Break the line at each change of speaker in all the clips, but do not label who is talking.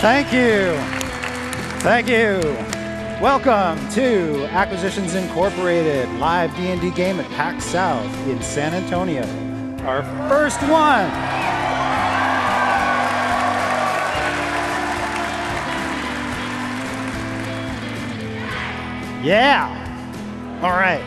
Thank you. Thank you. Welcome to Acquisitions Incorporated, live D&D game at PAX South in San Antonio. Our first one. Yeah. All right.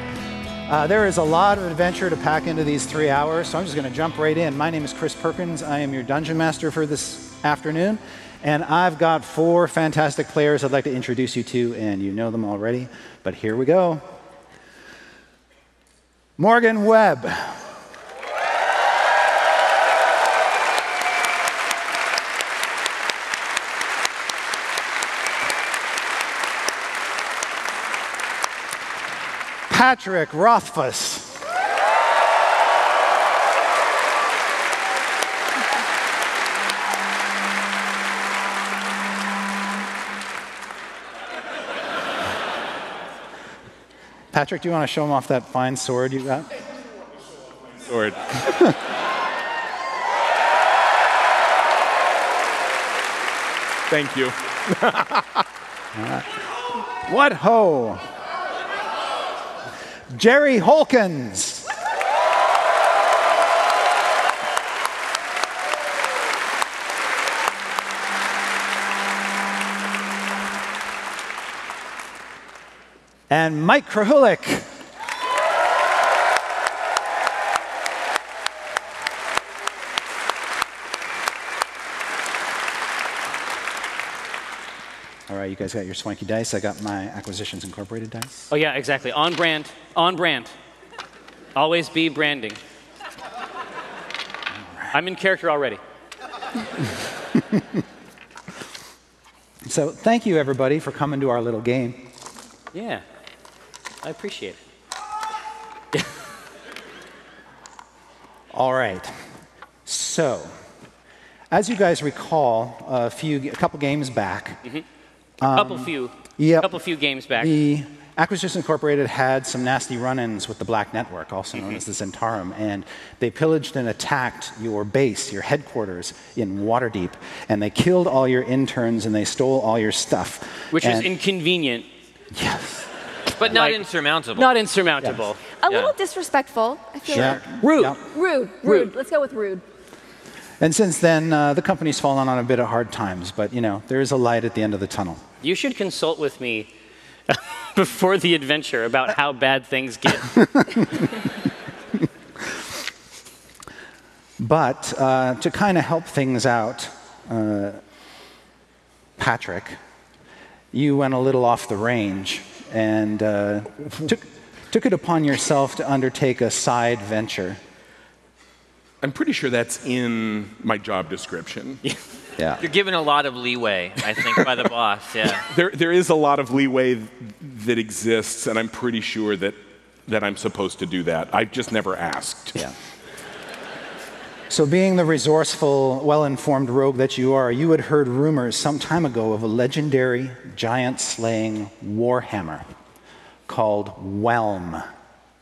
Uh, there is a lot of adventure to pack into these three hours, so I'm just going to jump right in. My name is Chris Perkins. I am your dungeon master for this afternoon, and I've got four fantastic players I'd like to introduce you to, and you know them already, but here we go. Morgan Webb. Patrick Rothfuss. Patrick, do you want to show him off that fine sword you got?
Sword. Thank you.
What ho? Jerry Holkins. And Mike Krahulik. All right, you guys got your swanky dice. I got my Acquisitions Incorporated dice.
Oh yeah, exactly. On brand. On brand. Always be branding. I'm in character already.
So thank you everybody for coming to our little game.
Yeah. I appreciate it.
All right. So, as you guys recall, a few, a couple games back,
couple few.
yep.
Couple few games back.
the Acquisition Incorporated had some nasty run-ins with the Black Network, also
Mm-hmm.
known as the Zentarum, and they pillaged and attacked your base, your headquarters in Waterdeep, and they killed all your interns and they stole all your stuff.
Which is
And-
inconvenient,
yes,
But not
Like-
insurmountable.
not insurmountable.
A
Yeah.
little disrespectful. I feel
yeah,
like.
Rude.
yeah.
Rude, rude.
Rude.
Let's go with rude.
And since then, uh, the company's fallen on a bit of hard times, but you know, there is a light at the end of the tunnel.
You should consult with me before the adventure about how bad things get.
But uh, to kind of help things out, uh, Patrick, you went a little off the range and uh, took, took it upon yourself to undertake a side venture.
I'm pretty sure that's in my job description.
Yeah.
You're given a lot of leeway, I think, by the boss. Yeah.
There, there is a lot of leeway th- that exists, and I'm pretty sure that, that I'm supposed to do that. I've just never asked.
Yeah. So, being the resourceful, well informed rogue that you are, you had heard rumors some time ago of a legendary giant slaying warhammer called Whelm.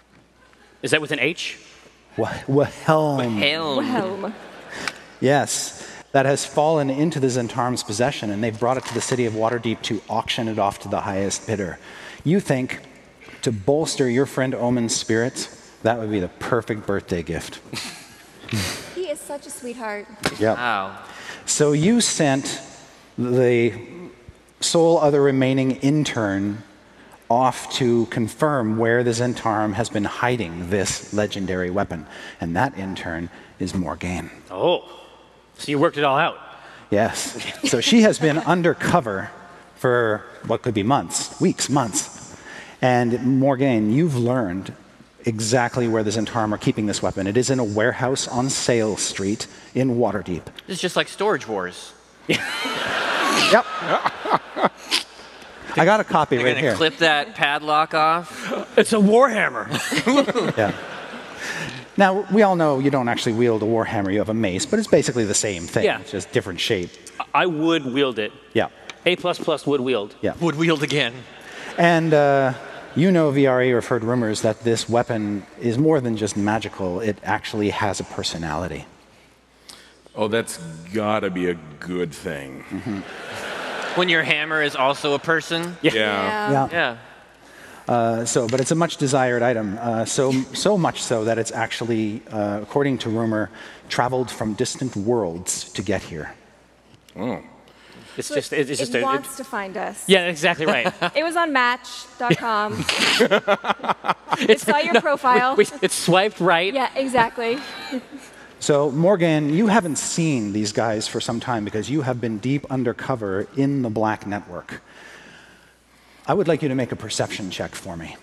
Is that with an H?
Wh- Whelm.
Helm.
Helm.
Yes, that has fallen into the Zentarm's possession, and they've brought it to the city of Waterdeep to auction it off to the highest bidder. You think to bolster your friend Omen's spirits, that would be the perfect birthday gift.
He is such a sweetheart.
Yeah.
Wow.
So you sent the sole other remaining intern off to confirm where the Zentarm has been hiding this legendary weapon, and that intern is Morgane.
Oh. So you worked it all out.
Yes. So she has been undercover for what could be months, weeks, months. And Morgane, you've learned exactly where the Zentarum are keeping this weapon. It is in a warehouse on Sale Street in Waterdeep.
This is just like Storage Wars.
Yep. I got a copy
You're
right
gonna
here.
clip that padlock off.
It's a warhammer.
Yeah. Now, we all know you don't actually wield a warhammer, you have a mace, but it's basically the same thing,
Yeah.
it's just different shape.
I would wield it.
Yeah.
A plus plus would wield.
Yeah.
Would wield again.
And uh, you know, VRE, have heard rumors that this weapon is more than just magical, it actually has a personality.
Oh, that's gotta be a good thing.
When your hammer is also a person. Yeah.
Yeah.
Oh.
Yeah.
Yeah.
Uh, so, but it's a much desired item. Uh, so, so much so that it's actually, uh, according to rumor, traveled from distant worlds to get here.
Oh.
It's just, it's just
it
a.
wants
it-
to find us.
yeah, exactly right.
It was on Match.com. it saw your profile.
we, it swiped right.
yeah, exactly.
So, Morgan, you haven't seen these guys for some time because you have been deep undercover in the Black Network. I would like you to make a perception check for me.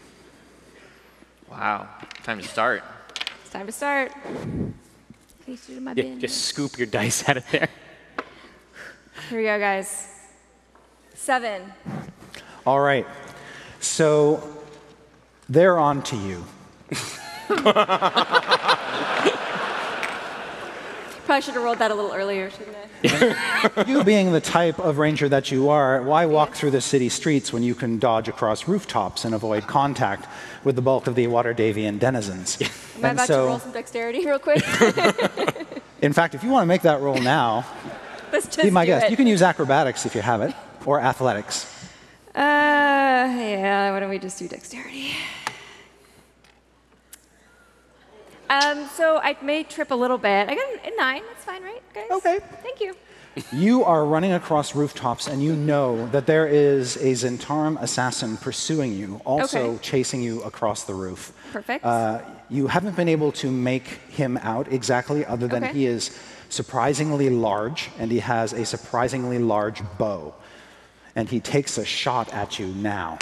Wow. Time to start.
It's time to start. Please do my
Yeah,
bin.
just scoop your dice out of there.
Here we go, guys. Seven.
All right. So, they're on to you.
Probably should have rolled that a little earlier, shouldn't I?
You being the type of ranger that you are, why walk through the city streets when you can dodge across rooftops and avoid contact with the bulk of the Waterdavian denizens?
Am I
And
about
so,
to roll some dexterity real quick?
in fact, if you want to make that roll now,
Let's just
be my
do
guest.
it.
You can use acrobatics if you have it, or athletics.
Uh, yeah, why don't we just do dexterity? Um, so I may trip a little bit. I got a nine. That's fine, right, guys?
Okay.
Thank you.
You are running across rooftops and you know that there is a Zentarum assassin pursuing you, also
Okay.
chasing you across the roof.
Perfect.
Uh, you haven't been able to make him out exactly, other than
Okay.
he is surprisingly large and he has a surprisingly large bow. And he takes a shot at you now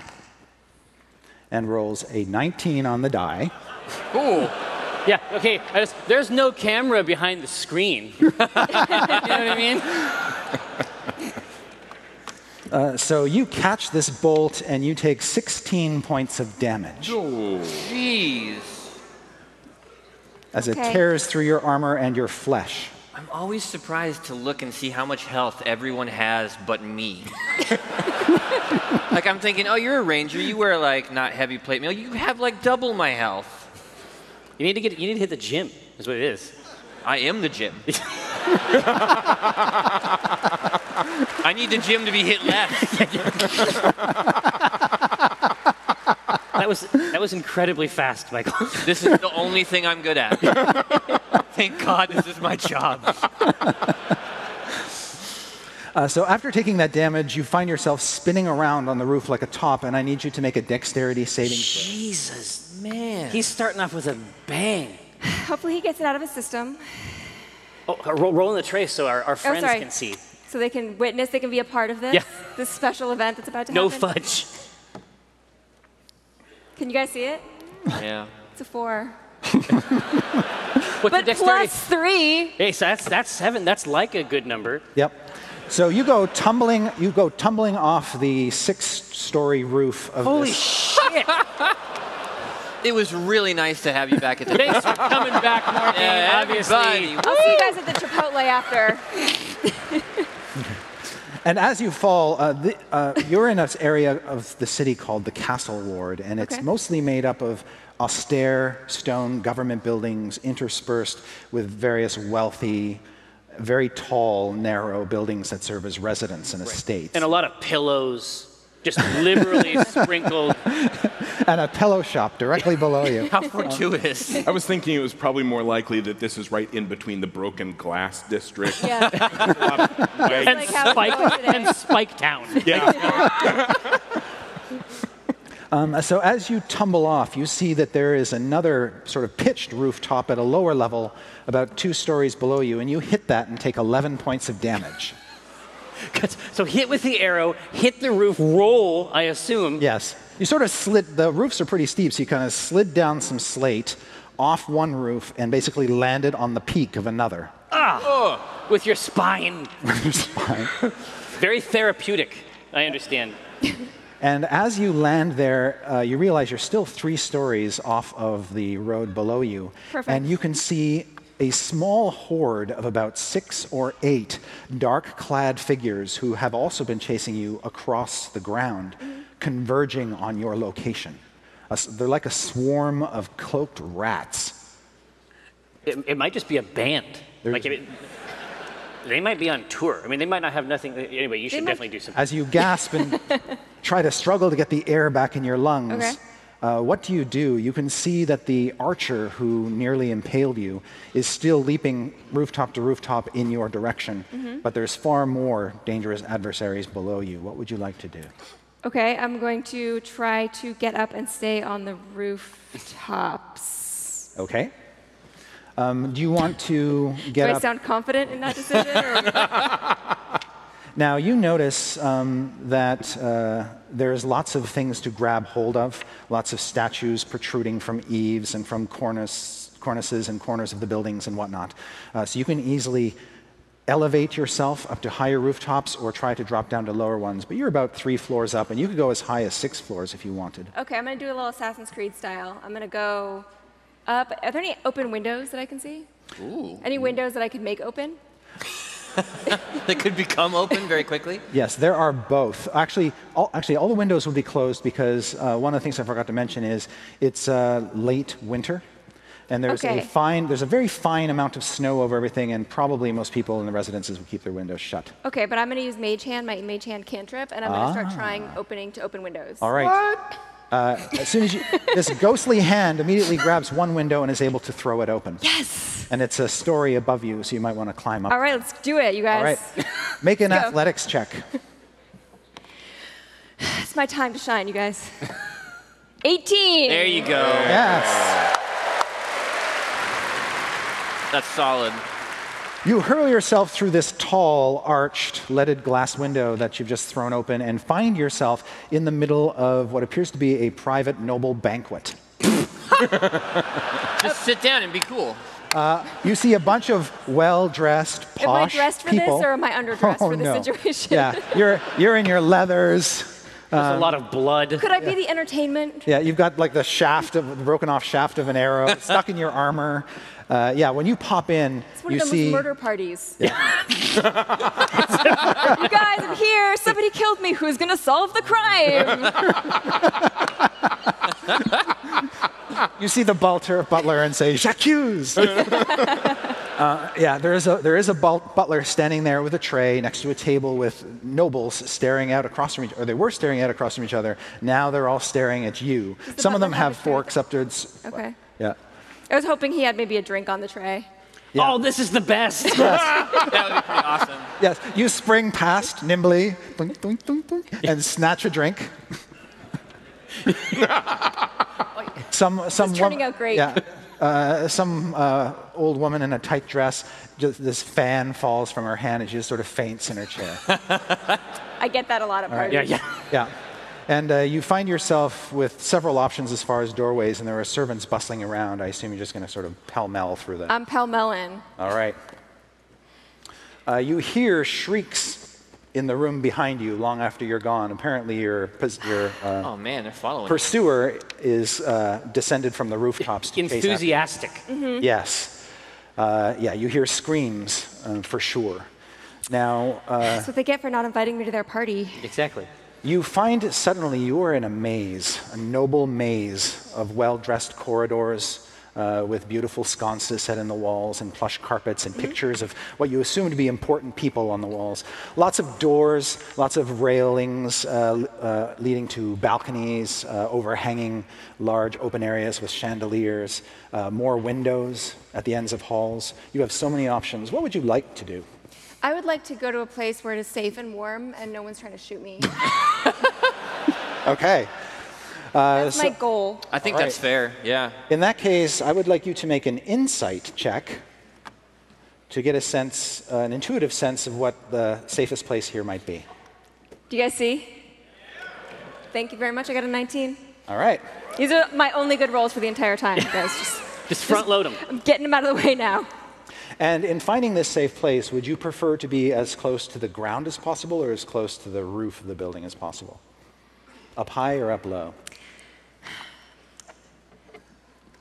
and rolls a 19 on the die.
Ooh. Yeah, okay. I just, there's no camera behind the screen. you know what I mean?
Uh, so you catch this bolt and you take 16 points of damage.
Jeez.
as
Okay.
it tears through your armor and your flesh.
I'm always surprised to look and see how much health everyone has but me. like I'm thinking, oh, you're a ranger. You wear like not heavy plate mail. You have like double my health.
You need to get you need to hit the gym, is what it is.
I am the gym. I need the gym to be hit less.
That was that was incredibly fast, Michael.
This is the only thing I'm good at. Thank God this is my job.
Uh, so after taking that damage, you find yourself spinning around on the roof like a top, and I need you to make a dexterity saving.
Jesus, man. He's starting off with a bang.
Hopefully he gets it out of his system
Oh, roll, roll in the tray so our, our friends
Oh, sorry.
can see.
so they can witness, they can be a part of this,
Yeah.
this special event that's about to
No
happen.
fudge.
Can you guys see it?
Yeah.
It's a four.
What's
But
the dexterity?
plus three.
Hey, so that's that's seven. That's like a good number.
Yep. So you go tumbling, you go tumbling off the six-story roof of
Holy
this.
shit!
It was really nice to have you back at the
Thanks for coming back, Morgan.
Yeah,
Obviously.
everybody.
I'll see you guys at the Chipotle after.
and as you fall, uh, the, uh, you're in an area of the city called the Castle Ward, and it's
Okay.
mostly made up of austere stone government buildings interspersed with various wealthy, very tall, narrow buildings that serve as residence and estates.
And a lot of pillows just liberally sprinkled.
and a pillow shop directly below you.
How fortuitous.
I was thinking it was probably more likely that this is right in between the broken glass district.
Yeah.
Like,
and
Like how it's
spike
going today.
and spike town.
yeah.
Um, so as you tumble off, you see that there is another sort of pitched rooftop at a lower level, about two stories below you, and you hit that and take 11 points of damage.
So hit with the arrow, hit the roof, roll. I assume.
Yes. You sort of slid, the roofs are pretty steep, so you kind of slid down some slate off one roof and basically landed on the peak of another.
With your spine. Very therapeutic. I understand.
And as you land there, uh, you realize you're still three stories off of the road below you.
Perfect.
And you can see a small horde of about six or eight dark clad figures who have also been chasing you across the ground, converging on your location. A s- they're like a swarm of cloaked rats.
It, it might just be a band.
There-
like, if it,
they might be on tour. I mean, they might not have nothing. uh, Anyway, you should
might-
definitely do some.
As you gasp and try to struggle to get the air back in your lungs,
Okay.
uh, what do you do? You can see that the archer who nearly impaled you is still leaping rooftop to rooftop in your direction,
Mm-hmm.
but there's far more dangerous adversaries below you. What would you like to do?
Okay, I'm going to try to get up and stay on the rooftops.
Okay. Um, do you want to get
Do I
up?
sound confident in that decision? Or
Now, you notice um, that uh, there's lots of things to grab hold of, lots of statues protruding from eaves and from cornice, cornices and corners of the buildings and whatnot. Uh, so you can easily elevate yourself up to higher rooftops or try to drop down to lower ones, but you're about three floors up, and you could go as high as six floors if you wanted.
okay, I'm going to do a little Assassin's Creed style. I'm going to go up. Are there any open windows that I can see? Ooh. Any windows that I could make open?
That could become open very quickly.
Yes, there are both. Actually, all, actually, all the windows will be closed because uh, one of the things I forgot to mention is it's uh, late winter, and there's a
Okay.
fine, there's a very fine amount of snow over everything, and probably most people in the residences will keep their windows shut.
Okay, but I'm going to use Mage Hand, my Mage Hand cantrip, and I'm going to start
Ah.
trying opening to open windows.
All right. Uh, as soon as you, this ghostly hand immediately grabs one window and is able to throw it open. Yes. And it's a story above you, so you might want to climb up.
All right, let's do it, you guys.
All right. Make an
Go.
athletics check.
It's my time to shine, you guys. 18.
There you go.
Yes.
That's solid.
You hurl yourself through this tall, arched, leaded glass window that you've just thrown open and find yourself in the middle of what appears to be a private noble banquet.
Just sit down and be cool.
You see a bunch of well dressed,
Am I
posh
dressed for
people.
this or am I underdressed
oh,
for this
no.
situation?
Yeah, you're, you're in your leathers.
There's a lot of blood.
Could I be the entertainment?
Yeah, you've got like the shaft of the broken off shaft of an arrow stuck in your armor. Uh, yeah, when you pop in,
It's one
you
of those
see
murder parties. you guys, I'm here. Somebody killed me. Who's going to solve the crime?
you see the butler, butler and say, J'accuse! uh, yeah, there is, a, there is a bul- butler standing there with a tray next to a table with nobles staring out across from each other. They were staring out across from each other. Now they're all staring at you.
the
Some of
butler
them
have
have
a tray?
forks up towards.
Okay.
Yeah.
I was hoping he had maybe a drink on the tray.
Yeah.
Oh, this is the best.
That would be pretty awesome.
Yes, you spring past nimbly boink, boink, boink, boink, and snatch a drink. some some
is
wom-
turning out great.
Yeah, uh, some uh, old woman in a tight dress. Just this fan falls from her hand, and she just sort of faints in her chair.
I get that a lot at parties.
yeah, yeah.
yeah, and uh, you find yourself with several options as far as doorways, and there are servants bustling around. I assume you're just going to sort of pell mell through them.
I'm Pell Mellon.
All right. Uh, you hear shrieks in the room behind you long after you're gone. Apparently, your, pers- your uh,
Oh man, they're following.
pursuer is uh, descended from the rooftops to chase after you.
Enthusiastic.
Yes. Uh, yeah, you hear screams uh, for sure. Now, uh,
That's what they get for not inviting me to their party.
Exactly.
you find suddenly you are in a maze, a noble maze of well dressed corridors uh, with beautiful sconces set in the walls and plush carpets and pictures of what you assume to be important people on the walls. Lots of doors, lots of railings uh, uh, leading to balconies uh, overhanging large open areas with chandeliers, uh, more windows at the ends of halls. You have so many options. What would you like to do?
I would like to go to a place where it is safe and warm and no one's trying to shoot me.
Okay.
That's my goal.
I think
All
that's
right.
fair. Yeah.
In that case, I would like you to make an insight check to get a sense, uh, an intuitive sense of what the safest place here might be.
Do you guys see? Thank you very much. I got a 19.
All right.
These are my only good rolls for the entire time, you guys. Just,
Just front load them.
I'm getting them out of the way now.
And in finding this safe place, would you prefer to be as close to the ground as possible or as close to the roof of the building as possible? Up high or up low?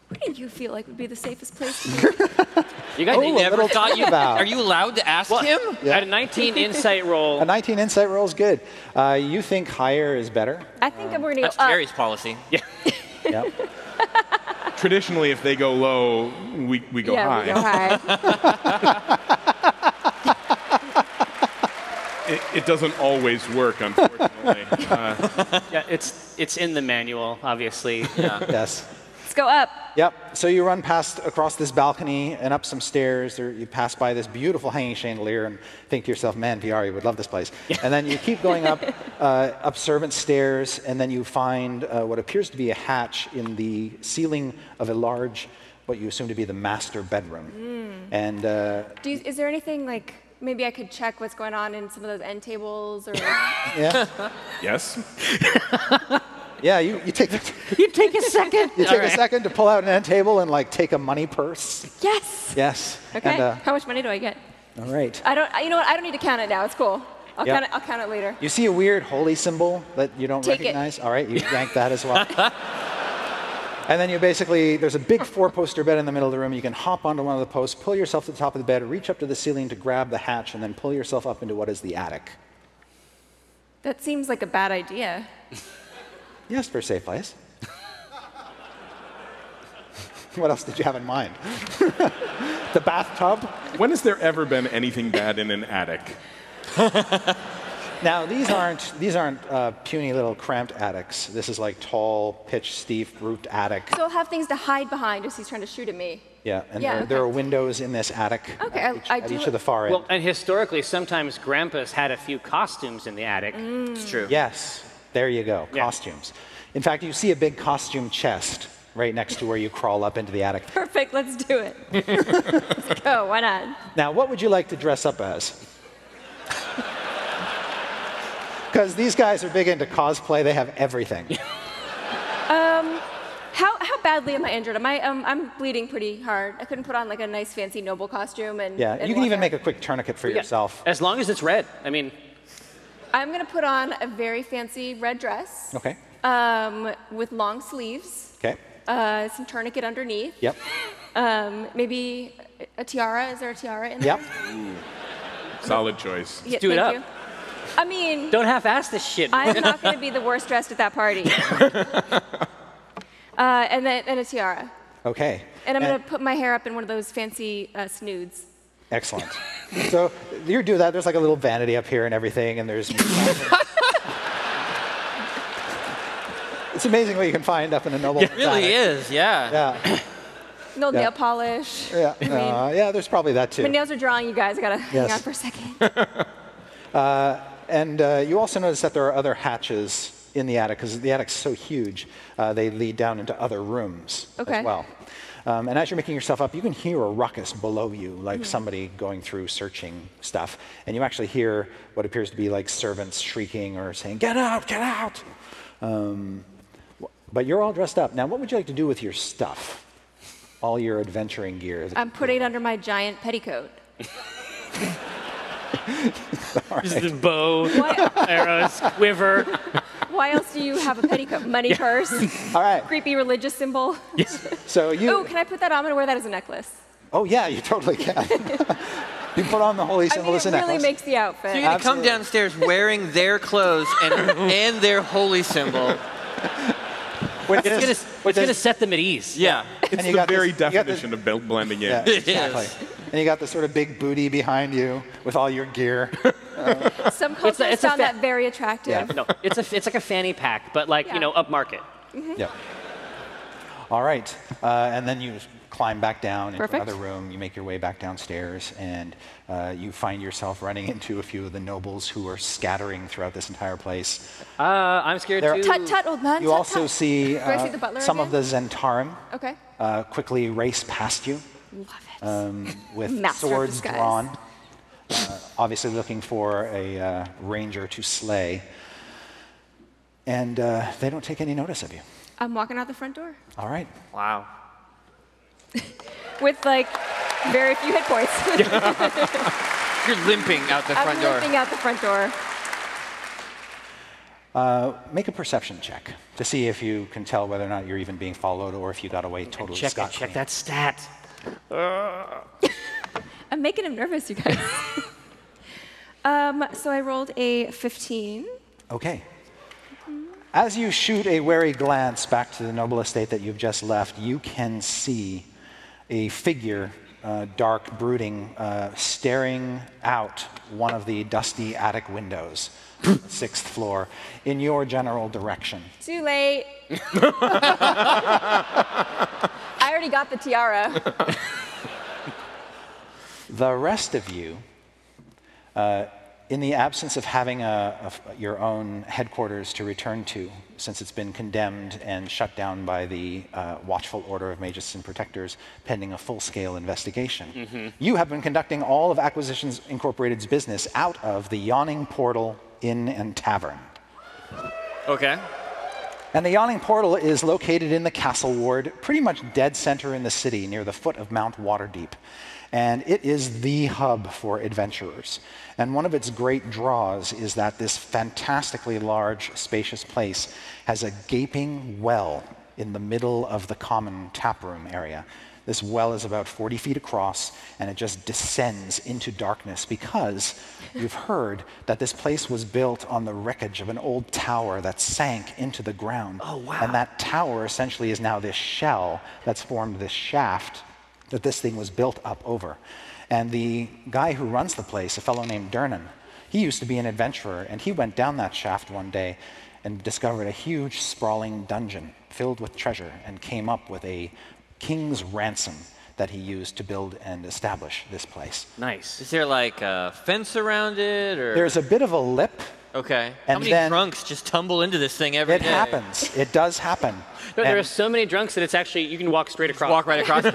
What do you feel like would be the safest place to be?
You guys
Oh,
They
need
a
never
little
thought you.
about.
Are you allowed to ask
What?
him?
At a 19 insight roll,
A 19 insight roll is good. Uh, you think higher is better?
I think I'm going to go
That's
Uh,
up.
Jerry's policy.
Yep.
Traditionally, if they go low, we, we go
yeah,
high.
we go high.
it doesn't always work, unfortunately. uh,
Yeah, it's it's in the manual, obviously.
Yes.
Let's go up.
Yep. So you run past across this balcony and up some stairs. Or you pass by this beautiful hanging chandelier and think to yourself, "Man, VR, you would love this place." And then you keep going up, uh, up servant stairs, and then you find uh, what appears to be a hatch in the ceiling of a large, what you assume to be the master bedroom. And uh,
Do you, is there anything like maybe I could check what's going on in some of those end tables or
yeah,
yes?
yeah, you, you take the,
you take a second.
you take a second to pull out an end table and like take a money purse.
yes.
Yes.
Okay.
And, uh,
How much money do I get?
all right.
I don't. I- You know what? I don't need to count it now. It's cool. I'll
Yep.
count it. I'll count it later.
You see a weird holy symbol that you don't
Take it.
recognize? All right, you yank that as well. and then you basically, there's a big four poster bed in the middle of the room. You can hop onto one of the posts, pull yourself to the top of the bed, reach up to the ceiling to grab the hatch, and then pull yourself up into what is the attic.
That seems like a bad idea.
Yes, for a safe place. what else did you have in mind? the bathtub?
When has there ever been anything bad in an attic?
Now these aren't these aren't uh, puny little cramped attics. This is like tall, pitch steep, roofed attic.
So I'll have things to hide behind as he's trying to shoot at me.
Yeah, and
Yeah,
there, there
okay.
are windows in this attic
Okay,
at,
I-
each,
I
at
do-
each of the far end.
Well, and historically, sometimes grandpas had a few costumes in the attic.
Mm. It's true.
yes, there you go,
Yeah.
costumes. In fact, you see a big costume chest right next to where you crawl up into the attic.
Perfect. Let's do it. let's go. Why not?
Now, what would you like to dress up as? Because these guys are big into cosplay, they have everything.
How, how badly am I injured? Am I um, I'm bleeding pretty hard. I couldn't put on like a nice fancy noble costume and
Yeah,
and
you can
walk
even
out.
make a quick tourniquet for
Yeah.
yourself.
As long as it's red. I mean,
I'm gonna put on a very fancy red dress.
Okay,
Um, with long sleeves,
okay,
uh, some tourniquet underneath.
yep,
Um, maybe a tiara. Is there a tiara in there?
yep.
Solid choice.
Yeah,
do it
thank you.
up.
I mean,
don't half-ass this shit.
I'm not going to be the worst dressed at that party. uh, and then and a tiara.
Okay.
And I'm going to put my hair up in one of those fancy uh, snoods.
Excellent. so you do that. There's like a little vanity up here and everything, and there's. it's amazing what you can find up in a noble.
It really is, yeah.
Yeah,
No
Yeah.
nail polish.
yeah,
I mean,
uh, yeah. There's probably that
my
too.
nails are drawing, you guys. I got to hang
Yes.
on for a second.
and uh, you also notice that there are other hatches in the attic because the attic's so huge. Uh, they lead down into other rooms
Okay.
as well. Um, and as you're making yourself up, you can hear a ruckus below you, like
Hmm.
somebody going through searching stuff. And you actually hear what appears to be like servants shrieking or saying, "Get out! Get out!" Um, wh- but you're all dressed up. Now, what would you like to do with your stuff? All your adventuring gear.
I'm putting it under my giant petticoat.
Just the bow,
Why,
arrows, quiver.
why else do you have a petticoat? Money purse,
all right.
creepy religious symbol.
So you.
Oh, can I put that on? I'm going to wear that as a necklace.
Oh yeah, you totally can. you put on the holy
I
symbol
mean,
as
it
a
really
necklace.
makes the outfit.
So you're gonna
Absolutely.
come downstairs wearing their clothes and, and their holy symbol.
Which
It's gonna,
is-
it's gonna set them at ease.
Yeah.
It's
you
the
got this-
very
you got this-
definition of bel- blending in.
yeah,
It is.
exactly. And you got the sort of big booty behind you with all your gear.
Some cultures
it's a
found
fa-
that very attractive.
Yeah.
No, it's a, it's like a fanny pack, but like
Yeah.
you know, upmarket.
yep. All right. Uh, and then you climb back down into
Perfect.
another room. You make your way back downstairs, and uh, you find yourself running into a few of the nobles who are scattering throughout this entire place.
Uh, I'm scared
They're-
Tut
too.
tut, old man.
You
tut,
also
tut.
see,
Do I see
uh,
the butler
some of the
again?
Zentarim
Okay.
uh, quickly race past you.
Love it.
um, with
Master of
swords
disguise.
drawn, uh, obviously looking for a uh, ranger to slay. And uh, they don't take any notice of you.
I'm walking out the front door
All right.
Wow.
with like very few hit points.
You're limping out the
I'm
front door.
limping out the front door.
Make a perception check to see if you can tell whether or not you're even being followed or if you got away totally
check
scot
check
free.
that stat.
I'm making him nervous, you guys. um, so I rolled a 15.
Okay. As you shoot a wary glance back to the noble estate that you've just left, you can see a figure uh, dark, brooding, uh, staring out one of the dusty attic windows, on the sixth floor, in your general direction.
Too late. I already got the tiara.
The rest of you, uh, in the absence of having a, of your own headquarters to return to, since it's been condemned and shut down by the uh, Watchful Order of Magus and Protectors, pending a full scale investigation, you have been conducting all of Acquisitions Incorporated's business out of the Yawning Portal Inn and Tavern.
Okay.
And the Yawning Portal is located in the Castle Ward, pretty much dead center in the city, near the foot of Mount Waterdeep. And it is the hub for adventurers. And one of its great draws is that this fantastically large, spacious place has a gaping well in the middle of the common taproom area. This well is about 40 feet across, and it just descends into darkness because you've heard that this place was built on the wreckage of an old tower that sank into the ground. Oh, wow. And that tower essentially is now this shell that's formed this shaft that this thing was built up over. And the guy who runs the place, a fellow named Dernan, he used to be an adventurer, and he went down that shaft one day and discovered a huge, sprawling dungeon filled with treasure and came up with a king's ransom that he used to build and establish this place.
Nice.
Is there like a fence around it or?
There's a bit of a lip.
okay. How
and
many
then-
drunks just tumble into this thing every
It
day?
happens. It does happen.
No, there are
And-
so many drunks that it's actually you can walk straight across.
Walk right across. it.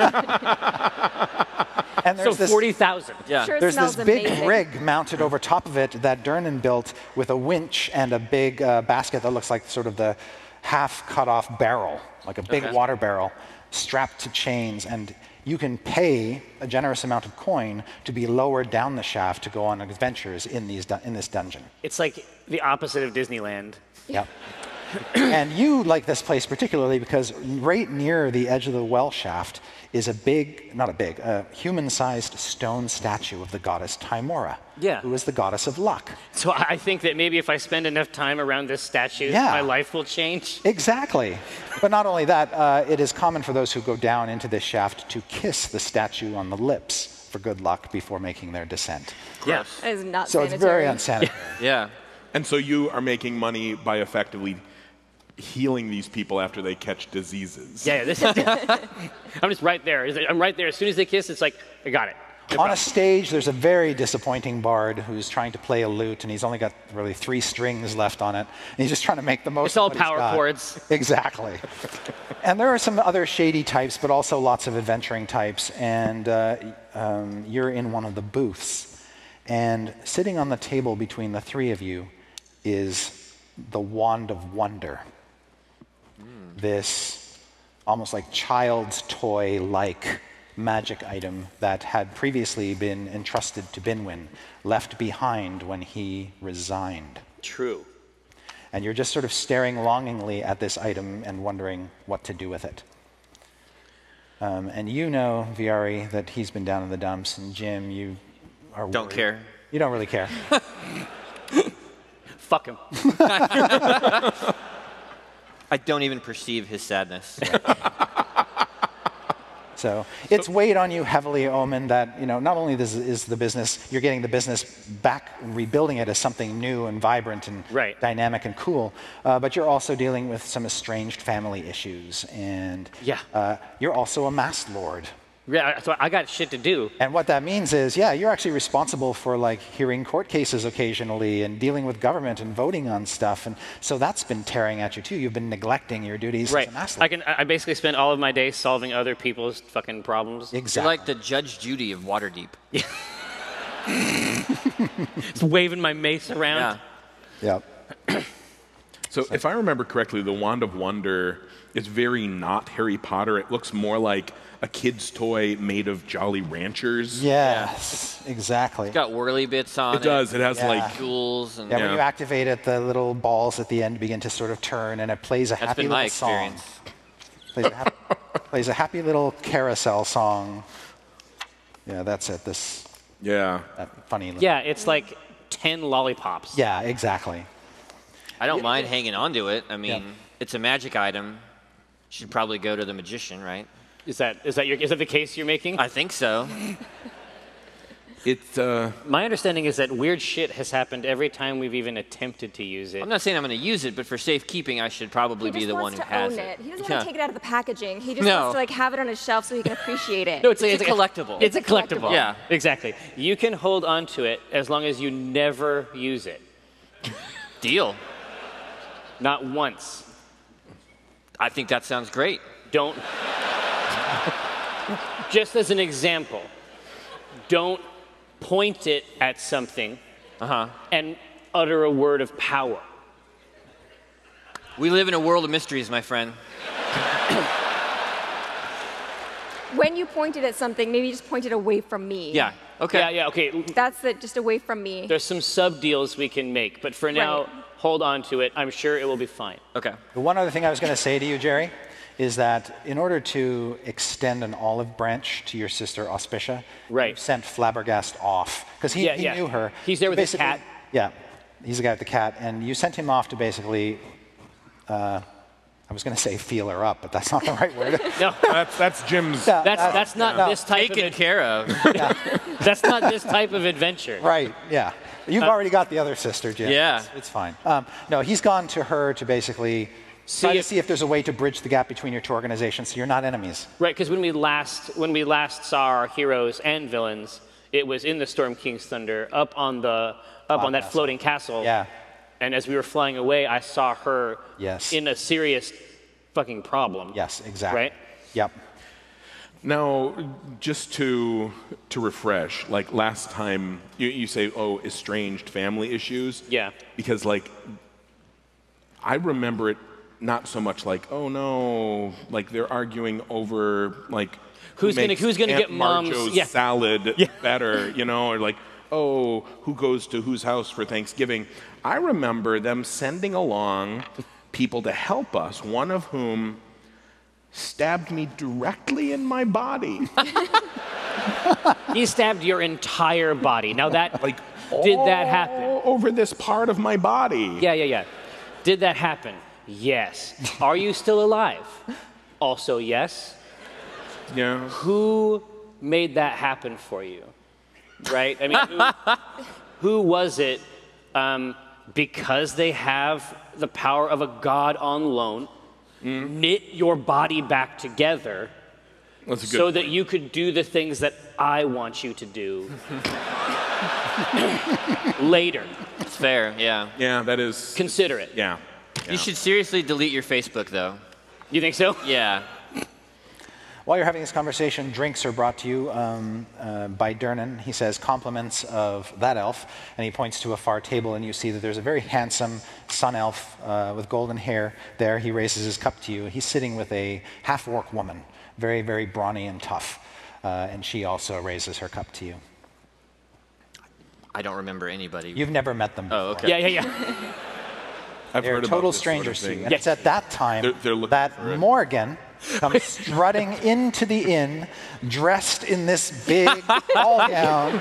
and
So
there's this-
forty thousand.
Yeah.
Sure
There's
smells
this big
amazing.
rig mounted over top of it that Dernan built with a winch and a big uh, basket that looks like sort of the half cut off barrel, like a big
Okay.
water barrel, strapped to chains. And you can pay a generous amount of coin to be lowered down the shaft to go on adventures in, these dun- in this dungeon.
It's like the opposite of Disneyland.
Yep. and you like this place particularly because right near the edge of the well shaft is a big, not a big, a human sized stone statue of the goddess Timora,
Yeah.
who is the goddess of luck.
So I I think that maybe if I spend enough time around this statue,
Yeah.
my life will change.
Exactly. But not only that, uh, it is common for those who go down into this shaft to kiss the statue on the lips for good luck before making their descent.
yes.
That is not
So
sanitary.
it's very unsanitary.
Yeah.
And so you are making money by effectively healing these people after they catch diseases.
Yeah, yeah, this is. I'm just right there. I'm right there. As soon as they kiss, it's like I got it.
On a stage, there's a very disappointing bard who's trying to play a lute, and he's only got really three strings left on it, and he's just trying to make the most.
It's all
of what he's
power
got.
chords.
Exactly. and there are some other shady types, but also lots of adventuring types. And uh, um, you're in one of the booths, and sitting on the table between the three of you is the wand of wonder. This almost like child's toy like magic item that had previously been entrusted to Binwin, left behind when he resigned.
True.
And you're just sort of staring longingly at this item and wondering what to do with it. Um, and you know, Viari, that he's been down in the dumps, and Jim, you are.
Don't
worried.
care.
You don't really care.
Fuck him.
I don't even perceive his sadness.
So it's weighed on you heavily, Omen, that you know not only this is the business, you're getting the business back and rebuilding it as something new and vibrant and
Right.
dynamic and cool, uh, but you're also dealing with some estranged family issues, and
Yeah.
uh, you're also a mass lord.
Yeah, so I got shit to do.
And what that means is, yeah, you're actually responsible for like hearing court cases occasionally and dealing with government and voting on stuff, and so that's been tearing at you too. You've been neglecting your duties
Right.
as a mass lord.
I can. I I basically spend all of my day solving other people's fucking problems.
You're
exactly.
like the Judge Judy of Waterdeep.
Just waving my mace around.
Yeah.
Yep.
So if I remember correctly, the Wand of Wonder is very not Harry Potter. It looks more like a kid's toy made of Jolly Ranchers.
Yes, exactly.
Got whirly bits on it.
It does. It has
Yeah.
like
Jewels and
Yeah, when you
Yeah.
activate it, the little balls at the end begin to sort of turn, and it plays a
that's
happy
been my
little song.
experience.
Plays a, happy, plays a happy little carousel song. Yeah, that's it. This
yeah.
that funny. little-
Yeah, it's like ten lollipops.
Yeah, exactly.
I don't mind hanging on to it. I mean, it's a magic item. Should probably go to the magician, right?
Is that is that your is that the case you're making?
I think so.
It's uh,
My understanding is that weird shit has happened every time we've even attempted to use it.
I'm not saying I'm going to use it, but for safekeeping, I should probably be
He just
the one
wants
who
to
has
own
it.
it. He doesn't
Yeah.
want to take it out of the packaging. He just
No.
wants to like have it on his shelf so he can appreciate it.
it's a- it's a collectible.
It's a collectible.
Yeah.
Exactly. You can hold on to it as long as you never use it.
Deal.
Not once.
I think that sounds great.
Don't. Just as an example, don't point it at something
Uh huh.
and utter a word of power.
We live in a world of mysteries, my friend.
when you pointed at something, maybe you just pointed away from me.
Yeah. Okay.
Yeah, yeah, okay.
That's the, just away from me.
There's some sub deals we can make, but for now,
Right.
hold on to it. I'm sure it will be fine.
Okay.
The one other thing I was going to say to you, Jerry, is that in order to extend an olive branch to your sister Auspicia,
Right.
you sent Flabbergast off because he,
Yeah,
he
yeah.
knew her.
He's there with his
Basically-
cat.
Yeah, he's the guy with the cat, and you sent him off to basically. Uh, I was going to say feel her up, but that's not the right word.
No,
that's that's Jim's.
that's, that's not
no.
this type
Taken
of
care of.
ad- that's not this type of adventure.
Right. Yeah. You've
Uh,
already got the other sister, Jim.
Yeah.
It's, it's fine. Um, no, he's gone to her to basically try
See
to
if-
see if there's a way to bridge the gap between your two organizations so you're not enemies.
Right, because when we last when we last saw our heroes and villains, it was in the Storm King's Thunder, up on the up on that
castle.
floating castle.
Yeah.
And as we were flying away, I saw her
Yes.
in a serious fucking problem.
Yes. Exactly.
Right.
Yep.
Now, just to to refresh, like last time you, you say, oh, estranged family issues.
Yeah.
Because like I remember it not so much like, oh no, like they're arguing over like who
Who's gonna-
makes
who's gonna
Aunt
get mom's-
Marjo's
yeah.
salad better, you know, or like, oh, who goes to whose house for Thanksgiving. I remember them sending along people to help us, one of whom stabbed me directly in my body.
He stabbed your entire body. Now that
Like,
did
oh.
all
that happen?
Over this part of my body.
Yeah, yeah, yeah. Did that happen? Yes. Are you still alive? Also, yes.
Yeah.
who made that happen for you? Right? I mean, who, who was it? Um, because they have the power of a god on loan,
Mm-hmm.
knit your body back together
That's a good
so that you could do the things that I want you to do later.
It's fair. Yeah.
Yeah, that is.
Consider it.
yeah.
You should seriously delete your Facebook, though.
You think so?
Yeah.
While you're having this conversation, drinks are brought to you um, uh, by Dernan. He says, compliments of that elf. And he points to a far table, and you see that there's a very handsome sun elf uh, with golden hair there. He raises his cup to you. He's sitting with a half orc woman, very, very brawny and tough. Uh, and she also raises her cup to you.
I don't remember anybody.
You've never met them.
oh, okay.
Yeah, yeah, yeah.
I've
They're
heard
total
about this sort of
strangers to
thing.
you. And it's at that time
They're- they're looking
that
for it.
Morgan comes strutting into the inn, dressed in this big ball gown.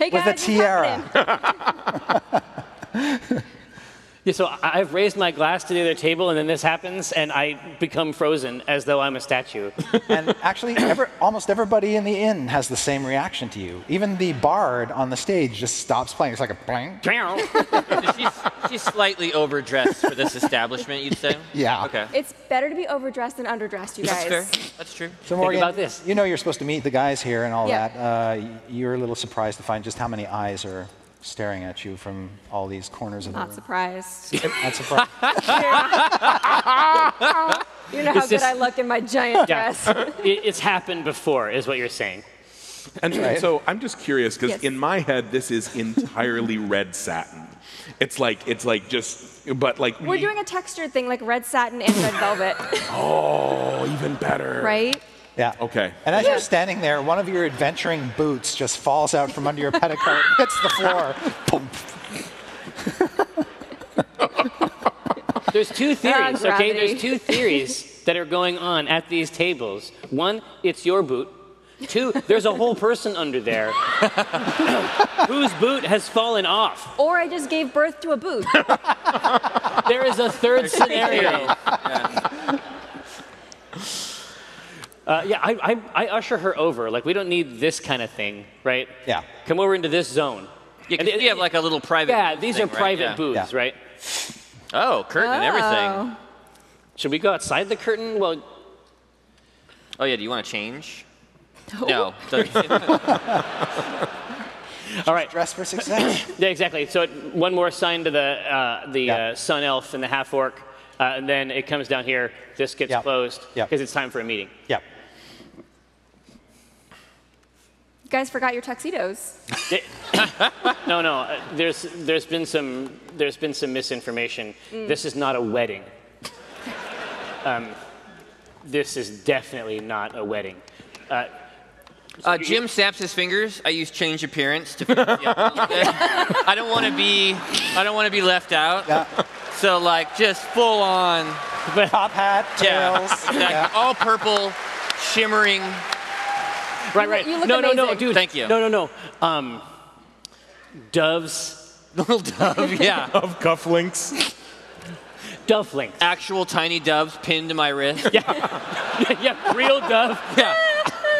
hey
with
guys,
a
what's
tiara.
happening?
yeah so I- I've raised my glass to the other table, and then this happens, and I become frozen as though I'm a statue.
and actually, ever, almost everybody in the inn has the same reaction to you. Even the bard on the stage just stops playing. It's like a bang.
So she's, she's slightly overdressed for this establishment, you'd say?
Yeah.
Okay.
It's better to be overdressed than underdressed, you
That's
guys.
fair. That's true.
So Morgan,
about this.
you know you're supposed to meet the guys here and all
Yeah.
that. Uh, y- you're a little surprised to find just how many eyes are staring at you from all these corners of the
Not
room.
surprised.
That's surprising.
You know how
It's
good
just-
I look in my giant
Yeah.
dress.
it, it's happened before, is what you're saying.
And so I'm just curious because
Yes.
in my head this is entirely red satin. It's like it's like just, but like
We're doing a textured thing like red satin and red velvet,
Oh, even better.
right?
yeah.
Okay.
And as you're standing there, one of your adventuring boots just falls out from under your petticoat, and hits the floor. Boom.
There's two theories,
Ah,
okay?
gravity.
There's two theories that are going on at these tables. One, it's your boot. Two, there's a whole person under there whose boot has fallen off.
Or I just gave birth to a boot.
There is a third scenario. Uh, yeah, I, I, I usher her over. Like, we don't need this kind of thing, right?
Yeah.
Come over into this zone.
Yeah,
And
'cause
it-
you have like a little private.
Yeah,
booth
these
thing,
are
right?
private
Yeah.
booths,
Yeah.
right?
Oh, curtain and everything.
Oh.
Should we go outside the curtain? Well,
Oh yeah, do you want to change?
No.
No. Doesn't-
all right.
Dress for success.
Yeah, exactly. So it, one more sign to the uh, the
Yeah.
uh, sun elf and the half orc, uh, and then it comes down here. This gets
Yeah.
closed because
Yeah.
it's time for a meeting.
yeah.
You guys forgot your tuxedos.
It- no, no. uh, There's there's been some there's been some misinformation.
Mm.
This is not a wedding. um, this is definitely not a wedding. Uh,
uh, Jim snaps his fingers. I use change appearance to. I don't want to be. I don't want to be left out.
Yeah.
So like just full on.
Top hat,
Yeah.
tails.
Exactly.
yeah.
All purple, shimmering.
right, right.
you look
no, no, no,
amazing.
dude.
Thank you.
No, no, no. Um, doves,
Little dove. Yeah.
Of cufflinks.
dove links.
Actual tiny doves pinned to my wrist.
yeah, real dove.
Yeah.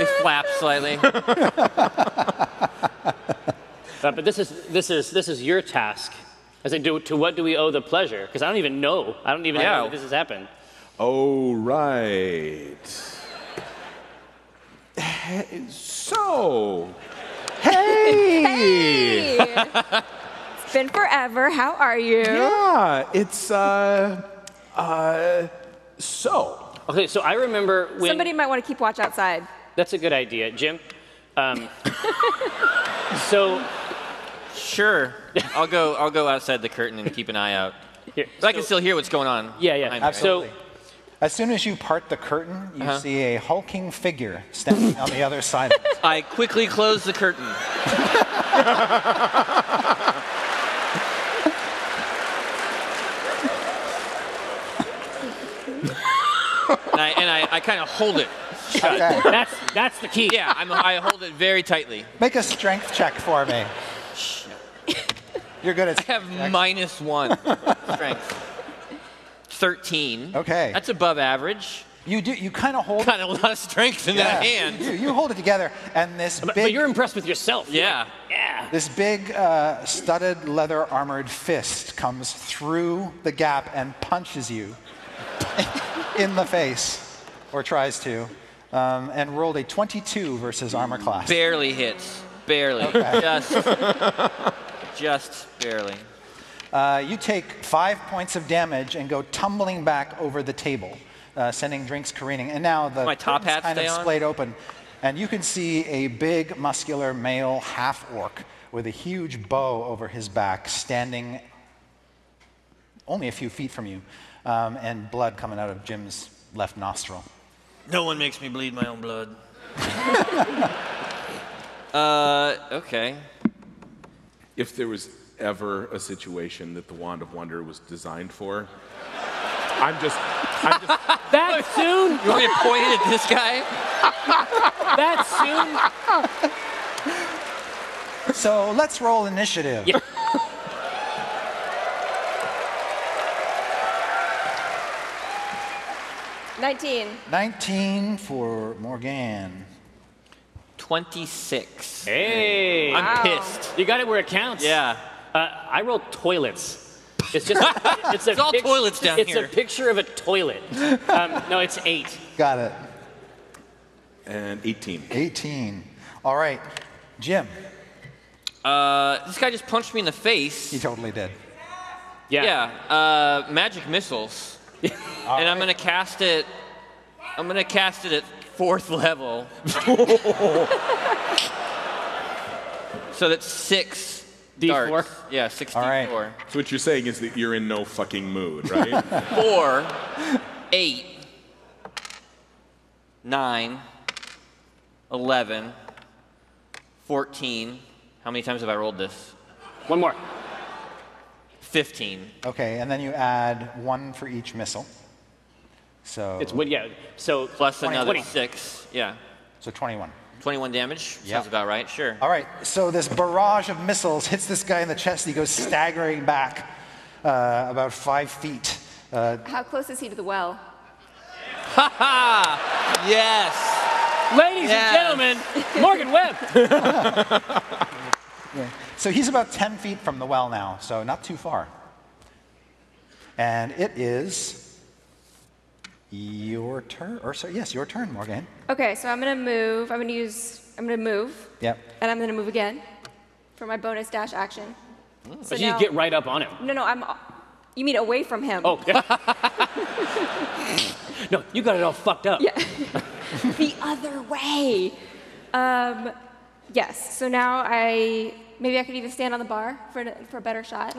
They flap slightly.
Uh, but this is this is this is your task. I say, do, to what do we owe the pleasure? Because I don't even know. I don't even know
Yeah.
that this has happened.
Oh, right. So, hey!
Hey. it's been forever. How are you?
Yeah, it's, uh, uh, so.
Okay, so I remember when.
Somebody might want to keep watch outside.
That's a good idea, Jim. Um, so
Sure. I'll go. I'll go outside the curtain and keep an eye out.
here,
But I can
so-
still hear what's going on.
Yeah, yeah.
behind me, right?
Absolutely. As soon as you part the curtain, you
Uh-huh.
see a hulking figure standing on the other side. of it.
I quickly close the curtain. and I, and I, I kind of hold it.
Okay.
That's that's the key.
Yeah, I'm, I hold it very tightly.
Make a strength check for me. You're good at.
I have minus one strength. 13.
Okay.
That's above average.
You do. You kind of hold.
Got a lot of strength in that hand.
You, you hold it together, and this
But, but
big,
you're impressed with yourself.
Yeah.
this big uh, studded leather armored fist comes through the gap and punches you in the face, or tries to, um, and rolled a 22 versus armor class.
Barely hits. Barely. Just, just barely.
Uh, you take five points of damage and go tumbling back over the table, uh, sending drinks careening. And now the
My top
curtains
hat
kind of
stay on?
splayed open, and you can see a big, muscular male half orc with a huge bow over his back, standing only a few feet from you, um, and blood coming out of Jim's left nostril.
No one makes me bleed my own blood. uh, okay.
If there was ever a situation that the Wand of Wonder was designed for, I'm just, I'm just
That soon.
You want me to point it at this guy?
That soon.
So let's roll initiative.
Yeah.
Nineteen.
19 for Morgan.
26.
Hey.
I'm
Wow.
pissed.
you got it where it counts.
Yeah.
Uh, I roll toilets. It's just it's, a
It's all
pic-
toilets down
it's
here.
a picture of a toilet. Um, no, it's eight.
Got it.
and 18.
18. All right, Jim.
Uh, this guy just punched me in the face.
He totally did.
Yeah.
Yeah. Uh, magic missiles. and I'm gonna cast it. I'm gonna cast it at fourth level. so that's six.
D4?
darts. Yeah, six
All right.
D4.
So what you're saying is that you're in no fucking mood, right?
four, eight, nine, eleven, fourteen. How many times have I rolled this?
One more.
Fifteen.
Okay, and then you add one for each missile. So
It's wood. Yeah. So
Plus another
20.
six. Yeah.
so 21.
Twenty-one damage.
Yeah.
Sounds about right. Sure.
All right, so this barrage of missiles hits this guy in the chest. He goes staggering back uh, about five feet.
How close is he to the well?
Ha ha! Yes.
Ladies
Yeah.
and gentlemen, Morgan Webb.
So he's about 10 feet from the well now, so not too far. And it is your turn, or so, yes, your turn, Morgan.
Okay, so I'm gonna move. I'm gonna use. I'm gonna move,
Yep.
and I'm gonna move again for my bonus dash action. So
But you
now-
get right up on him.
No, no, I'm. You mean away from him?
Oh, no, you got it all fucked up.
Yeah. the other way. Um, yes. So now I maybe I could even stand on the bar for a- for a better shot.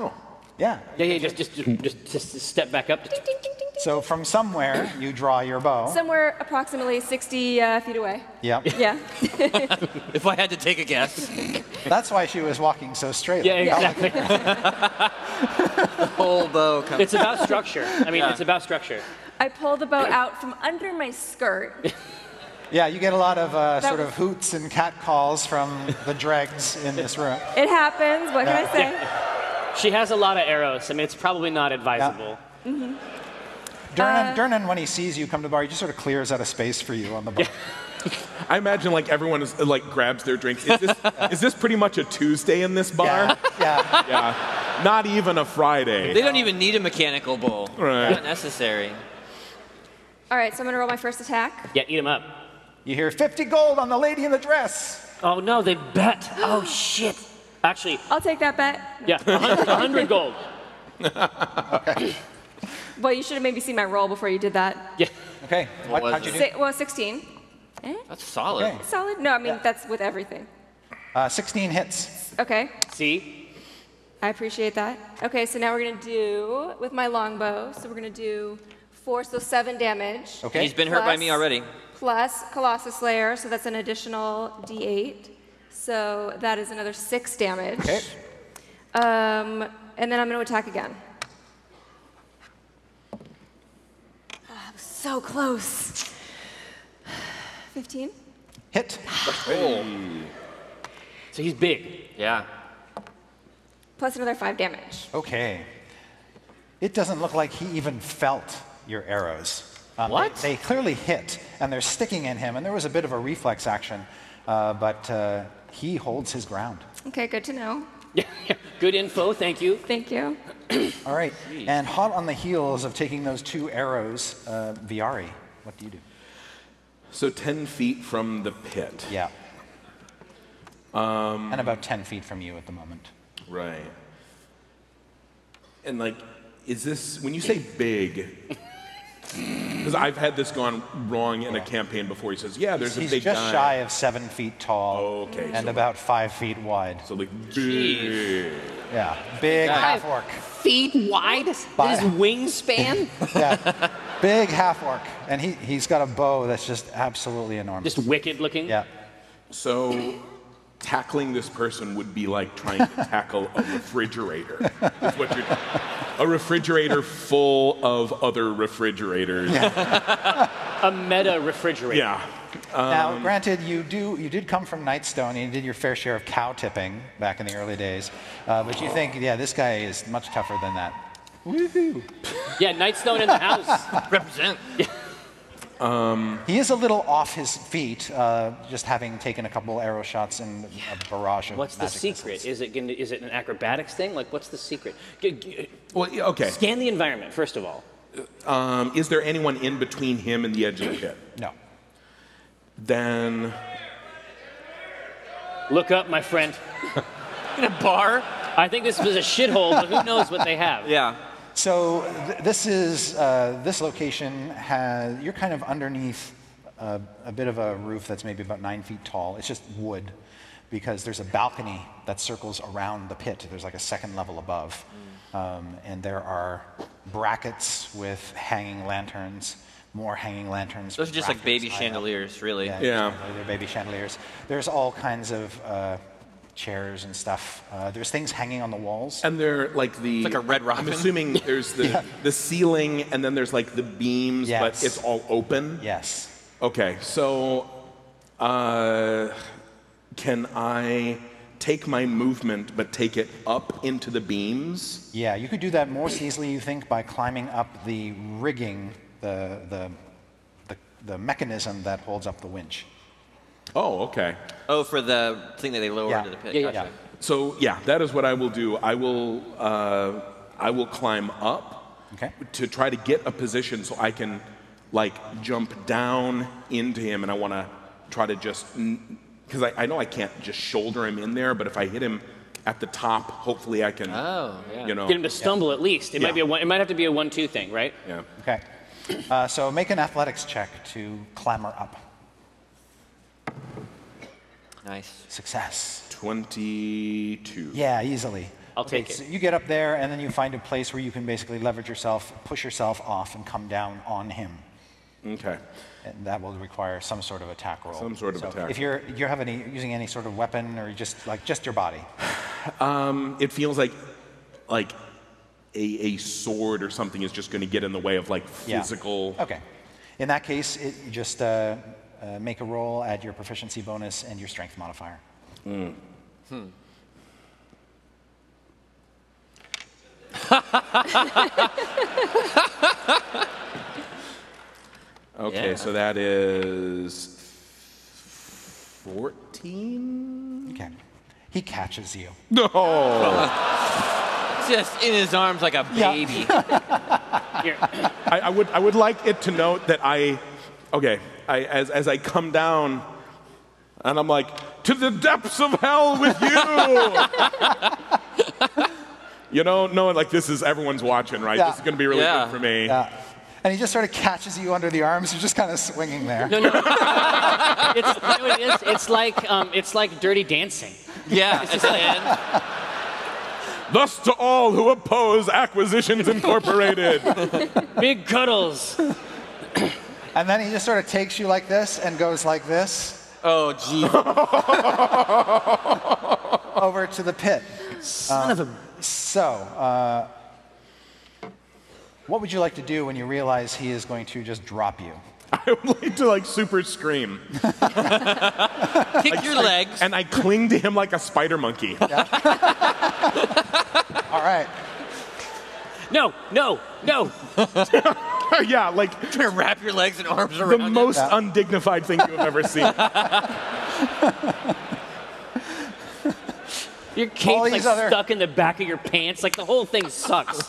Yeah.
Yeah, yeah, just, just, just, just, just step back up.
Ding, ding, ding, ding, ding.
So from somewhere, you draw your bow.
Somewhere approximately 60 uh, feet away.
yep.
Yeah.
If I had to take a guess,
That's why she was walking so straight.
Yeah, exactly.
whole bow comes.
it's about structure. I mean, it's about structure.
I pull the bow out from under my skirt.
Yeah, you get a lot of uh,
That
sort
was-
of hoots and catcalls from the dregs in this room.
It happens. What can I say?
She has a lot of arrows. I mean, it's probably not advisable.
Dernan, Dernan, when he sees you come to the bar, he just sort of clears out a space for you on the bar.
I imagine like everyone is like grabs their drinks. Is this, is this pretty much a Tuesday in this bar?
yeah.
Yeah. Not even a Friday.
They don't even need a mechanical bowl.
Right.
Not necessary.
All right. So I'm gonna roll my first attack.
Yeah, eat them up.
You hear 50 gold on the lady in the dress.
Oh, no, they bet. Oh, shit. Actually,
I'll take that bet.
yeah, 100, 100 gold.
Well, you should have maybe seen my roll before you did that.
Yeah.
Okay. What,
was
how'd you
it?
do?
Si- well, 16.
That's solid.
Okay.
Solid. No, I mean that's with everything.
Uh, 16 hits.
Okay.
See?
I appreciate that. Okay, so now we're gonna do with my longbow. So we're gonna do four, so seven damage.
Okay.
He's been hurt by me
Plus-
already.
Plus Colossus Slayer, so that's an additional D8. So that is another six damage.
Okay.
Um, and then I'm gonna attack again. Ah, that was so close. 15.
Hit.
So he's big.
Yeah.
Plus another five damage.
Okay. It doesn't look like he even felt your arrows. Um, they-
What?
They, clearly hit, and they're sticking in him, and there was a bit of a reflex action, uh, but uh, he holds his ground.
Okay, good to know.
Yeah, yeah. Good info, thank you.
Thank you.
All right. And hot on the heels of taking those two arrows, uh, Viari, what do you do?
So 10 feet from the pit.
Yeah.
Um,
and about 10 feet from you at the moment.
Right. And like, is this when you say big? Because I've had this gone wrong in a campaign before. He says, "Yeah, there's
He's
a big
just
guy."
shy of seven feet tall
Okay,
and
so-
about five feet wide.
So like, big.
Yeah. Big half orc.
Feet wide? His
Bye.
wingspan?
Yeah. Big half orc. And he, he's got a bow that's just absolutely enormous.
Just wicked looking.
Yeah.
So tackling this person would be like trying to tackle a refrigerator. Is what you're, a refrigerator full of other refrigerators. Yeah.
A meta refrigerator.
Um,
now, granted, you do you did come from Nightstone and you did your fair share of cow tipping back in the early days, uh, but you
Oh.
think, yeah, this guy is much tougher than that.
Yeah, Nightstone in the house.
Represent.
He is a little off his feet, uh, just having taken a couple arrow shots and a barrage of
What's the
magic
secret?
missiles.
Is it, gonna, is it an acrobatics thing? Like, what's the secret? G- g-
Well, yeah, okay.
Scan the environment, first of all.
Um, is there anyone in between him and the edge of the pit?
No.
Then
Look up, my friend.
In a bar?
I think this was a shithole, but who knows what they have?
Yeah.
So th- this is uh, this location has you're kind of underneath a, a bit of a roof that's maybe about nine feet tall. It's just wood because there's a balcony that circles around the pit. There's like a second level
Mm.
above, um, and there are brackets with hanging lanterns, more hanging lanterns.
Those are
with
just like
brackets uh,
baby
high up.
chandeliers, really.
Yeah,
Yeah.
chandelier- they're baby chandeliers. There's all kinds of uh, chairs and stuff. Uh, there's things hanging on the walls.
and they're like the
It's like a Red
I'm
Robin.
assuming there's the the ceiling and then there's like the beams,
Yes.
but it's all open.
Yes.
Okay, so uh, can I take my movement but take it up into the beams?
Yeah, you could do that most easily, you think, by climbing up the rigging, the, the, the, the mechanism that holds up the winch.
Oh, okay.
Oh, for the thing that they lower
Yeah.
into the pit.
Yeah, yeah,
Gotcha.
So yeah, that is what I will do. I will uh, I will climb up
Okay.
to try to get a position so I can like jump down into him, and I want to try to just because I, I know I can't just shoulder him in there, but if I hit him at the top, hopefully I can.
Oh, yeah.
You know.
Get him to stumble at least. It
Yeah.
might be a one, it might have to be a one-two thing, right?
yeah.
Okay. Uh, so make an athletics check to clamber up.
Nice.
Success.
Twenty-two.
Yeah, easily.
I'll take
so
it.
You get up there, and then you find a place where you can basically leverage yourself, push yourself off, and come down on him.
Okay.
And that will require some sort of attack roll.
Some sort of
So
attack.
If you're you have any using any sort of weapon or just like just your body.
It feels like like a, a sword or something is just going to get in the way of like
Yeah.
physical.
Okay. In that case, it, you just uh, uh, make a roll, add your proficiency bonus and your strength modifier.
Okay,
Yeah.
so that is 14?
Okay. He catches you.
No!
Just in his arms like a
Yeah.
baby.
I, I, would, I would like it to note that I, okay, I, as, as I come down and I'm like, to the depths of hell with you! you know, knowing like this is everyone's watching, right?
Yeah.
This is going to be really
Yeah.
good for me.
Uh, And he just sort of catches you under the arms. You're just kind of swinging there.
No, no. it's, you know what it is? It's like um, it's like Dirty Dancing.
yeah, at the end.
Thus to all who oppose Acquisitions Incorporated.
Big cuddles.
And then he just sort of takes you like this and goes like this
Oh, gee.
over to the pit. Uh,
Son of a.
So, uh, what would you like to do when you realize he is going to just drop you?
I would like to like super scream.
Kick your legs.
And I cling to him like a spider monkey.
All right.
No, no, no.
yeah, like
Wrap your legs and arms
the
around it.
most
Yeah.
undignified thing you've ever seen.
Your
All
cape's like
these other-
stuck in the back of your pants. Like the whole thing sucks.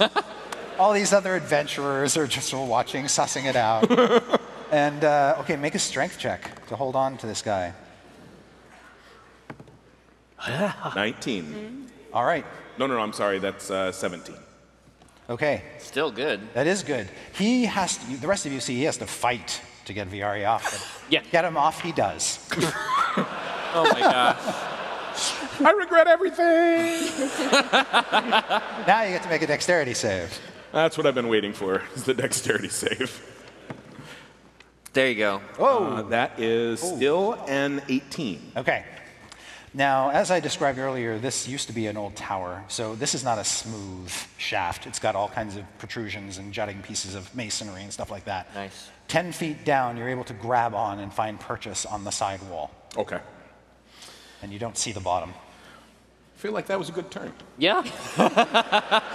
All these other adventurers are just watching, sussing it out. and, uh, okay, make a strength check to hold on to this guy.
19.
All right.
No, no, no, I'm sorry. That's uh, 17.
Okay.
Still good.
That is good. He has to, the rest of you see he has to fight to get Viari off. but
Yeah.
Get him off, he does.
Oh, my gosh.
I regret everything.
Now you get to make a dexterity save.
That's what I've been waiting for, is the dexterity save.
There you go.
Uh, that is still an 18.
Okay. Now, as I described earlier, this used to be an old tower, so this is not a smooth shaft. It's got all kinds of protrusions and jutting pieces of masonry and stuff like that.
Nice.
10 feet down, you're able to grab on and find purchase on the side wall,
Okay. I
and you don't see the bottom.
feel like that was a good turn.
Yeah.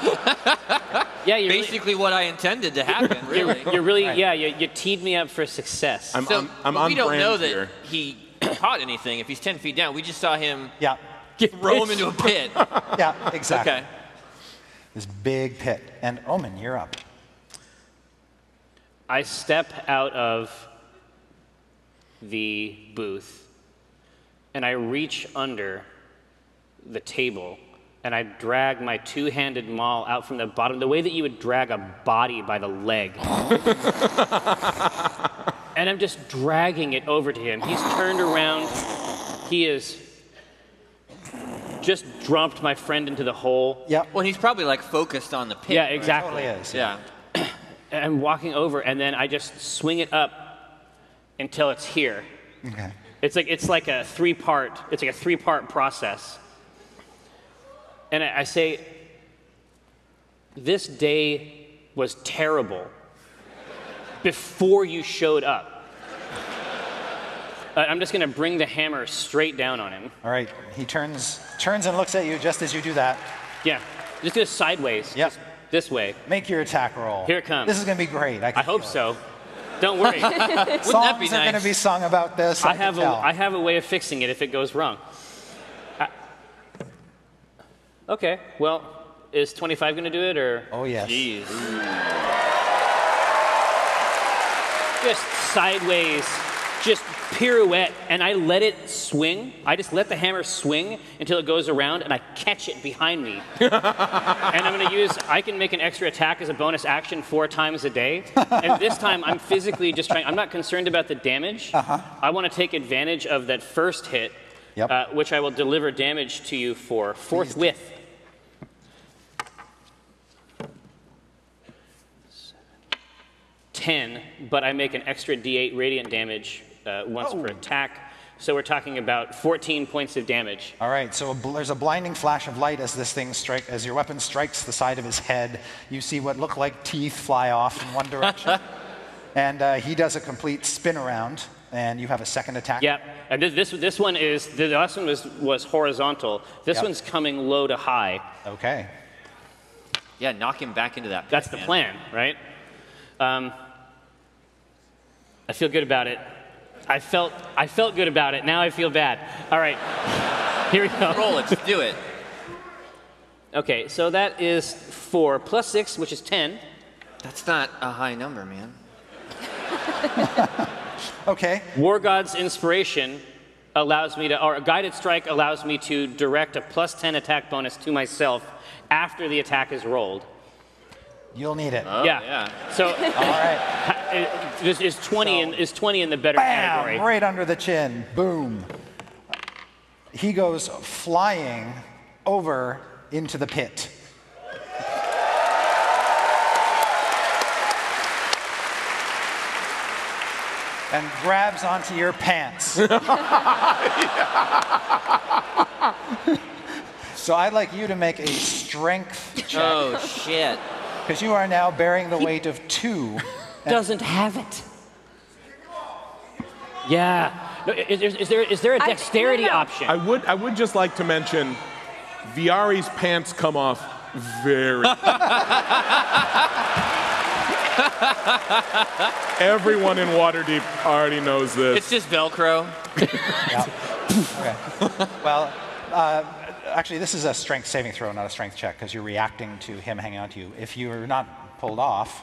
yeah, you're really,
Basically what I intended to happen, really.
you're really yeah, you, you teed me up for success.
I'm,
so,
on, I'm
but
on
we don't
brand
know that
here.
he caught anything if he's 10 feet down. We just saw him
Yeah,
throw him into a pit.
yeah, exactly.
okay.
This big pit. And Omen, you're up.
I step out of the booth and I reach under the table and I drag my two handed maul out from the bottom, the way that you would drag a body by the leg. and I'm just dragging it over to him. He's turned around. He is just dropped my friend into the hole.
Yep.
Well, he's probably like focused on the pit.
Yeah,
right?
exactly.
Totally is.
Yeah.
And I'm walking over and then I just swing it up until it's here.
Okay.
It's like it's like a three part. It's like a three part process. And I, I say, this day was terrible before you showed up. Uh, I'm just gonna bring the hammer straight down on him.
All right. He turns, turns and looks at you just as you do that.
Yeah, just do it sideways.
Yep.
Just this way.
Make your attack roll.
Here it comes.
This is going to be great. I, can
I hope
feel it.
so. Don't worry.
that
Songs
be
are going to
nice?
be sung about this. I,
I have
can
a,
tell.
I have a way of fixing it if it goes wrong. I- okay, well, is 25 going to do it or?
Oh, yes.
Jeez. just sideways, just pirouette, and I let it swing. I just let the hammer swing until it goes around, and I catch it behind me. and I'm going to use. I can make an extra attack as a bonus action four times a day. And this time, I'm physically just trying. I'm not concerned about the damage. Uh-huh. I want to take advantage of that first hit,
Yep.
uh, which I will deliver damage to you for forthwith. Ten, but I make an extra D8 radiant damage uh, once per attack. So we're talking about 14 points of damage.
All right, so a bl- there's a blinding flash of light as this thing strike as your weapon strikes the side of his head. You see what look like teeth fly off in one direction, and uh, he does a complete spin around, and you have a second attack.
Yep. And this, this, this one is, the last one was, was horizontal. This
Yep.
one's coming low to high.
Okay.
Yeah, knock him back into that. pit,
That's the
man.
plan, right? Um, I feel good about it. I felt, I felt good about it. Now I feel bad. All right. Here we go.
Roll it. Do it.
Okay, so that is four plus six, which is 10.
That's not a high number, man.
Okay.
War God's inspiration allows me to, or a guided strike allows me to direct a plus 10 attack bonus to myself after the attack is rolled.
You'll need it.
Oh,
yeah.
yeah.
So
All right.
uh, is, is 20 in, is 20 in the better category.
Bam! Right under the chin. Boom. He goes flying over into the pit. And grabs onto your pants. so I'd like you to make a strength check
Oh shit.
because you are now bearing the weight of two.
doesn't have it. Yeah. No, i- is, is there, is there a
I-
dexterity
no, no.
I
option?
would, I would just like to mention Viari's pants come off very. Everyone in Waterdeep already knows this.
It's just Velcro.
Okay. well, uh, actually, this is a strength saving throw, not a strength check, because you're reacting to him hanging on to you. If you're not pulled off,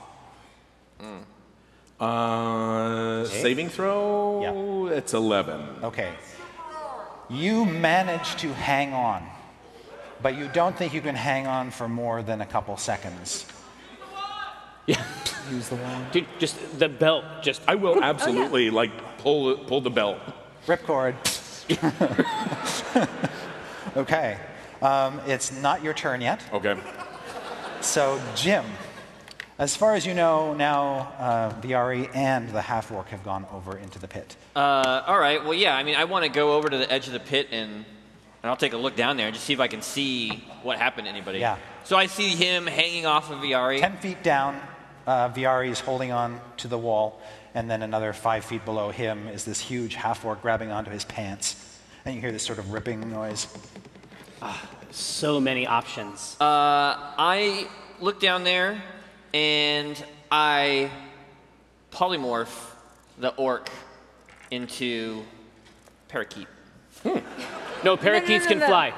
Uh, saving throw? It's 11.
okay. You manage to hang on, but you don't think you can hang on for more than a couple seconds.
Dude, just the belt, just
I will absolutely like pull pull the belt.
Ripcord. okay. Um, it's not your turn yet.
Okay.
So, Jim, as far as you know, now uh, Viari and the half orc have gone over into the pit.
Uh, all right. Well, yeah. I mean, I want to go over to the edge of the pit and and I'll take a look down there and just see if I can see what happened to anybody.
Yeah.
So I see him hanging off of Viari.
10 feet down, uh, Viari is holding on to the wall, and then another five feet below him is this huge half orc grabbing onto his pants. And you hear this sort of ripping noise.
so many options.
I look down there and I polymorph the orc into parakeet.
no, parakeets
no,
can
no.
fly.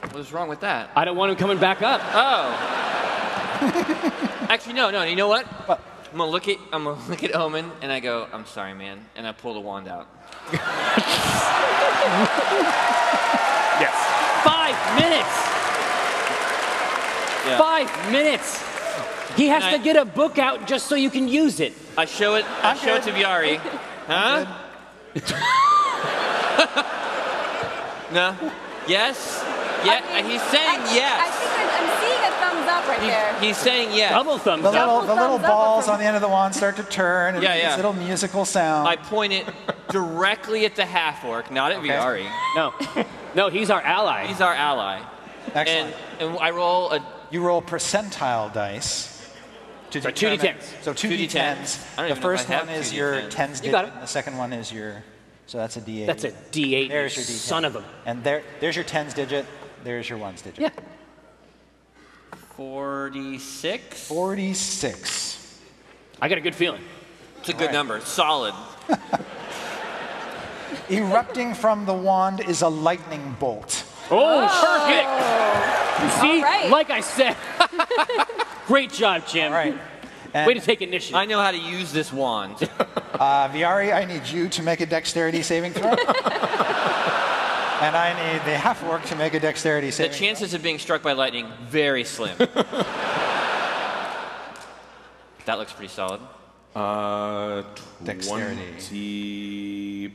What was wrong with that?
I don't want them coming back up.
Oh. Actually, no, no. You know what? I'm gonna look at I'm gonna look at Omen and I go, I'm sorry, man, and I pull the wand out.
Yes.
Five minutes!
Yeah.
Five minutes! He has
Can I-
to get a book out just so you can use it.
I show it. I show it to Viari. Huh? no. Yes. Yeah.
I mean,
he's saying
I think- I
yes.
think I'm, I'm seeing a thumbs up right there.
He's saying yes.
Double thumbs
The
up.
little, the little
thumbs up
balls
from-
on the end of the wand start to turn, and
Yeah,
make this
yeah.
little musical sound.
I point it directly at the half orc, not at Viari.
No. No, he's our ally.
He's our ally.
Excellent.
And and I roll a
you roll percentile dice. To
For two
determine-
D10s.
So two
2d10s.
D10s. The
I don't even know if
first
I have
one is
2d10s.
your tens
You got
digit,
it.
and the second one is your. So that's a D8.
That's a D8.
There's your D10.
Son of a.
And there, there's your tens digit. There's your ones digit.
Yeah.
46.
46.
I got a good feeling.
It's a good number. Solid.
Erupting from the wand is a lightning bolt.
Oh, perfect. See,
All right.
like I said. Great job, Jim.
All right. And,
Way to take initiative.
I know how to use this wand.
uh, Viari, I need you to make a dexterity saving throw. and I need the half orc to make a dexterity
The
saving
chances of being struck by lightning very slim. that looks pretty solid.
Uh,
Dexterity.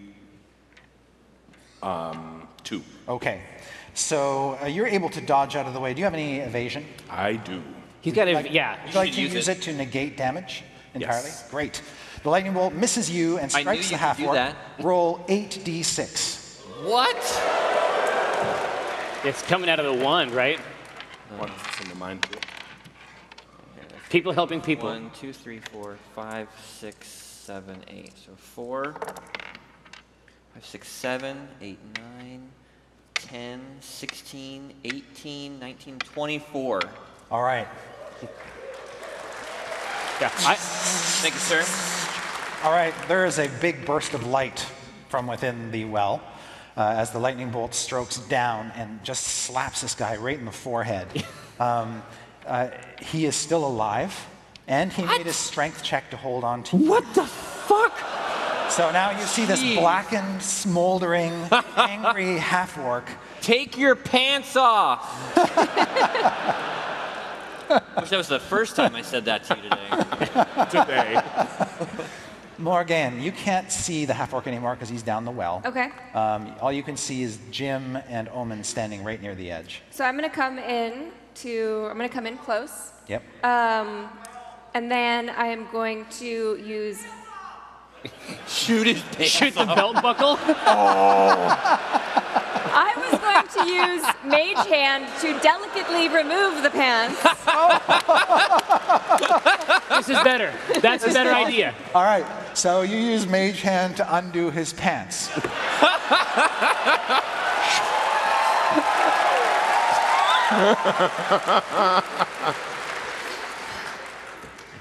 20, um, two.
throw. Okay. So uh, you're able to dodge out of the way. Do you have any evasion?
I do.
He's got to, yeah.
Would you like
should
to use,
use
it.
it.
to negate damage entirely?
Yes.
Great. The lightning bolt misses you and
I knew
strikes
you could
the half
do
orc.
that.
Roll 8d6.
What?
It's coming out of the wand, right?
One that's in the mind too.
People helping people.
One, two, three, four, five, six, seven, eight. So four, five, six, seven, eight, nine, 10, 16, 18, 19, 24.
All right.
Yeah. I,
Thank you, sir.
All right, there is a big burst of light from within the well uh, as the lightning bolt strokes down and just slaps this guy right in the forehead. um, uh, he is still alive, and he made his strength check to hold on to you.
what the fuck?
So now you see this
Jeez.
blackened, smoldering, angry half orc.
Take your pants off. I wish that was the first time I said that to you today.
Today.
Morgan, you can't see the half orc anymore because he's down the well.
Okay.
Um, all you can see is Jim and Omen standing right near the edge.
So I'm gonna come in to. I'm gonna come in close,
Yep.
and then I am going to use.
Shoot his pants
Shoot the belt buckle?
I was going to use Mage Hand to delicately remove the pants.
This is better. That's a better idea.
All right, so you use Mage Hand to undo his pants.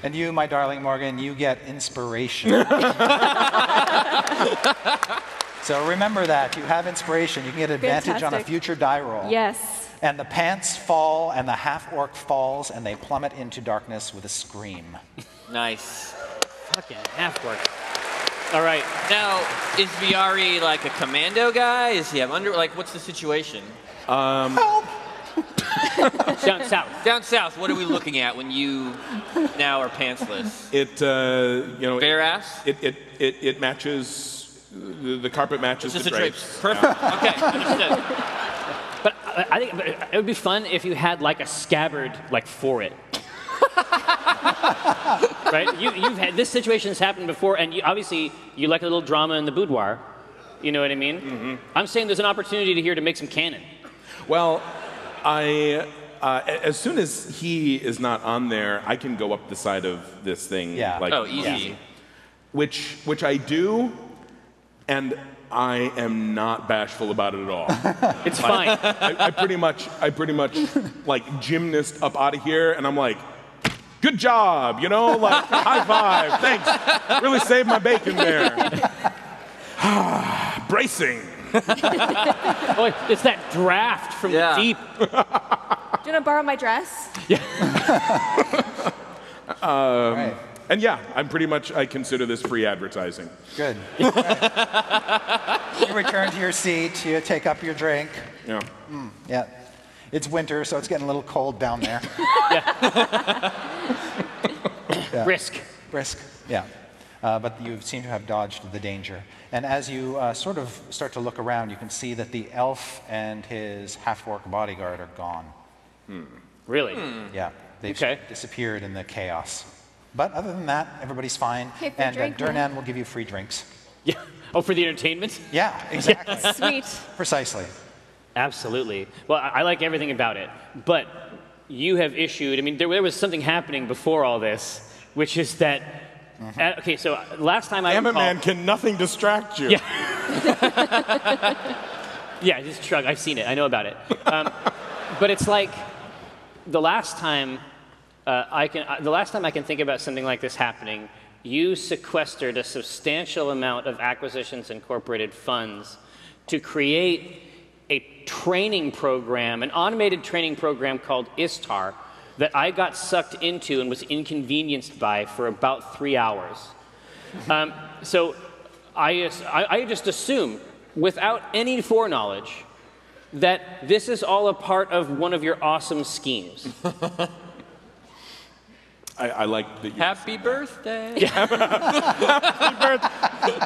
and you, my darling Morgan, you get inspiration. so remember that. You have inspiration. You can get advantage on a
Fantastic.
future die roll.
Yes.
And the pants fall, and the half orc falls, and they plummet into darkness with a scream.
Nice.
Fucking half work. All right.
Now, is Viari like a commando guy? Is he have under? Like, what's the situation?
Down south.
Down south, what are we looking at when you now are pantsless?
It, uh, you know,
Bare ass?
it, it, it, it matches, the, the carpet matches
Just
the
the
drapes.
drapes. Perfect. Okay, understood.
But I, I think but it would be fun if you had like a scabbard like for it. right? You, you've had this situation has happened before, and you, obviously you like a little drama in the boudoir. You know what I mean? I'm saying there's an opportunity to here to make some canon.
Well, I, uh, a- as soon as he is not on there, I can go up the side of this thing.
Yeah.
Like,
Oh, easy.
which which I do, and I am not bashful about it at all.
It's fine.
I, I pretty much I pretty much like gymnast up out of here, and I'm like, good job, you know, like high five, thanks, really saved my bacon there. Bracing.
oh, it's that draft from
Yeah.
deep.
Do you want to borrow my dress?
All right.
And yeah, I'm pretty much I consider this free advertising.
Good. All right. you return to your seat. You take up your drink.
Yeah.
Yeah. It's winter, so it's getting a little cold down there.
Risk.
Brisk. Yeah. Uh, but you seem to have dodged the danger. And as you uh, sort of start to look around, you can see that the elf and his half orc bodyguard are gone.
Really?
Yeah. They've
Okay.
disappeared in the chaos. But other than that, everybody's fine.
Hey, free
and
drink,
uh, Durnan
man.
will give you free drinks.
Yeah. Oh, for the entertainment?
Yeah, exactly.
Sweet.
Precisely.
Absolutely. Well, I, I like everything about it, but you have issued. I mean, there, there was something happening before all this, which is that. uh, okay, so uh, last time I
Damn it,
recall-
man! Can nothing distract you?
Yeah. Yeah, just shrug. I've seen it. I know about it. Um, but it's like the last time Uh, I can, I, the last time I can think about something like this happening, you sequestered a substantial amount of Acquisitions Incorporated funds to create a training program, an automated training program called ISTAR, that I got sucked into and was inconvenienced by for about three hours. Um, so I, as- I, I just assume, without any foreknowledge, that this is all a part of one of your awesome schemes.
I, I like that you.
Happy birthday.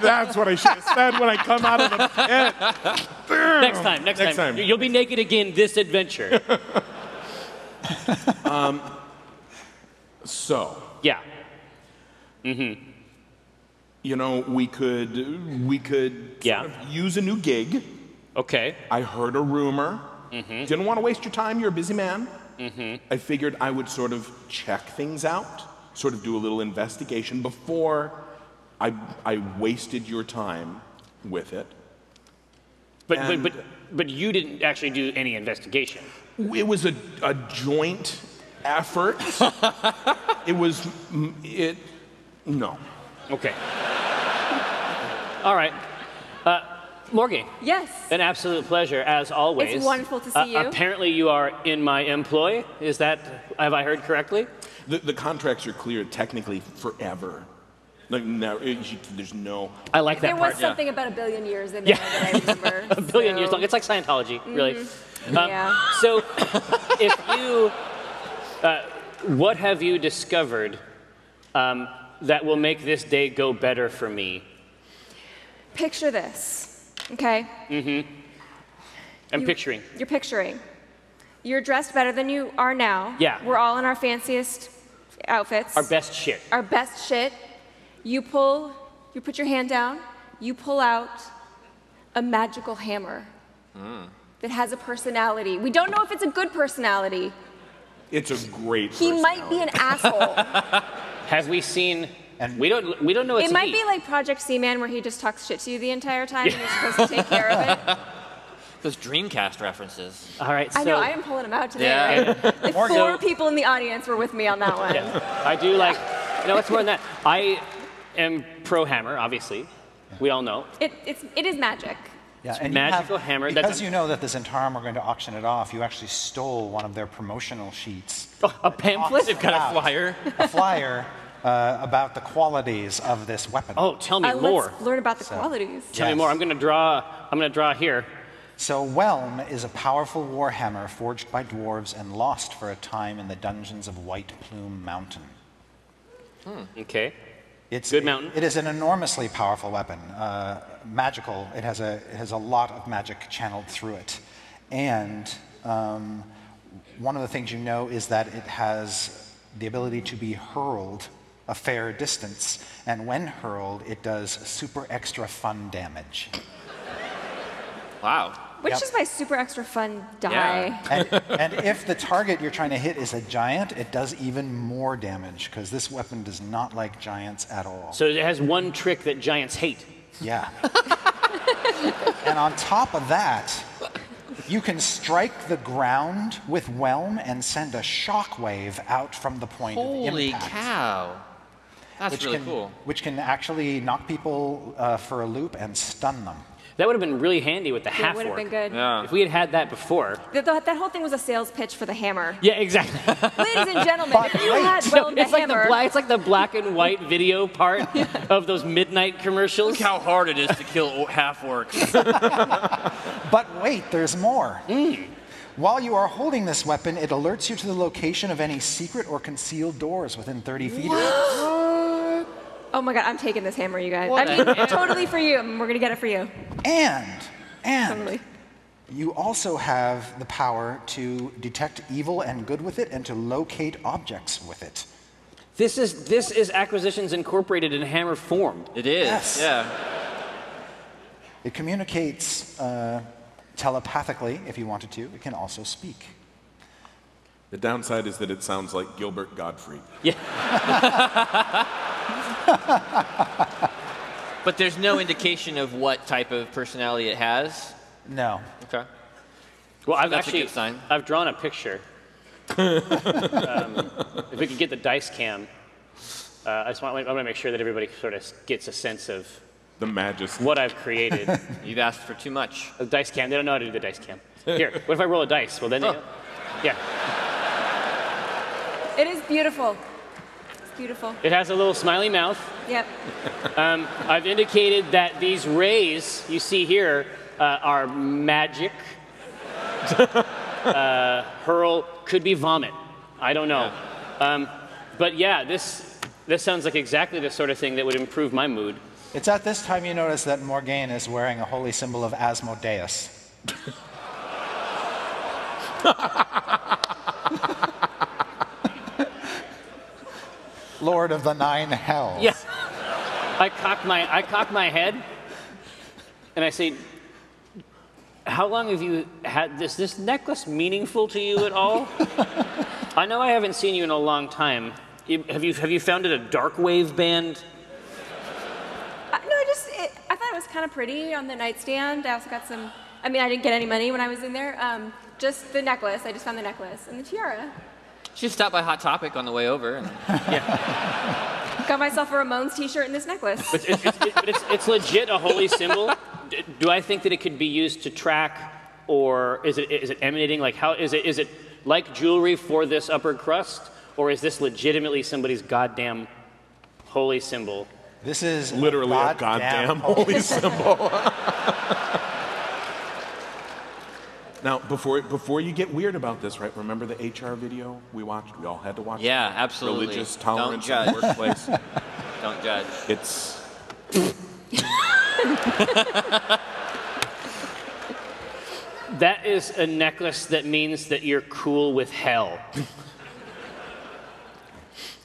That's what I should have said when I come out of the pit.
next time, next,
Next
time.
time.
You'll be naked again this adventure.
So,
yeah.
you know, we could we could
Yeah.
sort of use a new gig.
Okay.
I heard a rumor. Didn't want to waste your time. You're a busy man. I figured I would sort of check things out, sort of do a little investigation before I, I wasted your time with it.
But, but,
And-
but, but you didn't actually do any investigation.
It was a, a joint effort. it was, m- it, no.
Okay. all right. Uh, Morgan.
Yes.
An absolute pleasure, as always.
wonderful to see
Uh,
you.
Apparently, you are in my employ. Is that, have I heard correctly?
The, the contracts are cleared technically forever. Like, no, it- you- there's no.
I like that
There
part.
was something about a billion years in there
Yeah.
that I remember.
a billion years
so- Mm-hmm.
long. It's like Scientology, really. Um,
Yeah.
So, if you, uh, what have you discovered um, that will make this day go better for me?
Picture this, okay?
I'm
You-
picturing.
You're picturing. You're dressed better than you are now.
Yeah.
We're all in our fanciest outfits.
Our best shit.
our best shit. You pull, you put your hand down, you pull out a magical hammer
Hmm.
that has a personality. We don't know if it's a good personality.
It's a great.
He might be an asshole.
Have we seen?
And-
we don't. We don't know. It's
it might
he.
be like Project Seaman where he just talks shit to you the entire time and you're supposed to take care of it.
Those Dreamcast references.
All right. So
I know, I am pulling him out today.
Yeah.
right? The four people in the audience were with me on that one.
I do like. No, it's more than that. I am pro hammer, obviously. We all know.
It, it's, it is magic.
Yeah,
It's
and you
magical
have,
hammer.
Because
That's-
you know that the Zentarum are going to auction it off, you actually stole one of their promotional sheets,
A pamphlet.
They've got
Wow.
a flyer.
a flyer uh, about the qualities of this weapon.
Oh, tell me
Uh,
more.
Let's learn about the qualities.
Tell me
Yes.
more. I'm gonna draw. I'm gonna draw here.
So, Whelm is a powerful warhammer forged by dwarves and lost for a time in the dungeons of White Plume Mountain.
Okay.
It's
Good mountain.
It is an enormously powerful weapon, uh, magical. It has a it has a lot of magic channeled through it, and um, one of the things you know is that it has the ability to be hurled a fair distance, and when hurled, it does super extra fun damage.
Wow.
Which
Yep.
is my super extra fun die.
Yeah.
And, and if the target you're trying to hit is a giant, it does even more damage because this weapon does not like giants at all.
So it has one trick that giants hate.
Yeah. and on top of that, you can strike the ground with Whelm and send a shockwave out from the point of
Holy
impact.
cow. That's
Which
really
can,
cool.
Which can actually knock people uh, for a loop and stun them.
That would have been really handy with the
It
half
would have
orc.
been good.
If we had had that before.
That, that, that whole thing was a sales pitch for the hammer.
Yeah, exactly.
Ladies and gentlemen,
But
if you
wait.
had
So
well the
it's like
hammer,
the black. It's like the black and white video part of those midnight commercials.
Look how hard it is to kill half orcs.
But wait, there's more.
Mm.
While you are holding this weapon, it alerts you to the location of any secret or concealed doors within 30 feet. of you.
oh my god, I'm taking this hammer, you guys.
What
I
a
mean, totally for you. and We're gonna get it for you.
And, and
Totally.
You also have the power to detect evil and good with it and to locate objects with it.
This is this is acquisitions incorporated in hammer form.
it is.
Yes.
Yeah.
It communicates uh, telepathically if you wanted to. It can also speak.
The downside is that it sounds like Gilbert Godfrey.
But there's no indication of what type of personality it has.
No.
Okay.
Well, I've
That's a
actually
good sign.
I've drawn a picture. Um, if we could get the dice cam, uh, I just want, I want to make sure that everybody sort of gets a sense of
The majesty.
what I've created.
You've asked for too much.
the dice cam, they don't know how to do the dice cam. Here, what if I roll a dice? Well, then they know. Yeah,
It is beautiful. It's beautiful.
it has a little smiley mouth.
Yep.
I've indicated that these rays you see here uh, are magic. uh, hurl could be vomit. I don't know. Um, but yeah, this this sounds like exactly the sort of thing that would improve my mood.
It's at this time you notice that Morgaine is wearing a holy symbol of Asmodeus. Lord of the Nine Hells.
Yeah. I cock my I cock my head, and I say, "How long have you had this? This necklace meaningful to you at all? I know I haven't seen you in a long time. You- Have you have you founded a dark wave band?
I, no, I just, it, I thought it was kind of pretty on the nightstand. I also got some, I mean, I didn't get any money when I was in there. Um, just the necklace. I just found the necklace and the tiara.
Should stop by Hot Topic on the way over. And
Got myself a Ramones t shirt and this necklace.
But it's, it's, it- it's, it's legit a holy symbol. D- Do I think that it could be used to track, or is it is it emanating like how is it is it like jewelry for this upper crust, or is this legitimately somebody's goddamn holy symbol?
This is
Literally a goddamn holy symbol. now, before before you get weird about this, right? Remember the HR video we watched? We all had to watch.
yeah, absolutely.
Religious tolerance
Don't
in
judge.
the workplace.
Don't judge.
It's
That is a necklace that means that you're cool with hell.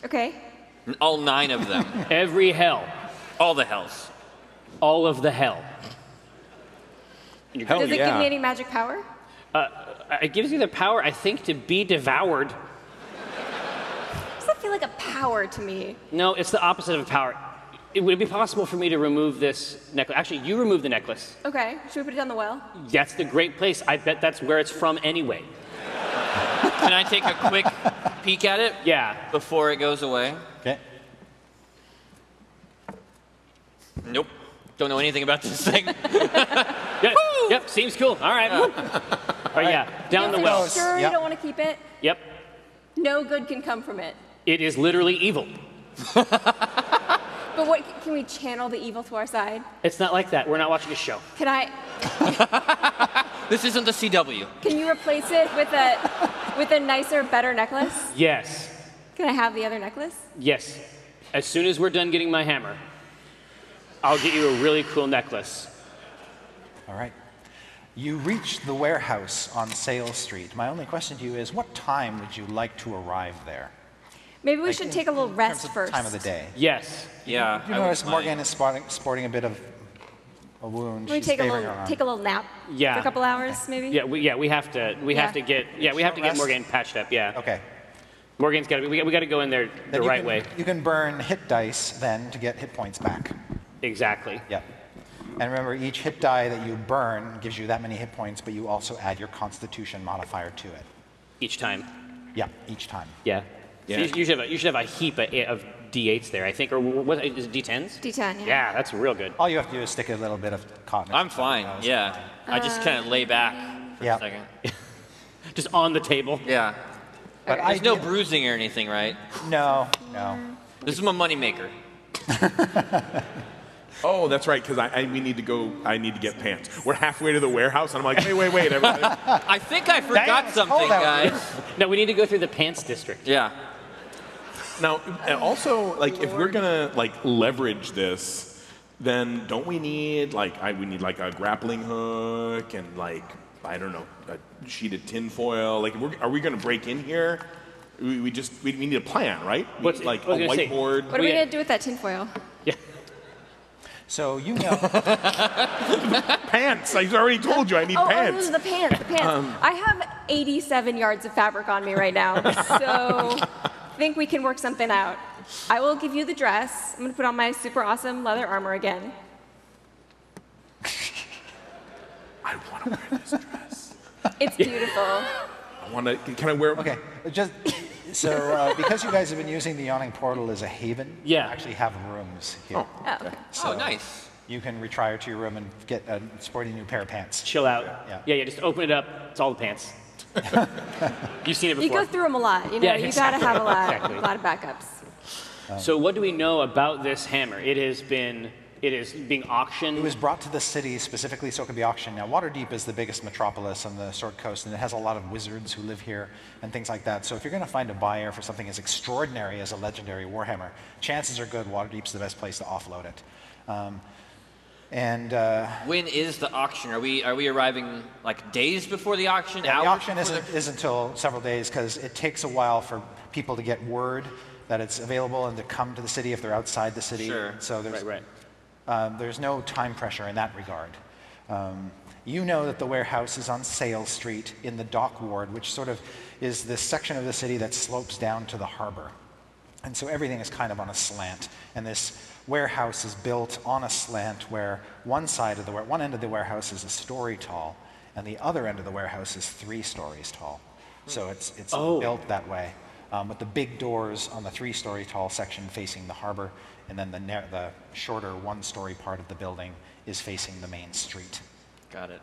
Okay.
All nine of them.
Every hell,
All the hells.
all of the hell.
hell
Does it
yeah.
give me any magic power?
Uh, It gives you the power, I think, to be devoured.
Does that feel like a power to me?
No, it's the opposite of power. It would it be possible for me to remove this necklace. Actually, you remove the necklace.
Okay. Should we put it down the well?
That's the great place. I bet that's where it's from anyway.
Can I take a quick peek at it
Yeah.
before it goes away?
Okay.
Nope. Don't know anything about this thing.
Yep. Yep. Seems cool. All right. Woo. All right. Yeah. Down the
Are you
well.
Sure,
Yeah.
you don't want to keep it.
Yep.
No good can come from it.
It is literally evil.
But what can we channel the evil to our side?
It's not like that. We're not watching a show.
Can I?
this isn't the CW.
Can you replace it with a with a nicer, better necklace?
Yes.
Can I have the other necklace?
Yes. As soon as we're done getting my hammer, I'll get you a really cool necklace.
All right. You reach the warehouse on Sale Street. My only question to you is what time would you like to arrive there?
Maybe we should take a little
In terms
rest
of
first.
Time of the day.
Yes.
Yeah.
You
I would
notice
mind.
Morgan is sporting, sporting a bit of a wound.
Can we
She's
take a
favoring her
little
arm.
take a little nap?
Yeah.
For a couple hours, maybe.
Yeah. We, yeah. We have to. We have to
Yeah.
get. Yeah. We have to get
Rest.
Morgan patched up. Yeah.
Okay.
Morgan's got to. We, got- we got to go in there the
Then you
right
can-
way.
You can burn hit dice then to get hit points back.
Exactly.
Yeah. And remember, each hit die that you burn gives you that many hit points, but you also add your Constitution modifier to it.
Each time.
Yeah, each time.
Yeah.
Yeah.
You, you should have a, you should have a heap of, of d8s there, I think, or what is it, d10s?
D10. Yeah.
Yeah, that's real good.
All you have to do is stick a little bit of cotton.
I'm fine. Yeah. I just kind of lay back for
Uh, yeah.
a second.
Just on the table.
Yeah.
But I
There's no bruising or anything, right?
no, no.
This is my moneymaker.
oh, that's right. Because I, I we need to go. I need to get pants. We're halfway to the warehouse, and I'm like, wait, wait, wait. everybody.
I think I forgot
it's cold
something,
out
guys.
No, we need to go through the pants district.
Yeah.
now, and also, like, if we're gonna like leverage this, then don't we need like I we need like a grappling hook and like I don't know a sheet of tinfoil. Like, we're, are we gonna break in here? We, we just we, we need a plan, right? We
What's-
need, like a
I was gonna say-
whiteboard.
What are we
Yeah.
gonna do with that tinfoil?
Yeah.
So you know.
pants. I already told you I need
Oh, oh,
pants.
those are the pants. The pants.
Um.
I have 87 yards of fabric on me right now, so I think we can work something out. I will give you the dress. I'm gonna put on my super awesome leather armor again.
I want to wear this dress.
It's beautiful.
I want to. Can I wear?
Okay, just So uh, because you guys have been using the yawning portal as a haven,
Yeah.
you actually have rooms here.
Oh,
oh, nice.
You can retire to your room and get a sporty new pair of pants.
Chill out.
Yeah.
yeah, Just open it up. It's all the pants. You've seen it
You
before.
go through them a lot. You know,
Yeah,
you
exactly.
gotta have a lot,
Exactly.
a lot of backups.
So what do we know about this hammer? It has been it is being auctioned.
It was brought to the city specifically so it could be auctioned. Now, Waterdeep is the biggest metropolis on the Sword Coast, and it has a lot of wizards who live here and things like that. So, if you're going to find a buyer for something as extraordinary as a legendary Warhammer, chances are good Waterdeep's the best place to offload it. Um, and uh,
When is the auction? Are we are we arriving like days before the auction?
Yeah,
hours
the auction
before
isn't, isn't until several days because it takes a while for people to get word that it's available and to come to the city if they're outside the city.
Sure.
So there's,
right, right.
um, there's no time pressure in that regard. Um, you know that the warehouse is on Sale Street in the dock ward, which sort of is this section of the city that slopes down to the harbor. And so everything is kind of on a slant. And this warehouse is built on a slant where one side of the wa- one end of the warehouse is a story tall, and the other end of the warehouse is three stories tall. So it's, it's
Oh.
built that way, um, with the big doors on the three-story tall section facing the harbor, and then the, nar- the shorter one-story part of the building is facing the main street.
Got it.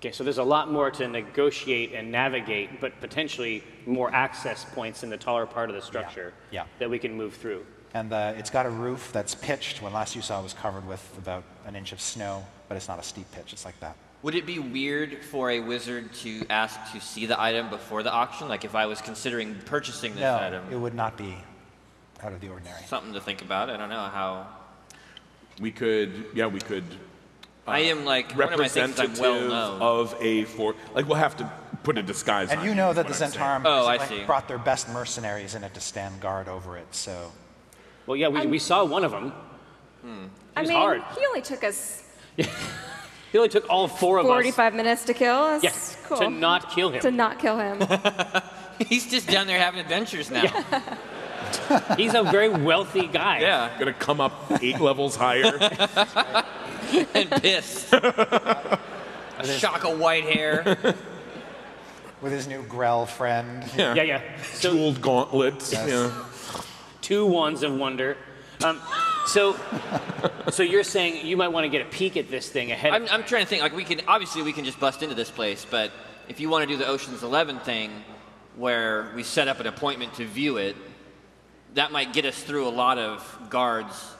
Okay, so there's a lot more to negotiate and navigate, but potentially more access points in the taller part of the structure
yeah.
that we can move through.
And the, it's got a roof that's pitched. When last you saw, it was covered with about an inch of snow, but it's not a steep pitch. It's like that.
Would it be weird for a wizard to ask to see the item before the auction? Like if I was considering purchasing this
No,
item,
it would not be out of the ordinary.
something to think about. I don't know how.
We could, yeah, we could. uh,
I am like one of my things. I'm
Representative
well known.
of a for like we'll have to put a disguise.
And
on
you know
is
that
what
the
I'm saying.
Zentarum
Oh, I
like,
see.
brought their best mercenaries in it to stand guard over it. So
Well, yeah, we, we saw one of them.
I
was
mean,
hard.
he only took us
He only took all four of us
45 minutes to kill. That's
Yes,
cool.
to not kill him.
To not kill him.
He's just down there having adventures now.
He's a very wealthy guy.
Yeah,
Gonna come up eight levels higher.
and pissed. a shock of white hair.
with his new Grell friend,
yeah, yeah. So
Jeweled gauntlets. Yeah.
two wands of wonder. Um, so, so you're saying you might want to get a peek at this thing ahead.
I'm,
of
I'm trying to think. Like we can obviously we can just bust into this place, but if you want to do the Ocean's Eleven thing, where we set up an appointment to view it, that might get us through a lot of guards.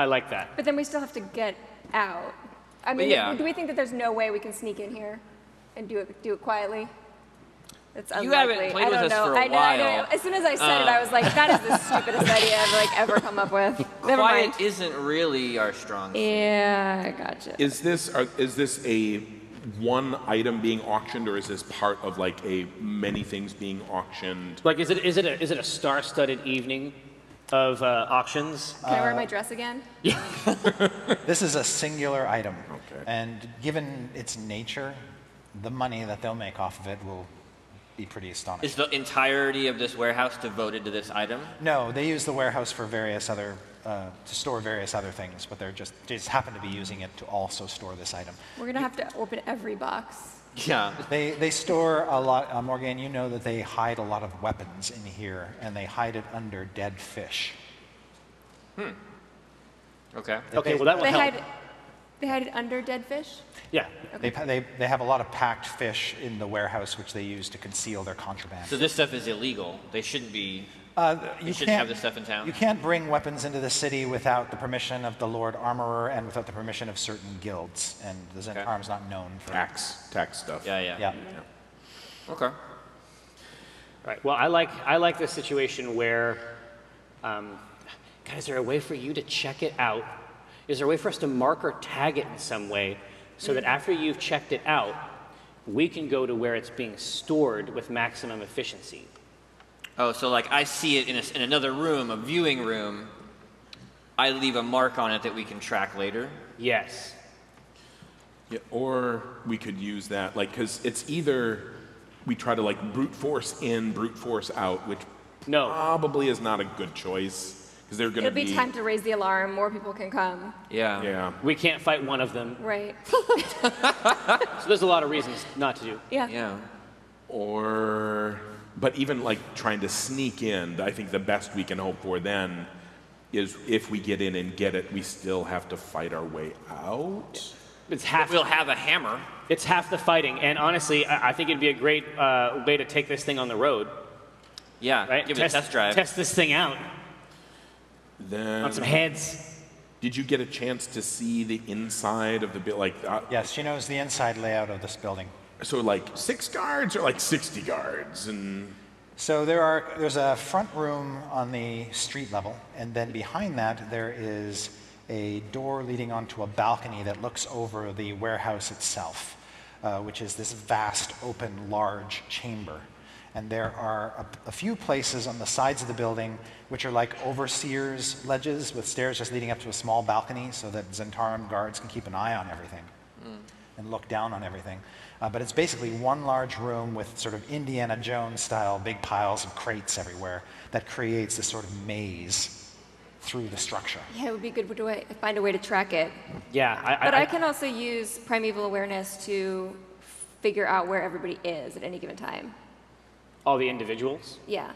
I like that.
but then we still have to get out. I mean,
yeah.
do we think that there's no way we can sneak in here and do it do it quietly? That's
You
unlikely.
haven't played
I
with
don't
us
know.
for a
I know, I know.
while. Uh.
As soon as I said it, I was like, that is the stupidest idea I've like ever come up with. Never
Quiet
mind.
isn't really our strong. suit.
Yeah, I gotcha.
Is this are, is this a one item being auctioned, or is this part of like a many things being auctioned?
Like, is it is it a, is it a star-studded evening of uh, auctions?
Can I wear my dress again?
this is a singular item.
Okay.
And given its nature, the money that they'll make off of it will be pretty astonishing.
Is the entirety of this warehouse devoted to this item?
no, they use the warehouse for various other uh, to store various other things, but they're just they just happen to be using it to also store this item.
We're gonna have to open every box.
Yeah.
They, they store a lot, uh, Morgan, you know that they hide a lot of weapons in here, and they hide it under dead fish.
Okay.
They-
Okay,
they-
well that will
They
help.
hide, they hide it under dead fish.
Yeah.
They, pa- they, they have a lot of packed fish in the warehouse, which they use to conceal their contraband.
So this stuff is illegal. They shouldn't be.
Uh, you
shouldn't
can't-
have this stuff in town?
You can't bring weapons into the city without the permission of the Lord Armorer and without the permission of certain guilds, and the Zen
Okay.
Arm's not known for
Tax tax stuff.
Yeah, yeah.
Yeah.
Okay.
All right. Well, I like I like the situation where, um, God, is there a way for you to check it out? Is there a way for us to mark or tag it in some way so that after you've checked it out, we can go to where it's being stored with maximum efficiency?
Oh, so like I see it in, a, in another room, a viewing room. I leave a mark on it that we can track later.
Yes.
Yeah, or we could use that, like, because it's either we try to like brute force in, brute force out, which
No.
probably is not a good choice because they're going
It'll be time to raise the alarm. More people can come.
Yeah.
Yeah,
We can't fight one of them.
Right.
So there's a lot of reasons not to do.
Yeah.
Yeah.
or But even like trying to sneak in, I think the best we can hope for then is if we get in and get it, we still have to fight our way out.
It's half.
We'll have a hammer.
It's half the fighting, and honestly, I, I think it'd be a great uh, way to take this thing on the road.
Yeah,
Right?
give it a test drive.
Test this thing out on
Then,
some heads.
did you get a chance to see the inside of the bit? Like, uh,
Yes, she knows the inside layout of this building.
so like six guards or like sixty guards, and
So there are there's a front room on the street level, and then behind that there is a door leading onto a balcony that looks over the warehouse itself, uh, which is this vast, open, large chamber. And there are a, a few places on the sides of the building which are like overseers' ledges with stairs just leading up to a small balcony so that Zentarum guards can keep an eye on everything and look down on everything. Uh, but it's basically one large room with sort of Indiana Jones style big piles of crates everywhere that creates this sort of maze through the structure.
Yeah, it would be good to wa- find a way to track it.
Yeah, I,
But I, can also use primeval awareness to figure out where everybody is at any given time.
all the individuals.
Yeah.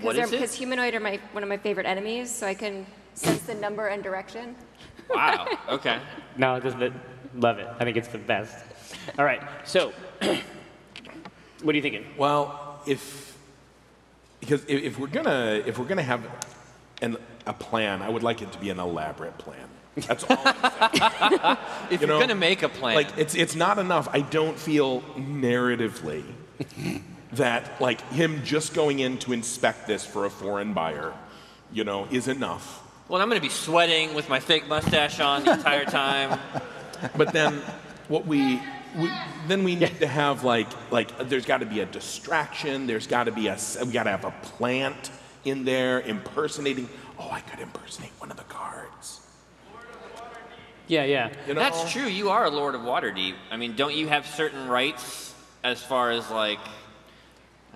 What is
Because
it?
humanoid are my, one of my favorite enemies, so I can sense the number and direction.
Wow. Okay.
No, this, the, love it. I think it's the best. All right, so what are you thinking?
well, if because if, if we're gonna if we're gonna have an, a plan, I would like it to be an elaborate plan. That's all. I'm saying.
if
you
you are
know,
gonna make a plan,
Like it's it's not enough. I don't feel narratively that like him just going in to inspect this for a foreign buyer, you know, is enough.
well, I'm gonna be sweating with my fake mustache on the entire time.
But then what we, we then we need to have like like there's got to be a distraction. There's got to be a s- we got to have a plant in there impersonating. Oh, I could impersonate one of the guards.
Yeah, yeah.
You know?
That's true. You are a Lord of Waterdeep. I mean, don't you have certain rights as far as like?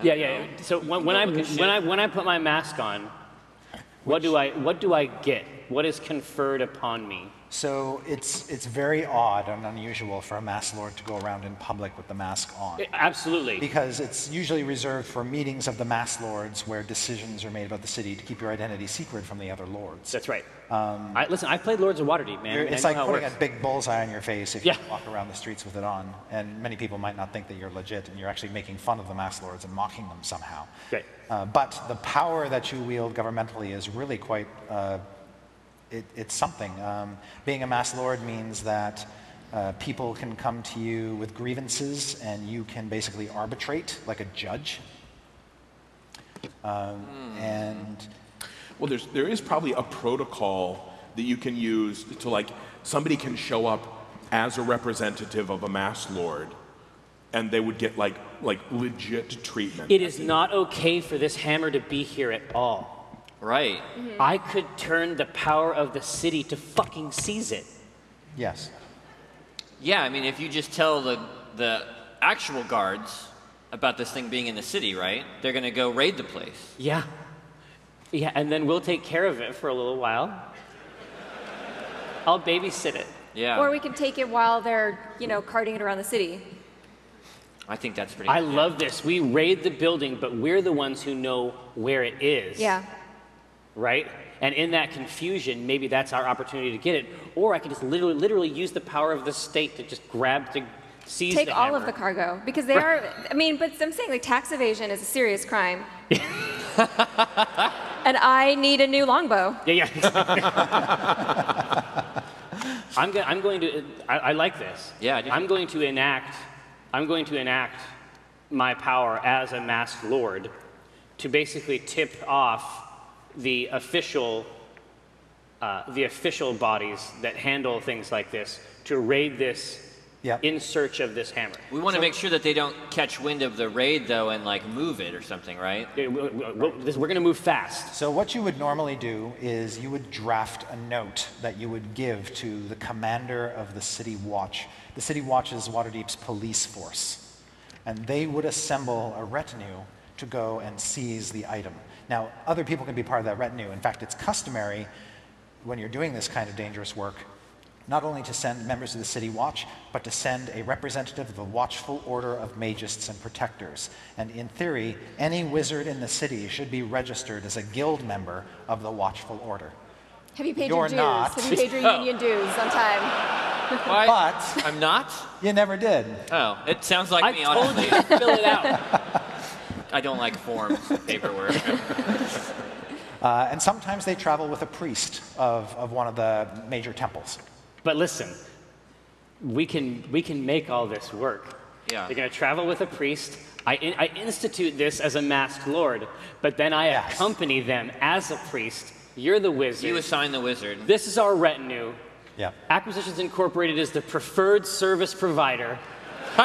Yeah, yeah. So when, when
go
I
look at shit.
when I when I put my mask on, what do I what do I get? What is conferred upon me?
So it's, it's very odd and unusual for a mass lord to go around in public with the mask on.
Absolutely.
Because it's usually reserved for meetings of the mass lords where decisions are made about the city to keep your identity secret from the other lords.
That's right.
Um,
I, listen, I played Lords of Waterdeep, man.
You're-
and I
it's
know
like
how it
putting a
works.
big bullseye on your face if
Yeah.
you walk around the streets with it on. And many people might not think that you're legit and you're actually making fun of the mass lords and mocking them somehow.
Right.
Uh, but the power that you wield governmentally is really quite, uh, it, it's something. Um, being a mass lord means that uh, people can come to you with grievances and you can basically arbitrate like a judge. Um,
Hmm.
And
Well, there's there is probably a protocol that you can use to like somebody can show up as a representative of a mass lord, and they would get like like legit treatment.
It is not okay for this hammer to be here at all.
Right.
Mm-hmm.
I could turn the power of the city to fucking seize it.
yes.
Yeah. I mean, if you just tell the the actual guards about this thing being in the city, right? They're gonna go raid the place.
Yeah. Yeah, and then we'll take care of it for a little while. I'll babysit it.
Oh.
Yeah.
Or we can take it while they're, you know, carting it around the city.
I think that's pretty.
I love this. We raid the building, but we're the ones who know where it is.
Yeah.
Right? And in that confusion, maybe that's our opportunity to get it. Or I can just literally, literally use the power of the state to just grab to seize
Take
the
all of
hammer.
the cargo because they are. I mean, but I'm saying like tax evasion is a serious crime. and I need a new longbow.
Yeah, yeah. I'm, go- I'm going to. I, I like this.
Yeah, I do.
I'm going to enact. I'm going to enact my power as a masked lord to basically tip off the official, uh, the official bodies that handle things like this to raid this
Yep.
in search of this hammer.
We want to make sure that they don't catch wind of the raid though and like move it or something, right?
Yeah, we- we- we- this- We're going to move fast.
So what you would normally do is you would draft a note that you would give to the commander of the city watch. The city watch is Waterdeep's police force. And they would assemble a retinue to go and seize the item. Now, other people can be part of that retinue. In fact, it's customary when you're doing this kind of dangerous work not only to send members of the city watch, but to send a representative of the watchful order of magists and protectors. And in theory, any wizard in the city should be registered as a guild member of the watchful order.
Have you paid your
You're
dues?
not.
Have you paid your union dues on time?
Why?
But
I'm not.
you never did.
Oh, it sounds like
I
me.
told
Honestly,
you to fill it out.
I don't like forms, and paperwork.
Uh, and sometimes they travel with a priest of, of one of the major temples.
But listen, we can we can make all this work.
Yeah.
They're gonna travel with a priest. I, in, I institute this as a masked lord, but then I
Yes.
accompany them as a priest. You're the wizard.
you assign the wizard.
this is our retinue.
Yeah.
Acquisitions Incorporated is the preferred service provider.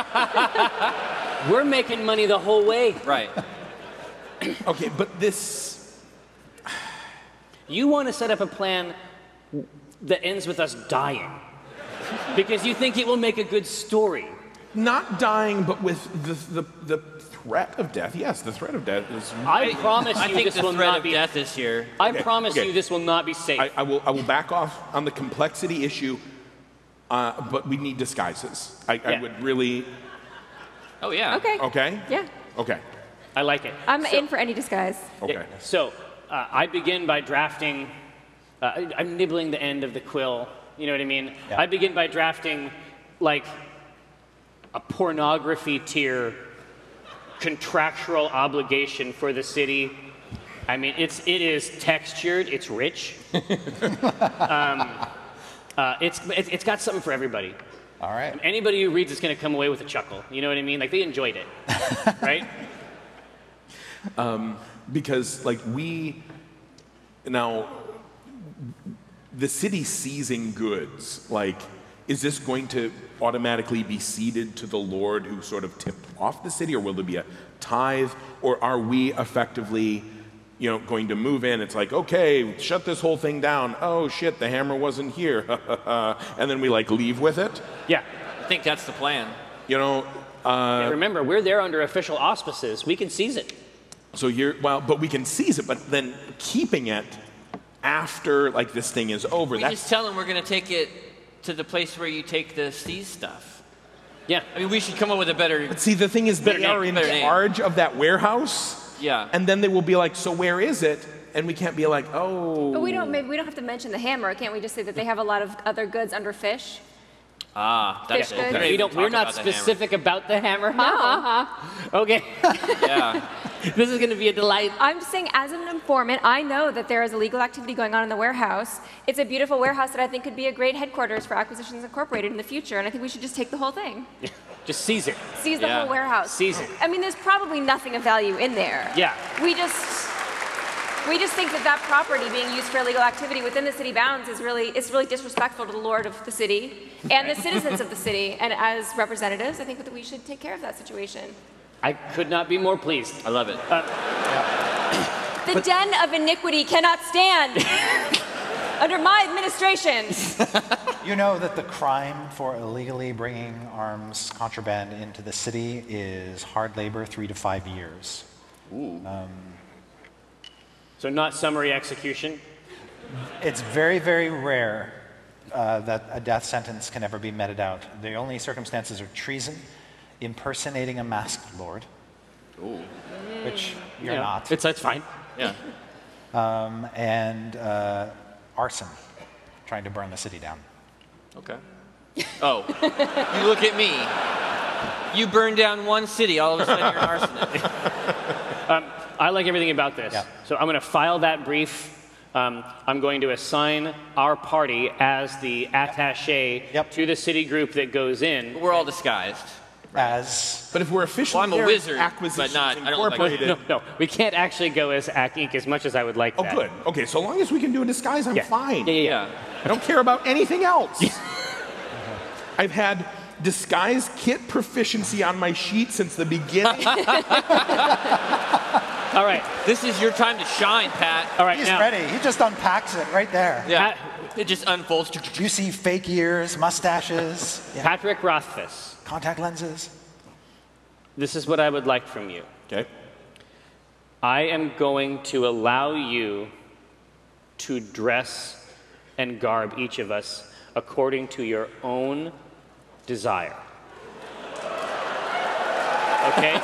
We're making money the whole way.
Right.
Okay, but this.
You want to set up a plan that ends with us dying because you think it will make a good story.
Not dying, but with the, the, the threat of death. Yes, the threat of death is.
I promise
I
you
think
this
the
will
threat
not
of
be.
death is here.
I
Okay,
promise
okay.
you this will not be safe.
I, I, will, I will back off on the complexity issue, uh, but we need disguises. I, I
Yeah.
would really.
Oh yeah.
Okay.
Okay?
Yeah.
Okay.
I like it.
I'm in for any disguise.
Okay.
Yeah, So uh, I begin by drafting. Uh, I- I'm nibbling the end of the quill. You know what I mean?
Yeah.
I begin by drafting like a pornography tier contractual obligation for the city. I mean, it's it is textured. It's rich. um, uh, it's, it's it's got something for everybody.
All right.
Anybody who reads it's going to come away with a chuckle. You know what I mean? Like they enjoyed it, right?
because like we now the city seizing goods like is this going to automatically be ceded to the lord who sort of tipped off the city or will there be a tithe or are we effectively you know going to move in it's like okay shut this whole thing down oh shit the hammer wasn't here and then we like leave with it
Yeah.
I think that's the plan.
you know
And remember, we're there under official auspices. We can seize it.
So you're well, but we can seize it, but then keeping it after like this thing is over.
We
that's
just tell them we're gonna take it to the place where you take the sea stuff.
Yeah.
I mean, we should come up with a better.
see the thing is they
name,
are in
better name.
charge of that warehouse.
Yeah.
And then they will be like, so where is it? And we can't be like, oh.
But we don't. Maybe we don't have to mention the hammer. Can't we just say that they have a lot of other goods under fish?
Ah, that's
Fish
it.
good.
They
We
even
don't,
talk
we're not
about the hammer.
specific about the hammer. Ha, ha, ha. Okay.
Yeah.
this is going to be a delight.
I'm just saying, as an informant, I know that there is illegal activity going on in the warehouse. It's a beautiful warehouse that I think could be a great headquarters for Acquisitions Incorporated in the future, and I think we should just take the whole thing.
Just seize it.
Seize the
Yeah.
whole warehouse.
Seize it.
I mean, there's probably nothing of value in there.
Yeah.
We just. We just think that that property being used for illegal activity within the city bounds is really is really disrespectful to the lord of the city and the citizens of the city. And as representatives, I think that we should take care of that situation.
I could not be more pleased. Uh,
I love it.
The den of iniquity cannot stand under my administration.
You know that the crime for illegally bringing arms contraband into the city is hard labor, three to five years.
So, not summary execution.
It's very, very rare uh, that a death sentence can ever be meted out. The only circumstances are treason, impersonating a masked lord, which you're
Yeah.
not,
It's, that's fine.
Yeah.
um, and uh, arson, trying to burn the city down.
Okay. Oh, you look at me. You burn down one city, all of a sudden you're an arsonist.
I like everything about this.
Yeah.
So, I'm going to file that brief. Um, I'm going to assign our party as the attache
Yep.
to the city group that goes in.
We're all disguised.
As
But if we're officially
Well, I'm a
there,
wizard, but
Acquisitions
not- I don't look like a
No,
Incorporated.
no, no. We can't actually go as Ack Inc. as much as I would like
Oh,
that.
good. Okay, so long as we can do a disguise, I'm
Yeah.
fine.
Yeah, yeah, yeah.
Yeah.
I don't care about anything else. I've had disguise kit proficiency on my sheet since the beginning.
All right.
This is your time to shine, Pat.
All right.
he's
now,
ready, he just unpacks it right there.
Yeah. It just unfolds.
You see fake ears, mustaches, yeah,
Patrick Rothfuss,
contact lenses.
this is what I would like from you.
okay.
I am going to allow you to dress and garb each of us according to your own desire. Okay?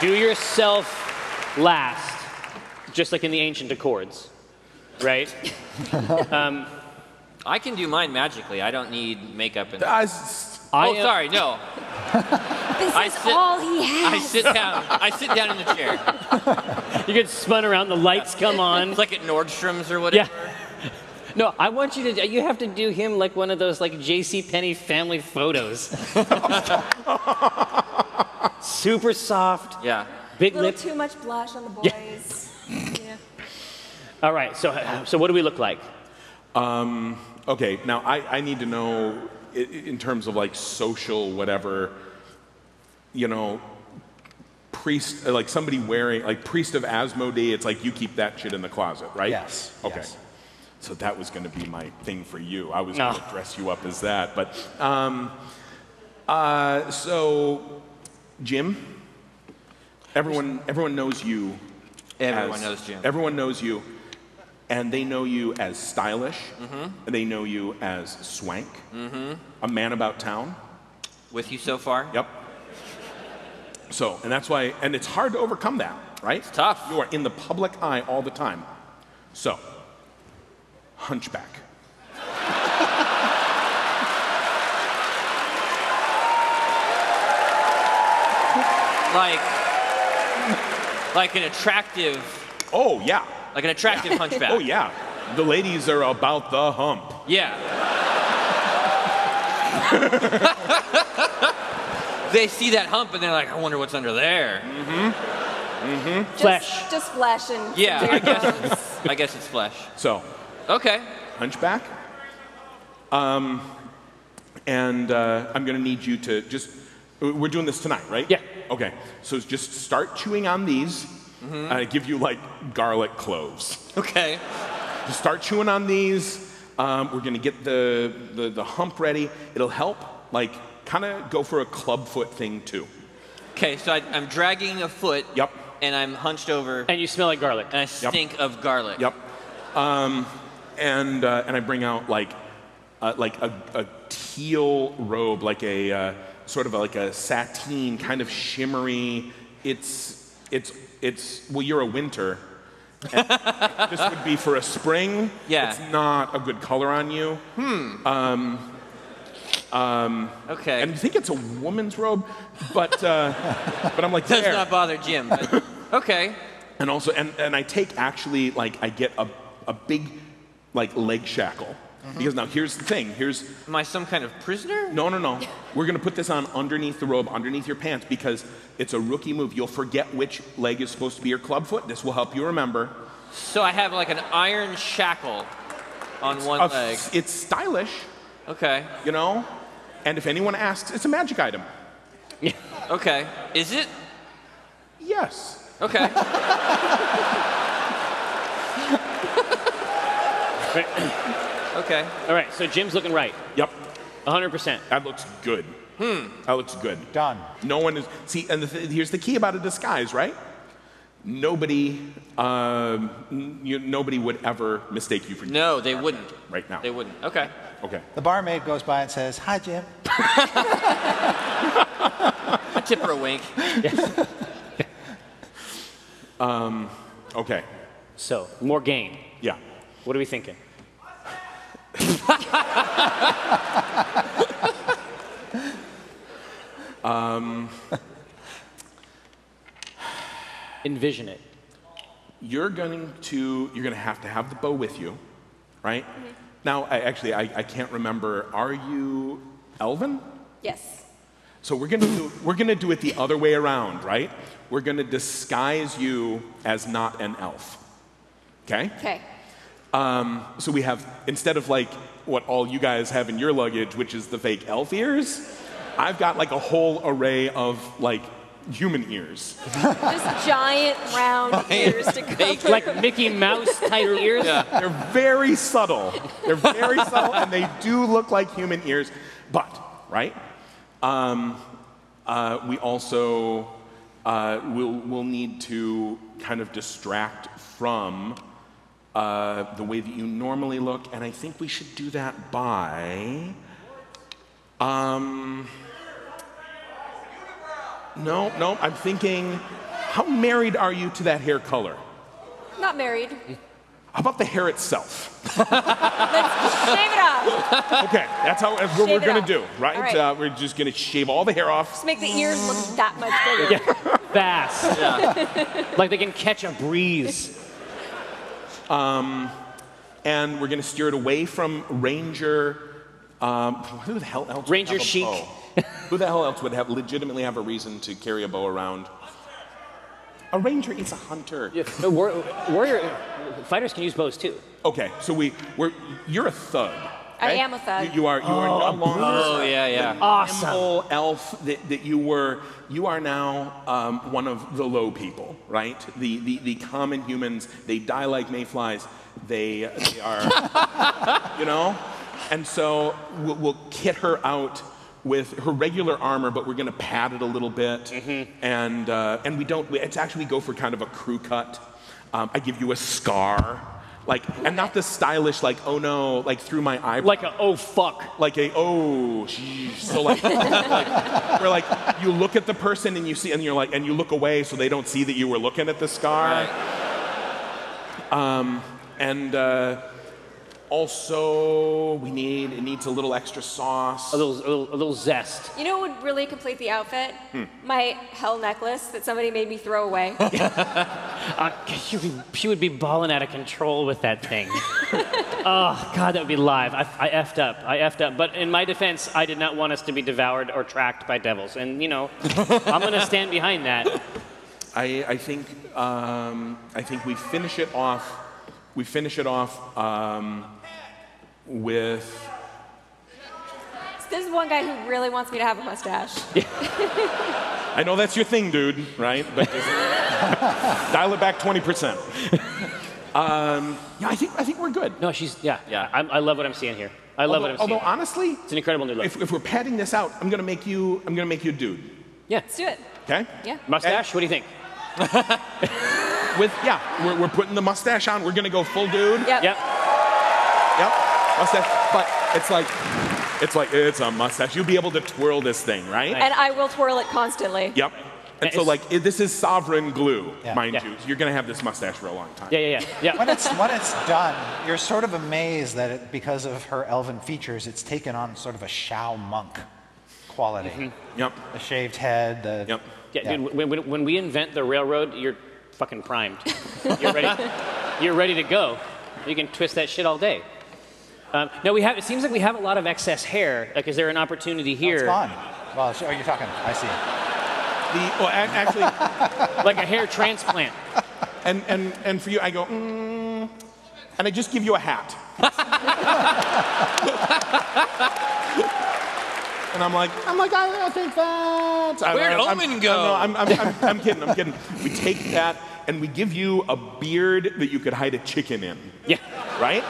Do yourself last, just like in the ancient Accords, right?
I can do mine magically. I don't need makeup and.
I s-
I
oh,
am-
sorry. No,
This
I
is
sit-
all he
I
has.
sit down. I sit down in the chair.
You get spun around, the lights come on.
It's like at Nordstrom's or whatever.
No, I want you to. You have to do him like one of those like J.C. Penney family photos. Super soft,
Yeah.
big
A little
lips.
too much blush on the boys. Yeah.
All right. So, so what do we look like?
Um, okay, now I, I need to know i- i- in terms of like social whatever, you know, priest, uh, like somebody wearing, like priest of Asmodee, it's like you keep that shit in the closet, right?
Yes,
Okay.
yes.
So that was going to be my thing for you. I was
No.
going to dress you up as that. But um, uh, so, Jim, everyone, everyone knows you.
Everyone
as-
knows Jim.
Everyone knows you, and they know you as stylish.
Mm-hmm.
and They know you as swank, a man about town.
With you so far?
Yep. So, and that's why, and it's hard to overcome that, right? It's
tough.
You are in the public eye all the time. So, hunchback.
Like, like an attractive,
Oh yeah.
like an attractive hunchback.
Oh yeah. The ladies are about the hump.
Yeah. they see that hump and they're like, I wonder what's under there.
Flesh.
Just, just flesh and
Yeah,
some
I guess
bare bones.
I guess it's flesh.
So,
Okay.
hunchback. Um, and uh, I'm going to need you to just, we're doing this tonight, right?
Yeah.
Okay. So just start chewing on these. I give you like garlic cloves.
Okay.
Just start chewing on these. Um, we're gonna get the, the, the hump ready. It'll help, like, kind of go for a club foot thing too.
Okay, so I, I'm dragging a foot.
Yep.
And I'm hunched over and
And you smell like garlic.
I stink of garlic.
Yep. Um, and, uh, and I bring out, like, uh, like a, a teal robe, like a uh, sort of like a sateen, kind of shimmery. It's, it's, it's, well, you're a winter. And this would be for a spring.
Yeah.
It's not a good color on you.
Okay.
and I think it's a woman's robe, but uh, but I'm like
Does
there.
not bother Jim. but- okay.
and also, and, and I take actually like I get a a big like leg shackle
Mm-hmm.
because now here's the thing. Here's
Am I some kind of prisoner?
no no no. We're gonna put this on underneath the robe, underneath your pants because it's a rookie move. You'll forget which leg is supposed to be your club foot. This will help you remember.
So I have like an iron shackle on one
Uh,
leg.
It's stylish,
Okay.
you know. And if anyone asks, it's a magic item.
Okay. Is it?
Yes.
Okay. okay.
All right. So Jim's looking right,
Yep.
100. percent
That looks good. Hmm. That looks good.
Done.
No one is. See, and the th- here's the key about a disguise, right? Nobody, um, n- you, nobody would ever mistake you for
No, they wouldn't.
right now.
They wouldn't. Okay.
Okay.
The barmaid goes by and says, Hi, Jim.
I tip her a wink.
Okay.
So more gain.
Yeah.
What are we thinking? Um, Envision it.
You're going to. You're going to have to have the bow with you, right? Now, I, actually, I, I can't remember. Are you Elvin?
Yes.
So we're going to do. We're going to do it the other way around, right? We're going to disguise you as not an elf. Okay.
Okay.
Um, so we have, instead of like what all you guys have in your luggage, which is the fake elf ears, I've got like a whole array of like human ears.
Just giant round ears to cover.
Like Mickey Mouse tighter ears.
They're very subtle. They're very subtle and they do look like human ears. But, right? Um, uh, we also uh, will will need to kind of distract from uh, the way that you normally look, and I think we should do that by. Um, no, no, I'm thinking, how married are you to that hair color?
Not married.
How about the hair itself?
Let's shave it off.
Okay, that's how that's what
Shave
we're
it
gonna
off.
do, right?
All right.
Uh, we're just gonna shave all the hair off.
Just make the ears look that much bigger.
Fast. like they can catch a breeze.
and we're going to steer it away from Ranger. Um, who the hell else? would
Ranger
have a
Chic.
bow? who the hell else would have legitimately have a reason to carry a bow around? A ranger is a hunter.
No, war- warrior fighters can use bows too.
Okay, so we we're you're a thug.
I
right?
am a thug.
You, you are you are no longer.
Oh yeah, yeah.
Awesome. elf that, that you were, you are now um, one of the low people, right? The, the, the common humans, they die like mayflies. They, they are, you know? And so we'll, we'll kit her out with her regular armor, but we're going to pad it a little bit. And, uh, and we don't, we, it's actually, we go for kind of a crew cut. Um, I give you a scar. Like, and not the stylish, like, oh no, like through my eyebrow
Like a oh fuck.
like a oh geez. so like, like where like you look at the person and you see and you're like and you look away so they don't see that you were looking at the scar um, and uh, also we need it needs a little extra sauce
A little, a little, a little zest.
You know what would really complete the outfit? My hell necklace that somebody made me throw away.
Uh, she, would be, she would be balling out of control with that thing. oh God, that would be live. I, I effed up. I effed up. But in my defense, I did not want us to be devoured or tracked by devils. And you know, I'm gonna stand behind that.
I, I think um, I think we finish it off. We finish it off um, with
There's one guy who really wants me to have a mustache.
I know that's your thing, dude, right? But just dial it back 20%. Um, yeah, I think, I think we're good.
No, she's yeah, yeah. I, I love what I'm seeing here. I love what I'm
although
seeing.
honestly,
it's an incredible new look.
if, if we're padding this out, I'm gonna make you I'm gonna make you a dude.
yeah.
Let's do it.
Okay?
Yeah.
Mustache. What do you think?
With yeah, we're, we're putting the mustache on. We're gonna go full dude.
Yep.
Yep.
Yep. Mustache. But it's like it's like it's a mustache. You'll be able to twirl this thing, right?
And I will twirl it constantly.
Yep. And so
It's-
like it, this is sovereign glue,
Yeah.
mind
Yeah.
you. You're gonna have this mustache for a long time.
Yeah, yeah, yeah, yeah.
when it's when it's done, you're sort of amazed that it, because of her elven features, it's taken on sort of a Shao monk quality.
Yep.
The shaved head, the
Yep.
Mm-hmm. Yeah,
Yeah.
dude, when, when, when we invent the railroad, you're fucking primed. You're ready. you're ready to go. You can twist that shit all day. Um, no, we have. It seems like we have a lot of excess hair. Like, is there an opportunity
Oh,
here?
it's gone. Well, sh- oh, you're talking. I see.
The, oh, a- actually,
Like a hair transplant.
And, and, and for you, I go, mm, and I just give you a hat. and I'm like, I'm like, I, I think that. I-
Where'd
I- I'm-
Omen
I'm-
go?
no, I'm, I'm, I'm, I'm kidding, I'm kidding. We take that and we give you a beard that you could hide a chicken in,
Yeah.
right?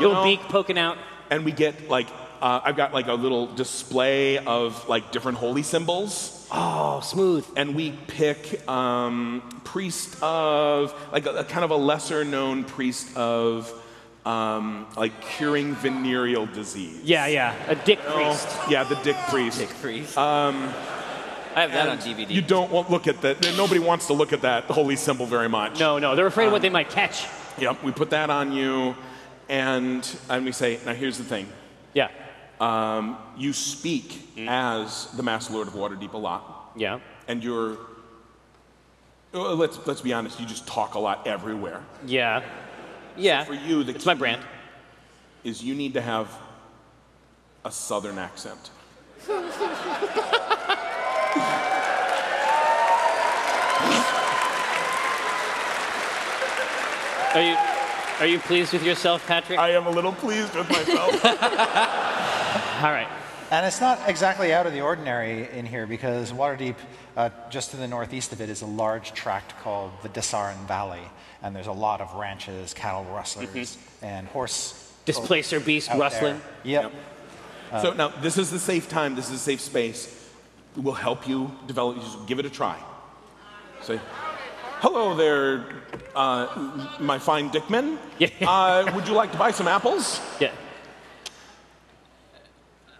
You
Little
know?
beak poking out.
And we get like, uh, I've got like a little display of like different holy symbols
Oh, smooth.
and we pick um, priest of like a, a kind of a lesser known priest of um, like curing venereal disease.
Yeah, yeah. A dick priest.
Yeah, the dick priest.
Dick priest. I have that on DVD.
You don't want look at that. Nobody wants to look at that holy symbol very much.
No, no. They're afraid of what they might catch.
Yep. We put that on you, and and we say, now here's the thing.
Yeah.
Um, you speak
Mm.
as the Master Lord of Waterdeep a lot.
Yeah.
and you're well, let's let's be honest you just talk a lot everywhere
Yeah. Yeah.
for you the
it's my
key
brand.
is you need to have a southern accent
Are you? Are you pleased with yourself, Patrick?
i am a little pleased with myself
All right.
And it's not exactly out of the ordinary in here because Waterdeep, uh, just to the northeast of it, is a large tract called the Desaran Valley, and there's a lot of ranches, cattle rustlers, and horse
Displacer beast
out there.
Mm-hmm. rustling.
Yep.
so now this is the safe time this is a safe space we'll help you develop just give it a try so hello there, uh, my fine Dickman. Uh, would you like to buy some apples?
Yeah.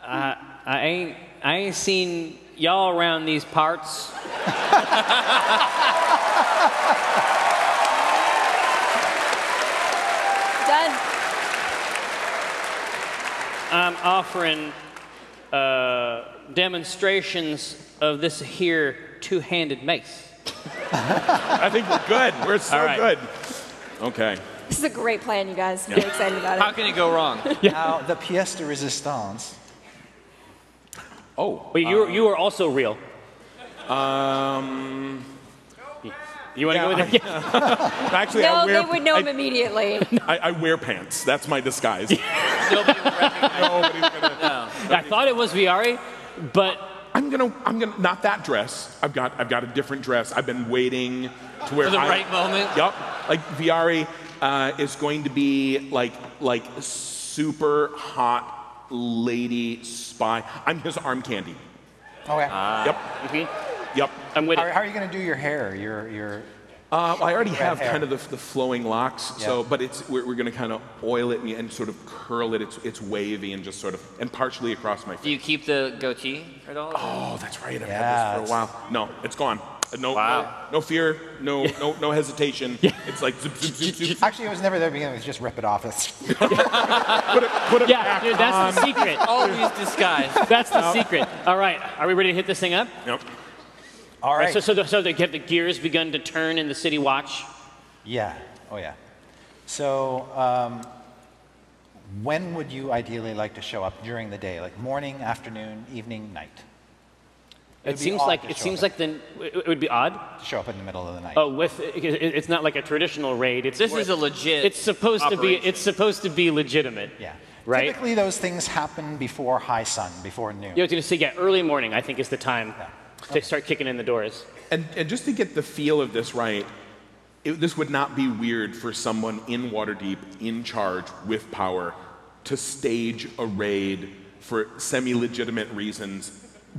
I ain't I ain't seen y'all around these parts.
Done.
I'm offering uh, demonstrations of this here two-handed mace.
I think we're good. We're so
All right.
good. Okay.
This is a great plan, you guys. Really excited about it.
How can it go wrong?
Now, the pièce de résistance.
Oh.
But you were- you are also real.
Um.
You want to
yeah,
go with it? Yeah.
Actually, I
no,
wear.
they would know
I,
him immediately.
I, I wear pants. That's my disguise.
Nobody will recognize
Nobody's gonna-
I thought it was Viari, but
I'm gonna. I'm gonna. Not that dress. I've got. I've got a different dress. I've been waiting to wear
for the
I-
right moment.
Yup. Like Viari uh, is going to be like like super hot lady spy. I'm his arm candy.
Okay.
Uh,
Yep.
Mhm.
mm-hmm.
Yep.
I'm with
how,
it.
how are you going to do your hair? Your your
Uh, well, I already have
hair.
kind of the, the flowing locks, so but it's we're, we're going to kind of oil it and, and sort of curl it. It's it's wavy and just sort of and partially across my
Do
face.
you keep the goatee at all?
Oh, that's right. I've
Yeah,
had this for a while. No, it's gone. Uh, No,
Wow.
no, no fear, no, no, no hesitation. It's like zip, zip, zip, zip.
Actually, it was never there to begin with. Just rip it off. It's,
Put it, put it
Yeah,
back
dude, that's the
on.
secret.
Always disguised.
That's the secret. All right, are we ready to hit this thing up?
Yep.
all right.
So, so, the, so they have the gears begun to turn in the city watch.
yeah. Oh yeah. So, um, when would you ideally like to show up during the day? Like morning, afternoon, evening, night.
It
be
seems
odd
like
to
it
show
seems
up.
like the it it would be odd.
To show up in the middle of the night.
Oh, with it, it- it's not like a traditional raid. It's
This
more-
is a legit
It's supposed to be.
operation.
It's supposed to be legitimate.
Yeah.
Right.
Typically, those things happen before high sun, before noon.
You know, to say, yeah, early morning. I think is the time to start kicking in the doors.
And and just to get the feel of this right, it, this would not be weird for someone in Waterdeep, in charge with power, to stage a raid for semi-legitimate reasons,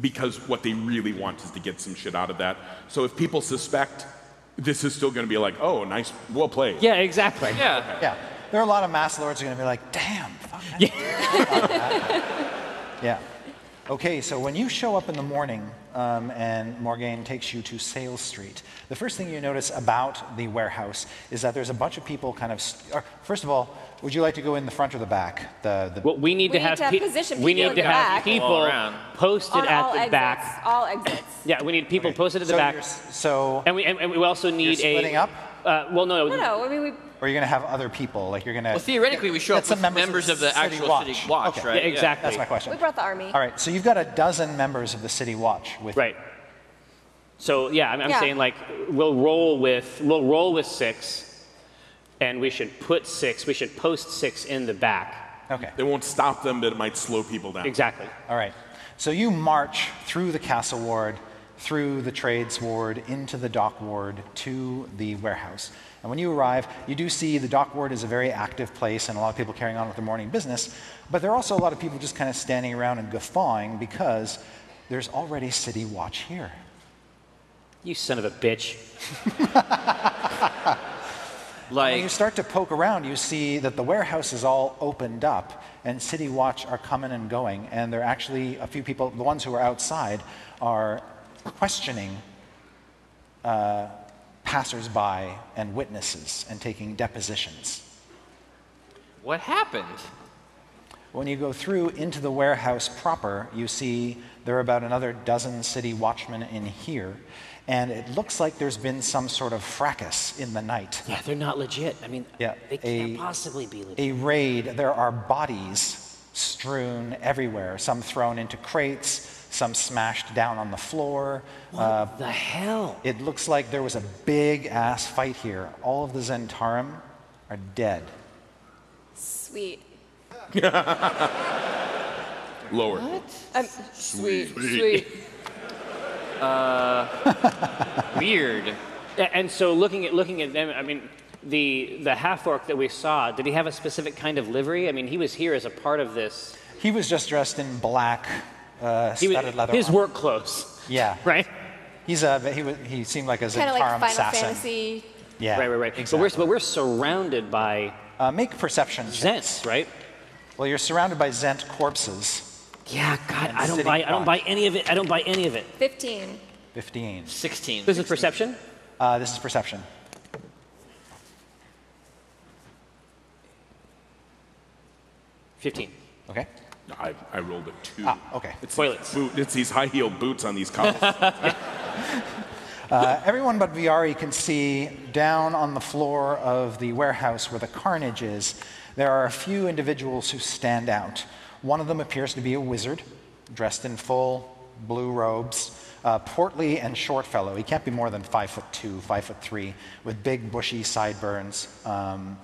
because what they really want is to get some shit out of that. So if people suspect, this is still going to be like, oh, nice, well played.
Yeah, exactly.
Yeah.
Yeah. There are a lot of mass lords who are going to be like, damn, fuck that. yeah. Okay, so when you show up in the morning um, and Morgane takes you to Sales Street, the first thing you notice about the warehouse is that there's a bunch of people kind of. St- or, first of all, would you like to go in the front or the back? The, the,
Well, we need
We
to
need
have
to have
pe-
position
we need
people at
to
the
have
back.
All
people
around.
posted
On
at
all
the
exits.
back.
All exits.
Yeah, we need people posted at the
so
back.
you're s- so
And we and, and we also need
splitting
a.
up?
Uh, well, no,
No, no. I mean, we.
or you're going to have other people? Like you're going to.
Well, theoretically, we show
Get
up
some
with
members of
members of
the
the
City
actual
Watch.
city watch,
Okay.
right?
Yeah, exactly.
That's my question.
We brought the army.
all right, so you've got a dozen members of the City Watch with
Right. So yeah, I'm, I'm
Yeah.
saying like we'll roll with we'll roll with six, and we should put six. We should post six in the back.
Okay.
They won't stop them, but it might slow people down.
Exactly.
All right. So you march through the castle ward, through the trades ward, into the dock ward, to the warehouse. And when you arrive, you do see the dock ward is a very active place and a lot of people carrying on with their morning business. But there are also a lot of people just kind of standing around and guffawing because there's already City Watch here.
You son of a bitch.
When you
Like,
start to poke around, you see that the warehouse is all opened up and City Watch are coming and going. And there are actually a few people, the ones who are outside, are questioning uh, passersby and witnesses and taking depositions.
what happened?
When you go through into the warehouse proper, you see there are about another dozen city watchmen in here. And it looks like there's been some sort of fracas in the night.
Yeah, they're not legit. I mean,
Yeah,
they can't
a-
possibly be legit.
a raid, there are bodies strewn everywhere, some thrown into crates, some smashed down on the floor. Uh,
the hell?
it looks like there was a big ass fight here. All of the Zentarum are dead.
Sweet.
Lower.
Um, sweet. Sweet.
Weird.
Yeah, And so looking at looking at them, I mean, the the half orc that we saw, did he have a specific kind of livery? I mean, he was here as a part of this.
He was just dressed in black, uh,
He was,
studded leather.
his
armor.
work clothes,
Yeah.
right?
He's a he, wa- he seemed like a
Kind of
Zentarum
like Final
assassin.
Fantasy.
Yeah.
Right, right, right. But we're but we're surrounded by
Uh, make perception checks.
Zents, right?
Well, you're surrounded by Zent corpses.
Yeah, God, I don't
sitting
buy I don't buy
watch.
any of it. I don't buy any of it.
15.
15.
16.
This is perception.
Uh, this is perception.
Fifteen.
Okay.
I, I rolled a two.
Ah, okay.
It's
Toilets.
Boot, it's these high heeled boots on these cops.
Uh, everyone but Viari can see down on the floor of the warehouse where the carnage is. There are a few individuals who stand out. One of them appears to be a wizard, dressed in full blue robes, uh, portly and short fellow. He can't be more than five foot two, five foot three, with big bushy sideburns um,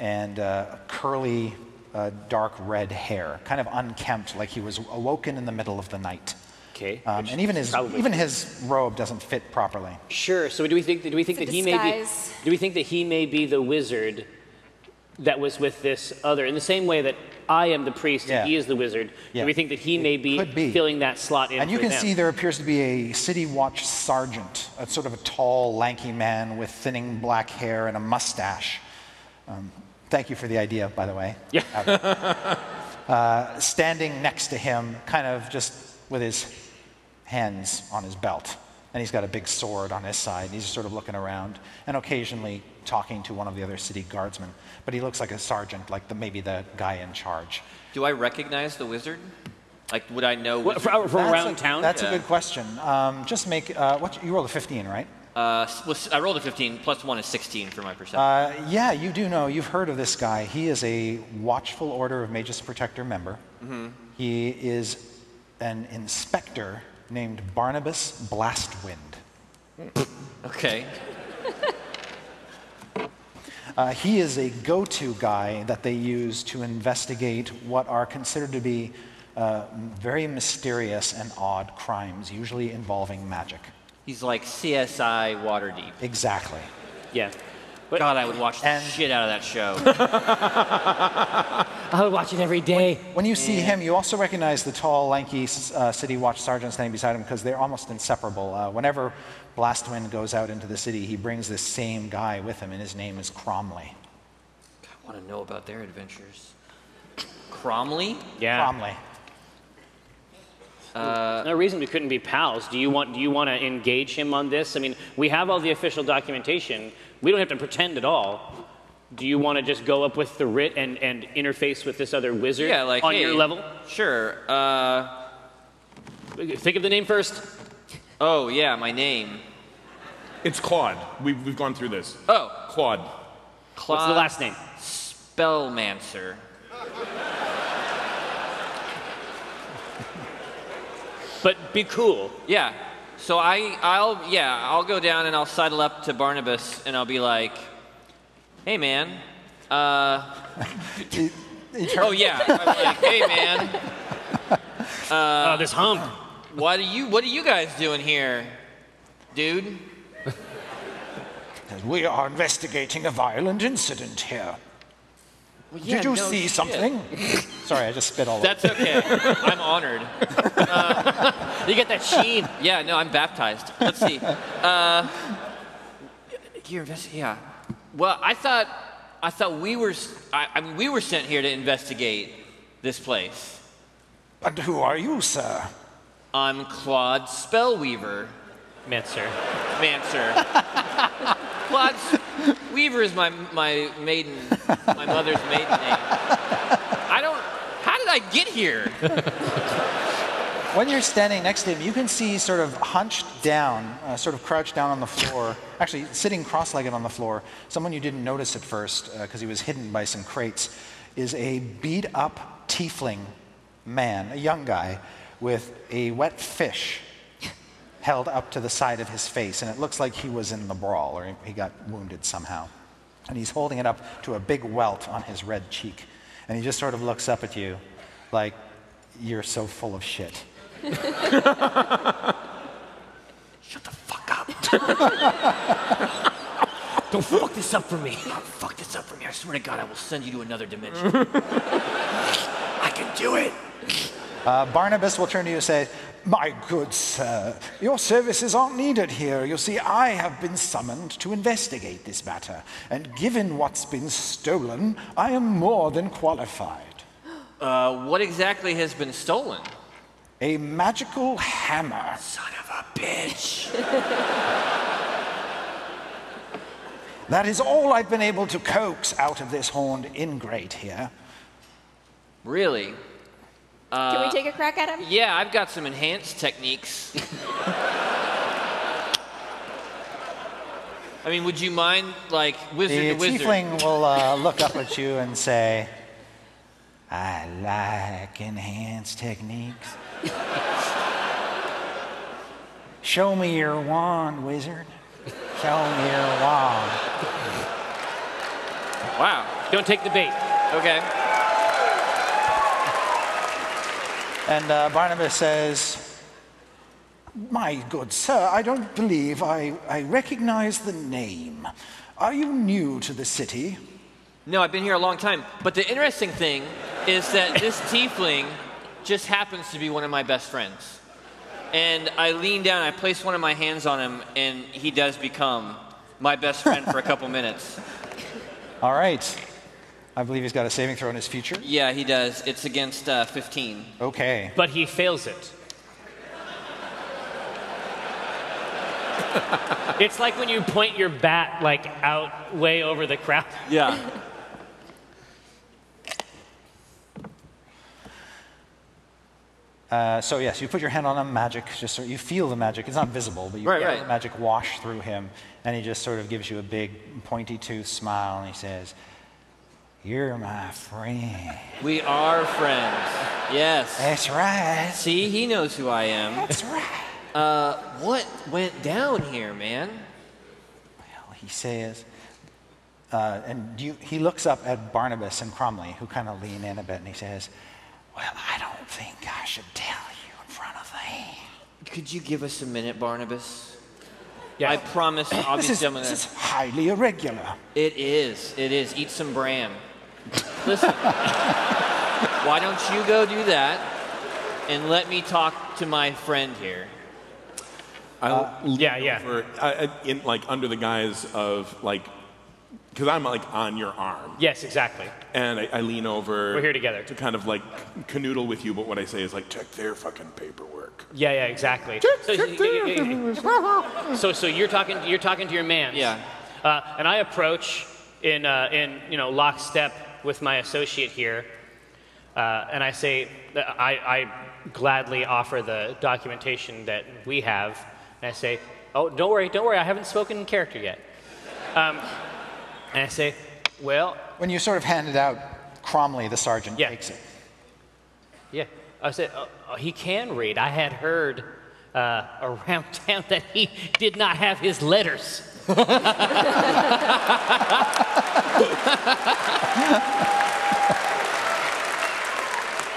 and uh, curly, uh, dark red hair, kind of unkempt, like he was awoken in the middle of the night.
Okay.
Um,
which
and even his
probably-
even his robe doesn't fit properly.
Sure. So do we think do we think
It's
that
a
he may be
disguise.
do we think that he may be the wizard that was with this other in the same way that I am the priest
Yeah.
and he is the wizard?
Yeah.
Do we think that he may be,
could be.
filling that slot in?
And you
for
can
them?
see there appears to be a city watch sergeant, a sort of a tall, lanky man with thinning black hair and a mustache. Um, thank you for the idea, by the way.
Yeah.
uh, standing next to him, kind of just with his hands on his belt. And he's got a big sword on his side. He's sort of looking around and occasionally talking to one of the other city guardsmen. But he looks like a sergeant, like the, maybe the guy in charge.
Do I recognize the wizard? Like, would I know?
What,
Wizard?
from, from
That's
around
a,
town.
That's
Yeah.
a good question. Um, just make uh, what you rolled a 15, right?
Uh, s- was- I rolled a 15. Plus one is 16 for my perception.
Uh, yeah, you do know. You've heard of this guy. He is a Watchful Order of Magus Protector member.
Mm-hmm.
He is an inspector named Barnabas Blastwind.
okay.
Uh, he is a go to guy that they use to investigate what are considered to be uh, very mysterious and odd crimes, usually involving magic.
He's like CSI Waterdeep.
Exactly.
yeah. But
God, I would watch the
And-
shit out of that show.
I would watch it every day.
When you see him, you also recognize the tall, lanky uh, city watch sergeant standing beside him because they're almost inseparable. Uh, whenever Blastwind goes out into the city, he brings this same guy with him, and his name is Cromley.
I want to know about their adventures. Cromley?
Yeah.
Cromley.
No reason we couldn't be pals. Do you want do you want to engage him on this? I mean, we have all the official documentation. We don't have to pretend at all. Do you want to just go up with the writ and, and interface with this other wizard
Yeah, like
on
hey,
your level?
Sure. Uh,
Think of the name first.
oh yeah, my name.
it's Claude. We've, we've gone through this.
Oh,
Claude.
Claude
What's the last name?
Spellmancer.
But be cool.
Yeah. So I, I'll, yeah, I'll go down and I'll sidle up to Barnabas and I'll be like, "Hey, man." Uh,
He- he turns-
oh yeah. I'm like, "Hey, man.
Uh, this hump.
What are you? What are you guys doing here, dude?"
says, We are investigating a violent incident here.
yeah,
Did you
no
see
shit.
something? Sorry, I just spit all over.
That's okay. I'm honored.
You get that sheen.
Yeah, no, I'm baptized. Let's see. Uh, you're investi- yeah. Well, I thought, I thought we were, s- I, I mean, we were sent here to investigate this place.
And who are you, sir?
I'm Claude Spellweaver,
Mincer.
Manser. Claude S- Weaver is my my maiden, my mother's maiden name. I don't. How did I get here?
When you're standing next to him, you can see sort of hunched down, uh, sort of crouched down on the floor, actually sitting cross legged on the floor, someone you didn't notice at first because he was hidden by some crates, is a beat up tiefling man, a young guy, with a wet fish held up to the side of his face. And it looks like he was in the brawl or he got wounded somehow. And he's holding it up to a big welt on his red cheek. And he just sort of looks up at you like, you're so full of shit.
Don't fuck this up for me.
Fuck this up for me. I swear to God, I will send you to another dimension. I can do it.
Uh, Barnabas will turn to you and say,
My good sir, your services aren't needed here. You see, I have been summoned to investigate this matter, and given what's been stolen, I am more than qualified.
Uh, what exactly has been stolen?
A magical hammer.
Son of a bitch.
That is all I've been able to coax out of this horned ingrate here.
really?
Can we take a crack at him?
Yeah, I've got some enhanced techniques. I mean, would you mind, like, wizard
The
to wizard?
tiefling will uh, look up at you and say,
I like enhanced techniques. Show me your wand, wizard. Show me your wand.
Wow.
Don't take the bait.
Okay.
and uh, Barnabas says,
My good sir, I don't believe I, I recognize the name. Are you new to the city?
No, I've been here a long time. But the interesting thing is that this tiefling just happens to be one of my best friends. And I lean down, I place one of my hands on him, and he does become my best friend for a couple minutes.
All right. I believe he's got a saving throw in his future.
Yeah, he does. It's against uh, 15.
Okay.
But he fails it. it's like when you point your bat like out way over the crowd.
Yeah.
Uh, so yes, you put your hand on him, magic. Just sort you feel the magic. It's not visible, but you
Right,
feel
right.
the magic wash through him, and he just sort of gives you a big pointy tooth smile, and he says, "You're my friend."
We are friends. Yes.
That's right.
See, he knows who I am.
That's right.
Uh, what went down here, man?
He says, uh, and you, he looks up at Barnabas and Cromley, who kind of lean in a bit, and he says, Well, I don't think I should tell you in front of them.
Could you give us a minute, Barnabas?
Yeah.
I promise I'll be
This is,
done with
this is highly irregular.
It is. It is. Eat some bran. Listen, why don't you go do that and let me talk to my friend here?
I lean
yeah, yeah.
over, I- I- uh, in like under the guise of like, because I'm like on your arm,
yes, exactly.
and I, I lean over.
We're here together.
to kind of like canoodle with you, but what I say is like check their fucking paperwork.
Yeah, yeah, exactly. So, so, so you're talking, you're talking to your man.
Yeah.
Uh, and I approach in, uh, in you know lockstep with my associate here, uh, and I say, I, I gladly offer the documentation that we have, and I say, oh, don't worry, don't worry, I haven't spoken in character yet. Um, and I say, well,
When you sort of hand it out, Cromley, the sergeant,
Yeah.
takes it.
Yeah, I said oh, oh, he can read. I had heard uh, around town that he did not have his letters.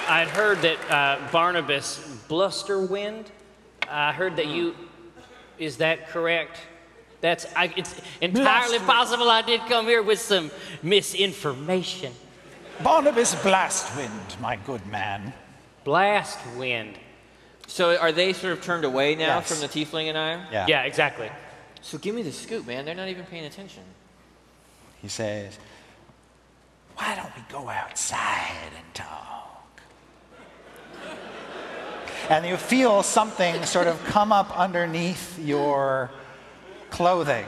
I had heard that uh, Barnabas Blusterwind. I heard that you. Is that correct? That's I, it's entirely possible. I did come here with some misinformation.
Barnabas Blastwind, my good man.
Blast wind.
So are they sort of turned away now
Yes.
from the tiefling and I?
Yeah.
Yeah, exactly.
So give me the scoop, man. They're not even paying attention.
He says,
Why don't we go outside and talk?
and you feel something sort of come up underneath your clothing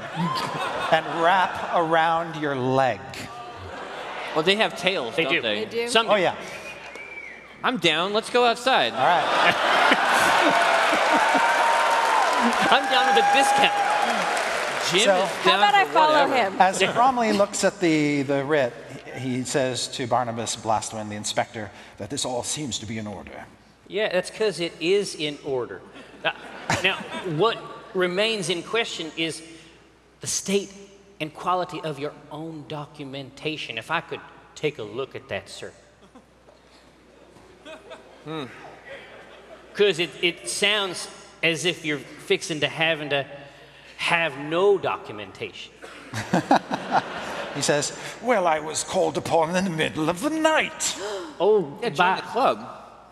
and wrap around your leg.
Well, they have tails,
They
don't
do.
they?
They do.
Some
Oh, yeah.
I'm down. Let's go outside.
All right.
I'm down with a discount.
Jim
So-
is
How
down
about I
for
follow
whatever.
him?
As Bromley looks at the, the writ, he says to Barnabas Blastwin, the inspector, that this all seems to be in order.
Yeah, that's because it is in order. Uh, now, what remains in question is the state and quality of your own documentation. If I could take a look at that, sir. Hmm. Because it, it sounds as if you're fixing to having to have no documentation.
He says,
Well, I was called upon in the middle of the night.
Oh,
Yeah, join
by,
the club.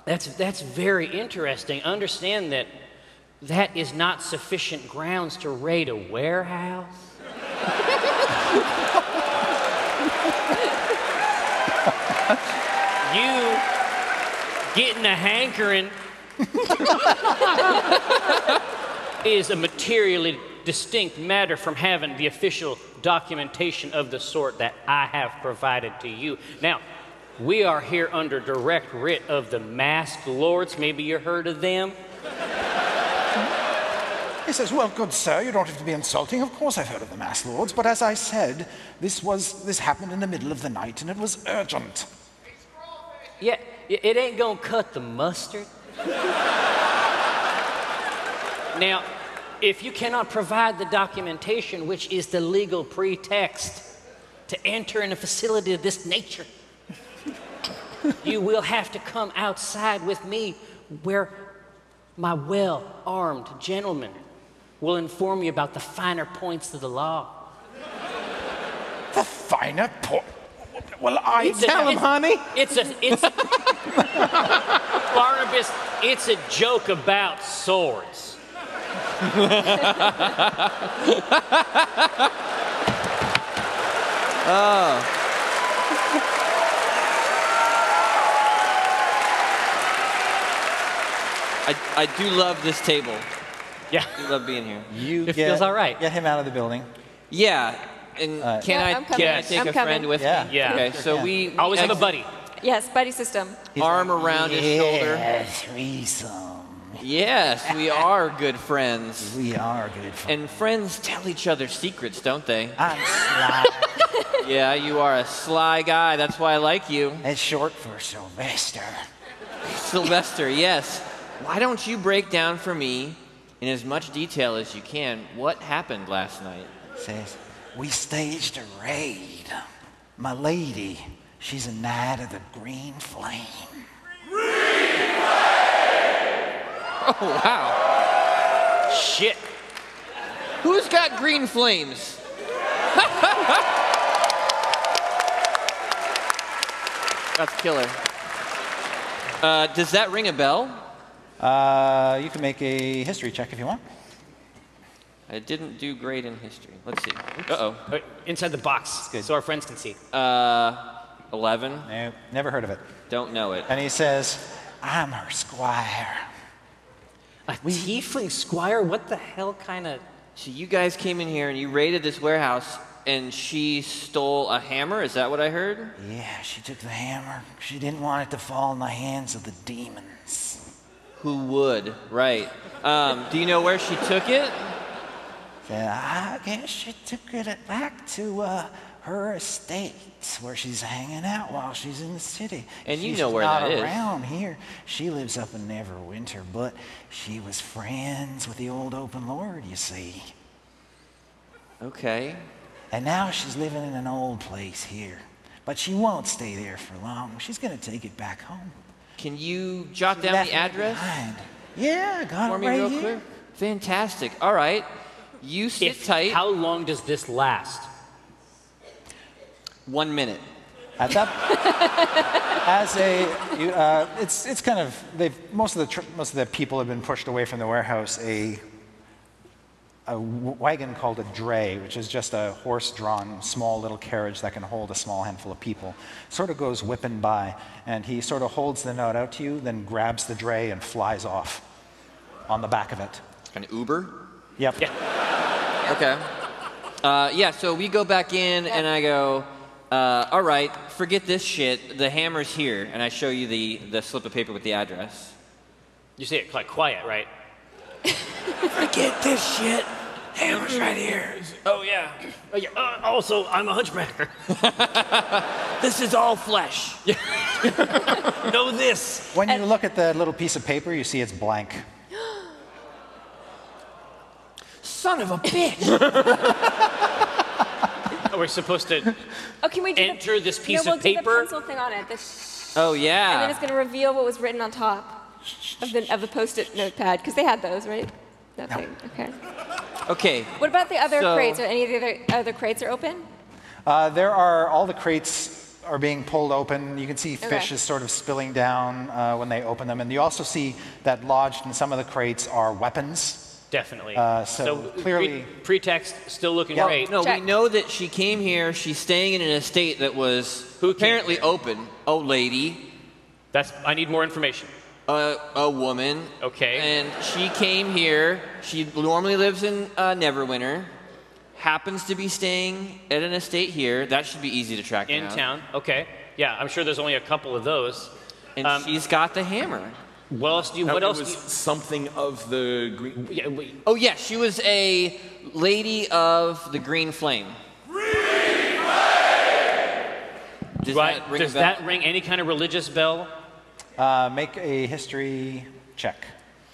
That's, that's very interesting. Understand that that is not sufficient grounds to raid a warehouse. you getting a hankering is a materially distinct matter from having the official documentation of the sort that I have provided to you. Now, we are here under direct writ of the masked lords. Maybe you heard of them.
He says, Well, good sir, you don't have to be insulting. Of course I've heard of the Mass Lords, but as I said, this was this happened in the middle of the night and it was urgent.
Yeah, i- it ain't gonna cut the mustard. now, if you cannot provide the documentation, which is the legal pretext to enter in a facility of this nature, you will have to come outside with me where my well armed gentleman will inform you about the finer points of the law.
The finer po Well, I
It's a- it's- It's a it's Barnabas. It's a joke about swords.
I, I do love this table.
Yeah.
I do love being here.
you
It
get,
feels all right.
Get him out of the building.
Yeah. And can
Yeah,
I
I'm coming.
can I
Yes.
take
I'm
a
coming.
friend with
Uh, Yeah.
me?
Yeah.
Okay. So
Yeah.
we we
Always have a
exit-
buddy.
Yes, buddy system.
Arm around his shoulder.
Yeah, threesome.
Yes, we are good friends.
We are good friends.
And friends tell each other secrets, don't they?
I'm sly.
Yeah, you are a sly guy. That's why I like you.
It's short for Sylvester.
Sylvester, yes. Why don't you break down for me, in as much detail as you can, what happened last night?
Says, we staged a raid. My lady, she's a knight of the green flame.
Oh, wow.
Shit.
Who's got green flames? That's killer. Uh, does that ring a bell?
Uh, you can make a history check if you want.
I didn't do great in history. Let's see. Uh oh.
Uh, Inside the box, so our friends can see.
Uh, 11.
No, never heard of it.
Don't know it.
And he says, I'm her squire.
A tiefling squire? What the hell kind of?
So you guys came in here and you raided this warehouse and she stole a hammer? Is that what I heard?
Yeah, she took the hammer. She didn't want it to fall in the hands of the demons.
Who would? Right. Um, do you know where she took it?
Said, I guess she took it back to uh, her estate where she's hanging out while she's in the city.
And you
she's
know where
not
that is.
around here. She lives up in Neverwinter, but she was friends with the old open lord, you see.
Okay.
And now she's living in an old place here. But she won't stay there for long. She's going to take it back home.
Can you jot down
Left
the
it
address
behind. Yeah, I got
for
it
me
right
real
here.
quick? Fantastic. All right. You sit tight.
How long does this last?
One minute.
At that, as a, you, uh, it's it's kind of they've most of the tr- most of the people have been pushed away from the warehouse. A a w- wagon called a dray, which is just a horse-drawn small little carriage that can hold a small handful of people, sort of goes whipping by, and he sort of holds the note out to you, then grabs the dray and flies off on the back of it.
An Uber?
Yep.
Okay. Uh, yeah, so we go back in and I go, uh, all right, forget this shit. The hammer's here. And I show you the, the slip of paper with the address.
You say it like quiet, right?
Forget this shit. Hammer's right here.
Oh yeah. Oh, yeah. Uh, also, I'm a hunchbacker.
This is all flesh.
know this.
When you look at the little piece of paper, you see it's blank.
Son of a bitch.
Oh, we're supposed to.
Oh, can we do the-
Enter this piece
no,
of
we'll Do
paper.
the pencil thing on it. The sh-
oh,
And then it's
yeah.
going to reveal what was written on top of the of the post-it notepad because they had those, right? Nothing. Okay.
Okay.
What about the other
So-
crates? Are any of the other, other crates are open?
Uh, there are all the crates are being pulled open. You can see
Okay.
fish is sort of spilling down uh, when they open them. And you also see that lodged in some of the crates are weapons.
Definitely.
Uh, so
pre-
clearly-
pretext still looking
Yeah.
great.
No,
Check.
we know that she came here. She's staying in an estate that was
Who came
apparently
here?
open. Oh, lady,
That's. I need more information.
a, a woman.
Okay.
And she came here. She normally lives in uh, Neverwinter. Happens to be staying at an estate here. That should be easy to track
In
down.
town. Okay. Yeah, I'm sure there's only a couple of those.
And
Um,
she's got the hammer.
What else do you?
Now,
What
it
else?
was
do
something of the green.
you, yeah, wait,
Oh yeah, she was a lady of the Green Flame. Green Flame. Does
right,
that ring
does
a bell?
that ring any kind of religious bell?
Uh, make a history check.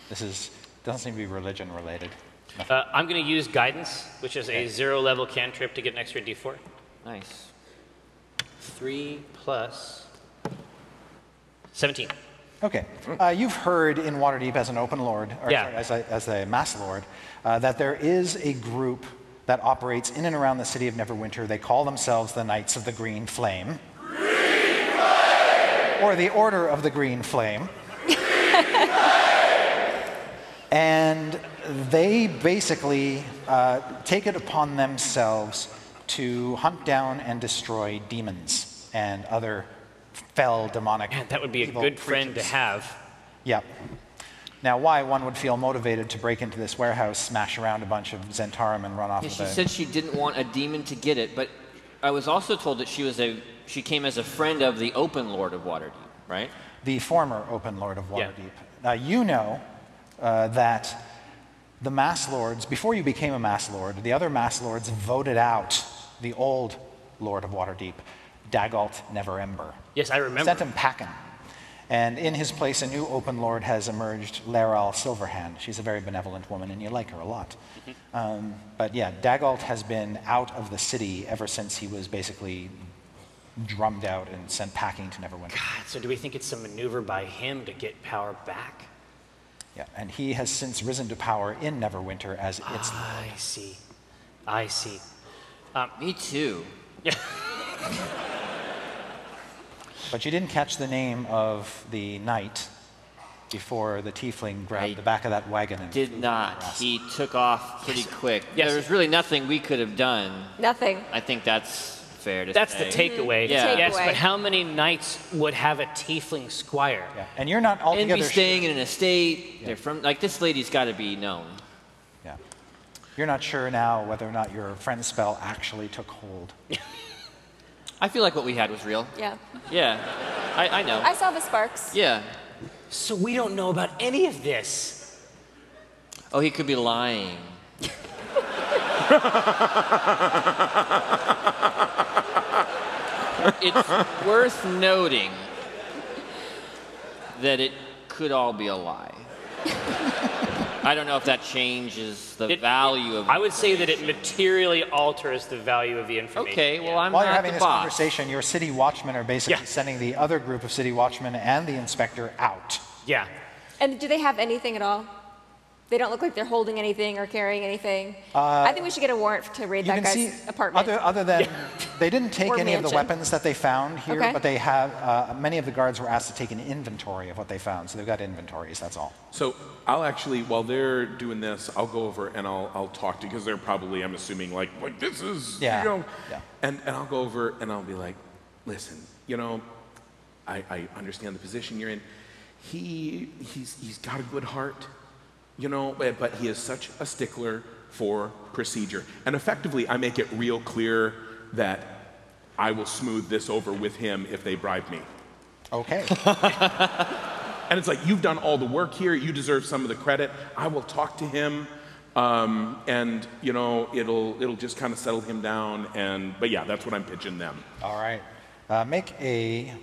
This is doesn't seem to be religion related.
Uh, I'm going to use guidance, which is a zero level cantrip to get an extra d4.
Nice.
Three plus 17.
Okay. Uh, you've heard in Waterdeep as an open lord, or
Yeah.
sorry, as, a, as a mass lord, uh, that there is a group that operates in and around the city of Neverwinter. They call themselves the Knights of the Green Flame. Or the Order of the Green Flame. and they basically uh, take it upon themselves to hunt down and destroy demons and other fell demonic.
That would be a
evil
good friend to
creatures.
have.
Yep. Now, why one would feel motivated to break into this warehouse, smash around a bunch of Zentarum, and run off
Yeah,
with
she
a
said she didn't want a demon to get it, but I was also told that she was a she came as a friend of the Open Lord of Waterdeep, right?
the former Open Lord of Waterdeep. Now, you know uh, that the Mass Lords, before you became a Mass Lord, the other Mass Lords voted out the old Lord of Waterdeep, Dagalt Neverember.
Yes, I remember.
Sent him packing. And in his place, a new Open Lord has emerged, Laral Silverhand. She's a very benevolent woman, and you like her a lot.
Mm-hmm.
Um, but yeah, Dagalt has been out of the city ever since he was basically drummed out and sent packing to Neverwinter.
So, do we think it's a maneuver by him to get power back?
Yeah, and he has since risen to power in Neverwinter as
Ah.
its.
I see. I see.
Me too.
But you didn't catch the name of the knight before the tiefling grabbed
I
the back of that wagon. And
Did not. He took off pretty quick. There was really nothing we could have done.
Nothing.
I think that's fair to
That's
say.
the takeaway.
Mm-hmm. Yeah.
Yes,
Takeaway.
but how many knights would have a tiefling squire?
Yeah, And you're not
And
altogether.
be
sure-
staying in an estate. They're from like this lady's got to be known.
Yeah. You're not sure now whether or not your friend spell actually took hold.
I feel like what we had was real.
Yeah.
Yeah, I, I know.
I saw the sparks.
yeah.
So, we don't know about any of this.
Oh, he could be lying. it's worth noting that it could all be a lie. I don't know if that changes the
It-
value of.
I would say that it materially alters the value of the information.
okay, well, I'm
While
not
you're having
the
this
boss.
conversation, your city watchmen are basically
Yeah.
sending the other group of city watchmen and the inspector out.
Yeah.
And do they have anything at all? They don't look like they're holding anything or carrying anything. I think we should get a warrant to raid
You
that
can
guy's
see,
apartment.
Other, other than they didn't take
Or
any of the
mansion.
weapons that they found here,
Okay.
but they have uh, many of the guards were asked to take an inventory of what they found, so they've got inventories. That's all.
So I'll actually, while they're doing this, I'll go over and I'll, I'll talk to because they're probably, I'm assuming, like, like this is,
Yeah,
you know,
yeah.
and and I'll go over and I'll be like, listen, you know, I, I understand the position you're in. He he's he's got a good heart, you know, but, but he is such a stickler for procedure. And effectively, I make it real clear that I will smooth this over with him if they bribe me.
Okay.
And it's like, you've done all the work here. You deserve some of the credit. I will talk to him. Um, and you know it'll it'll just kind of settle him down and but yeah that's what I'm pitching them.
all right. Uh, make a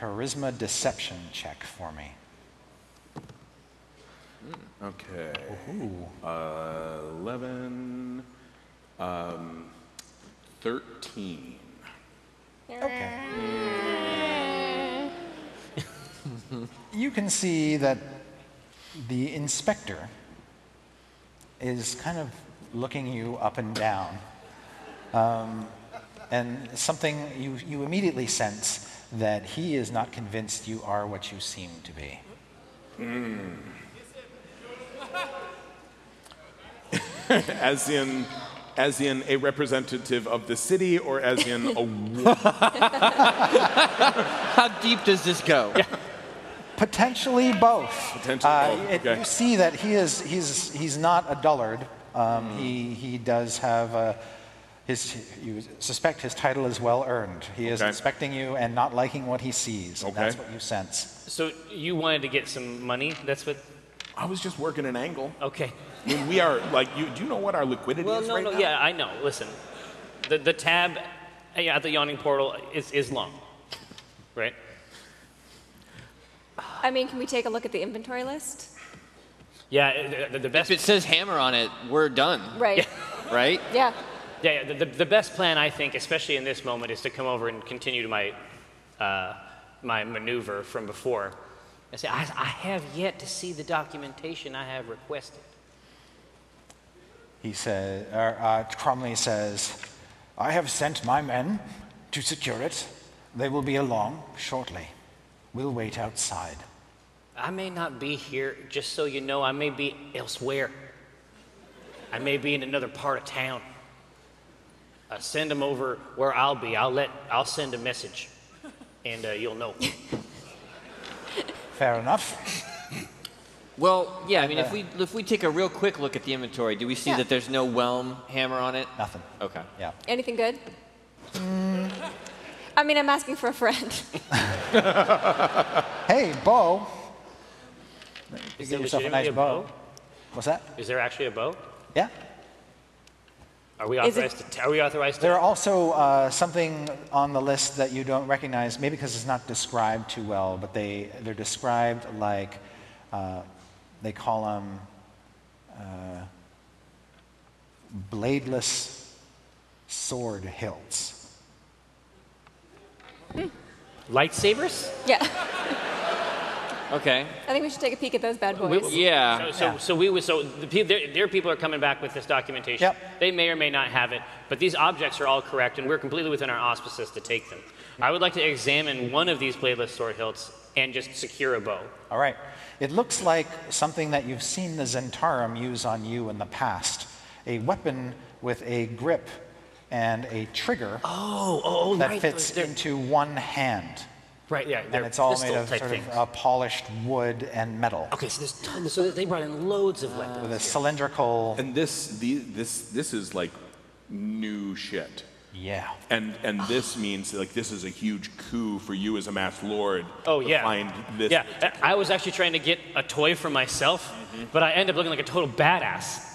charisma deception check for me.
Okay. Uh, um, 11 um, 13.
Okay. you can see that the inspector is kind of looking you up and down. Um, and something you, you immediately sense that he is not convinced you are what you seem to be.
as in as in a representative of the city or as in a wo-
How deep does this go?
Potentially both.
Potentially both,
it-
okay.
You see that he is he's he's not a dullard. Um,
Hmm.
He he does have a, his you suspect his title is well earned. He is
Okay.
inspecting you and not liking what he sees. and That's
Okay.
what you sense.
So you wanted to get some money? That's what.
I was just working an angle.
Okay.
I mean, we are like you do you know what our liquidity
Well,
is
no,
right
no,
now?
yeah, I know. Listen, the the tab yeah, at the yawning portal is is long, right?
I mean, can we take a look at the inventory list?
Yeah, uh, the, the best.
If it says hammer on it, we're done,
Right.
right?
Yeah.
Yeah, yeah, the, the best plan, I think, especially in this moment, is to come over and continue to my, uh, my maneuver from before. I say, I, I have yet to see the documentation I have requested.
He says, or uh, Cromley says, I have sent my men to secure it. They will be along shortly. We'll wait outside.
I may not be here, just so you know, I may be elsewhere. I may be in another part of town. Uh, send them over where I'll be. I'll, let, I'll send a message, and uh, you'll know.
Fair enough.
Well, yeah. I mean, if we if we take a real quick look at the inventory, do we see
Yeah.
that there's no whelm hammer on it?
Nothing.
Okay.
Yeah.
Anything good? I mean, I'm asking for a friend.
Hey, Bo.
Is
Get
there
yourself a nice
legitimately a
bow.
bow?
What's that?
Is there actually a boat?
Yeah.
Are we
Is it-
authorized to? Are we authorized to?
There are also uh, something on the list that you don't recognize, maybe because it's not described too well, but they, they're described like, uh, they call them uh, bladeless sword hilts.
Lightsabers?
yeah.
Okay.
I think we should take a peek at those bad
We-
boys.
Yeah.
So, so,
Uh, Yeah.
so we was so the, pe- their, their people are coming back with this documentation.
Yep.
They may or may not have it, but these objects are all correct, and we're completely within our auspices to take them. I would like to examine one of these bladeless sword hilts and just secure a bow.
All right. It looks like something that you've seen the Zentarum use on you in the past a weapon with a grip and a trigger
Oh, oh,
that
right.
fits into one hand.
right, yeah.
and it's all made of sort of uh, polished wood and metal
okay, so there's tons. So they brought in loads of
Oh,
weapons.
with a cylindrical.
And this the, this this is like new shit.
Yeah.
And and this means like this is a huge coup for you as a mass lord.
Oh
to
yeah.
Find this.
Yeah, I I was actually trying to get a toy for myself,
Mm-hmm.
but I end up looking like a total badass.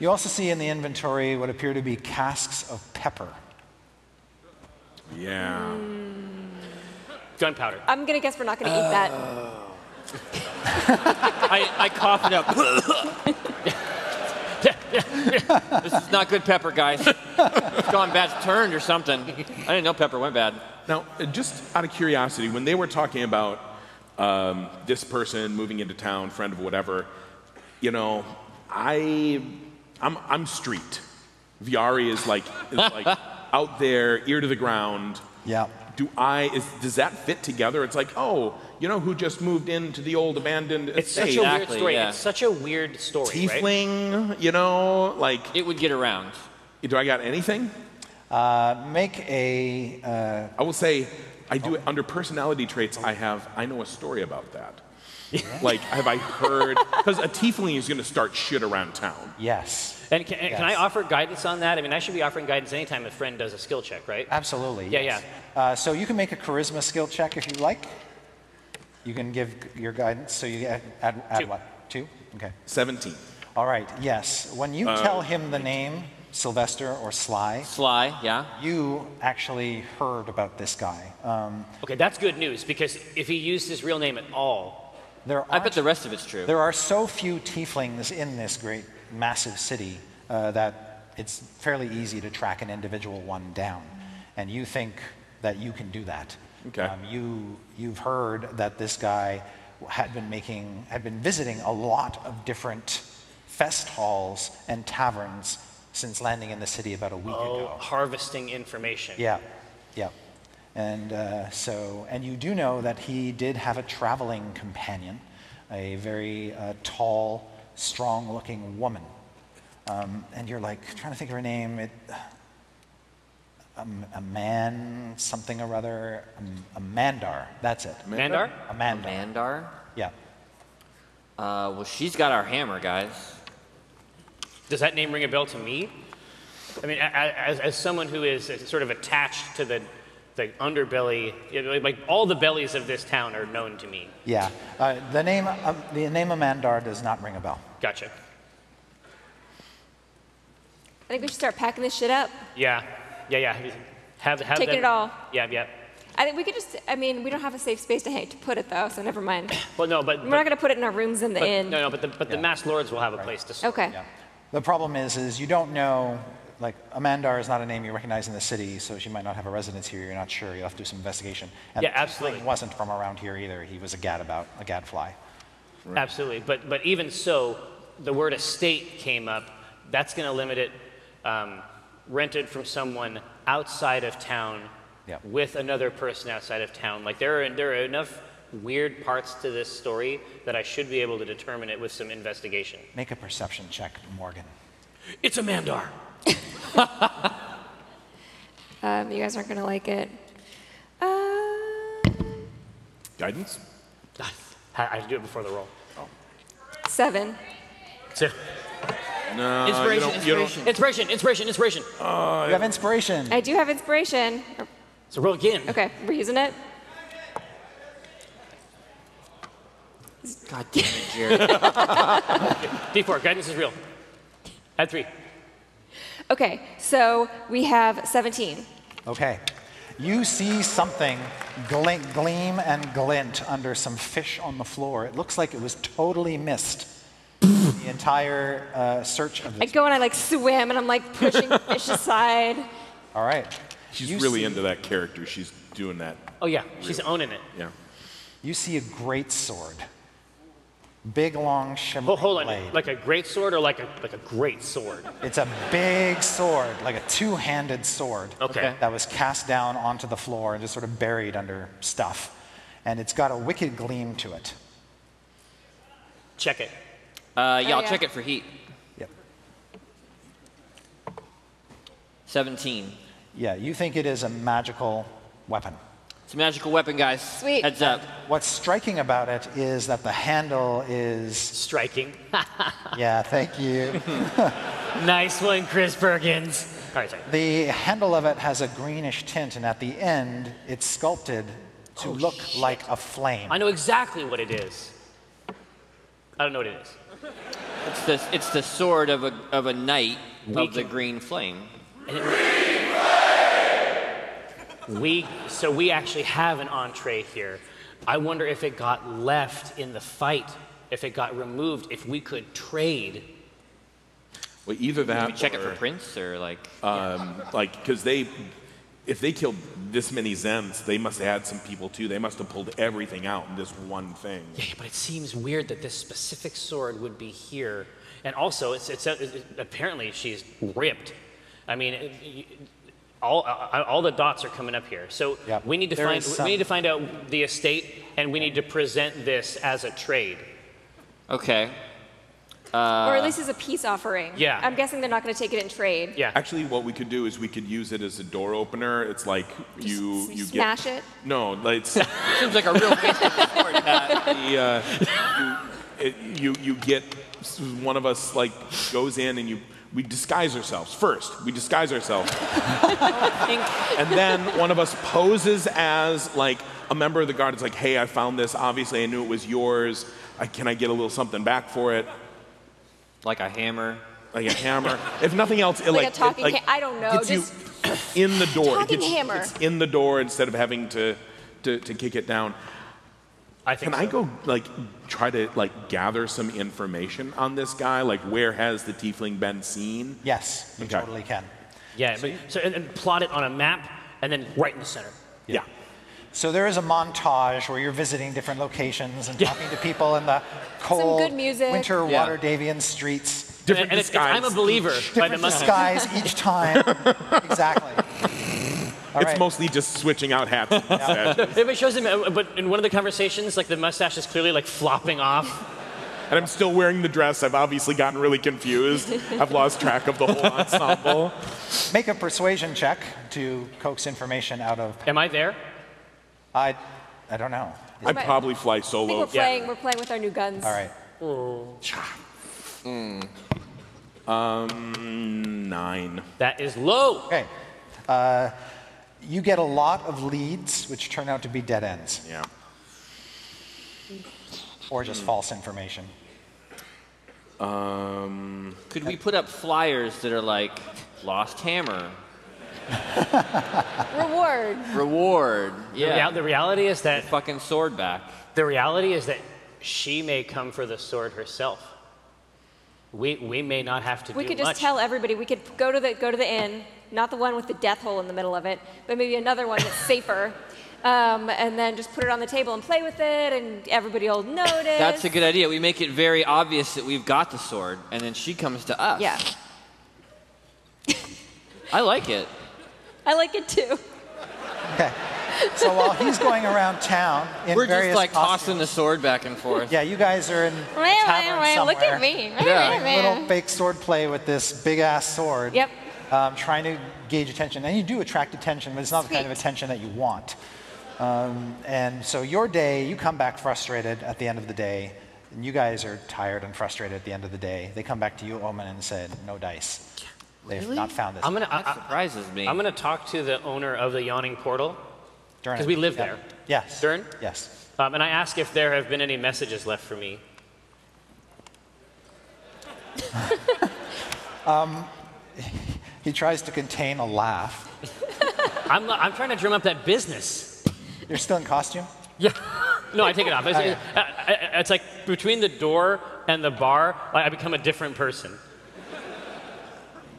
You also see in the inventory what appear to be casks of pepper.
Yeah.
Gunpowder.
I'm gonna guess we're not gonna eat that.
I, I cough it up. this is not good pepper, guys. It's gone bad turned or something. I didn't know pepper went bad.
Now, uh, just out of curiosity, when they were talking about um, this person moving into town, friend of whatever, you know, I, I'm, I'm street. Viari is like, is like out there, ear to the ground.
Yeah.
Do I? Is, does that fit together? It's like, oh, you know, who just moved into the old abandoned
It's such
estate?
a weird
Exactly,
story.
yeah.
It's such a weird story, right?
Tiefling, you know, like,
It would get around.
do I got anything?
Uh, make a. Uh,
I will say, I do under personality traits. I have, I know a story about that. like, have I heard? Because a tiefling is going to start shit around town.
yes.
And can, and can I
Yes.
offer guidance on that? I mean, I should be offering guidance anytime a friend does a skill check, right?
Absolutely.
Yeah,
yes.
yeah.
Uh, so you can make a charisma skill check if you like. You can give your guidance. So you add, add, add
Two.
what? Two? Okay.
Seventeen.
All right. Yes. When you tell him the name, Sylvester or Sly,
Sly, yeah.
you actually heard about this guy. Um,
Okay, that's good news because if he used his real name at all,
there
I
aren't-
bet the rest of it's true.
There are so few tieflings in this great massive city uh, that it's fairly easy to track an individual one down. And you think that you can do that. Um,
Okay.
you, you've heard that this guy had been making, had been visiting a lot of different fest halls and taverns since landing in the city about a week
Oh,
ago.
harvesting information.
Yeah, yeah. And uh, so, and you do know that he did have a traveling companion, a very uh, tall, strong looking woman. Um, and you're like trying to think of her name. It, um, a man, something or other, um, a mandar. That's it.
Mandar?
A mandar.
Mandar.
Yeah.
Uh, well, she's got our hammer, guys.
Does that name ring a bell to me? I mean, a- a- as, as someone who is sort of attached to the, the underbelly, you know, like all the bellies of this town are known to me.
Yeah. Uh, the name, um, the name of mandar does not ring a bell.
Gotcha.
I think we should start packing this shit up.
Yeah, yeah, yeah. Have, have
Taking it
them-
all.
Yeah, yeah.
I think we could just, I mean, we don't have a safe space to, hang, to put it though, so never mind.
Well, no, but,
We're
but-
not going to put it in our rooms in the
but-
inn.
no, no, but the, but the mass lords will have a place to. store it.
Okay.
Yeah. The problem is, is you don't know, like, Amandar is not a name you recognize in the city, so she might not have a residence here. You're not sure. You'll have to do some investigation. And
Yeah,
the tiefling
absolutely.
wasn't from around here either. He was a gadabout, a gadfly.
Absolutely, but but even so, the word estate came up. That's going to limit it. Um, rented from someone outside of town,
Yeah.
with another person outside of town. Like there are there are enough weird parts to this story that I should be able to determine it with some investigation.
Make a perception check, Morgan.
It's a mandar.
Um, you guys aren't going to like it. Uh,
Guidance?
I I do it before the roll.
seven.
So,
No. you
Inspiration,
don't- you don't-
inspiration.
inspiration, inspiration, inspiration.
you have inspiration.
I do have inspiration.
So roll again.
Okay, we're using it.
God damn it, Jared.
D4, guidance is real. Add three.
Okay, so we have 17.
Okay. You see something glink, gleam and glint under some fish on the floor. It looks like it was totally missed. the entire uh, search of
I
this.
go and I like swim and I'm like pushing fish aside.
All right.
She's
You
really
see-
into that character. She's doing that.
Oh yeah, she's
Real.
owning it.
Yeah.
You see a great sword. Big, long, shimmering
Oh, hold on.
blade.
Like a great sword or like a like a great sword?
it's a big sword, like a two-handed sword.
Okay.
That was cast down onto the floor and just sort of buried under stuff. And it's got a wicked gleam to it.
Check it.
Uh, yeah,
Oh,
I'll
yeah.
check it for heat.
Yep.
17.
Yeah, you think it is a magical weapon.
It's a magical weapon, guys.
Sweet.
Heads up.
What's striking about it is that the handle is.
Striking.
Yeah, thank you.
nice one, Chris Perkins. All right, sorry.
The handle of it has a greenish tint, and at the end, it's sculpted
Oh,
to look like a flame.
I know exactly what it is. I don't know what it is.
It's the, it's the sword of a, of a knight of the green flame.
We so we actually have an entree here. I wonder if it got left in the fight, if it got removed, if we could trade.
Well, either that.
Can we check it for
or-
prints or like.
um, like because they if they killed this many zens they must have had some people too they must have pulled everything out in this one thing
Yeah, but it seems weird that this specific sword would be here. And also, it's, it's, it- apparently she's ripped. I mean, it- you- all, uh, all the dots are coming up here. So
Yeah,
we need to
there
find
is
we need
some.
to find out the estate, and we need to present this as a trade.
Okay.
or at least as a peace offering.
Yeah.
I'm guessing they're not going to take it in trade.
Yeah,
actually what we could do is we could use it as a door opener it's like you
s-
you
smash
get
it?
no like, it's the,
Seems like a real waste of a sword, Pat.
uh, you, it, you you get s- one of us like goes in and you we disguise ourselves first we disguise ourselves and then one of us poses as like a member of the guard. It's like, hey, I found this. Obviously, I knew it was yours. I, can I get a little something back for it?
Like a hammer.
Like a hammer. if nothing else, it, like,
Like a
it,
talking
like,
ha- I don't know,
Gets
just-
you in the door. It
Talking
gets-
hammer.
It's in the door instead of having to, to, to kick it down.
I think.
Can I go like try to like gather some information on this guy? Like, where has the tiefling been seen?
Yes, you
Okay.
totally can.
Yeah, but, so and, and plot it on a map, and then right in the center.
Yeah.
So there is a montage where you're visiting different locations and talking to people in the cold
good music.
winter
Yeah.
Waterdavian streets.
Different
and it's, it's, I'm a
disguise.
believer by the
Different
Muslim.
disguise each time. exactly. All
It's
right.
mostly just switching out hats. and mustaches.
Everybody shows him, uh, but in one of the conversations, like the mustache is clearly like flopping off.
and I'm still wearing the dress. I've obviously gotten really confused. I've lost track of the whole ensemble.
Make a persuasion check to coax information out of.
Am I there?
I, I don't know.
I probably fly
I think we're
solo.
Yeah.
playing. We're playing with our new guns.
All right.
Nine.
That is low.
Okay. Uh, you get a lot of leads, which turn out to be dead ends
Yeah.
or
Hmm.
just false information.
Um,
Could we put up flyers that are like lost hammer
Reward.
reward?
The,
Yeah,
rea- the reality is that
fucking sword back.
the reality is that she may come for the sword herself. We we may not have to
We
do
could
much.
just tell everybody. We could go to the go to the inn, not the one with the death hole in the middle of it, but maybe another one that's safer. Um, and then just put it on the table and play with it, and everybody will notice.
That's a good idea. We make it very obvious that we've got the sword, and then she comes to us.
Yeah,
I like it.
I like it too.
Okay. So while he's going around town in
We're
various
just like
costumes-
tossing the sword back and forth.
Yeah, you guys are in a tavern
Look
somewhere
at me.
Yeah.
doing Little fake sword play with this big ass sword.
Yep.
Um, trying to gauge attention, and you do attract attention, but it's not the kind of
Sweet.
attention that you want. Um, and so your day, you come back frustrated at the end of the day, and you guys are tired and frustrated at the end of the day. They come back to you, Omen, and said, "No dice. They've not found this."
I'm gonna I,
That
I,
surprises me.
I'm gonna talk to the owner of the yawning portal,
Durn it.
because we live
Yep.
there.
Yes.
Durn?
Yes.
um, and I ask if there have been any messages left for me.
He tries to contain a laugh.
I'm not- I'm trying to drum up that business.
You're still in costume.
Yeah. No, I take it off. It's,
Okay.
I- I- I- it's like between the door and the bar, like, I become a different person.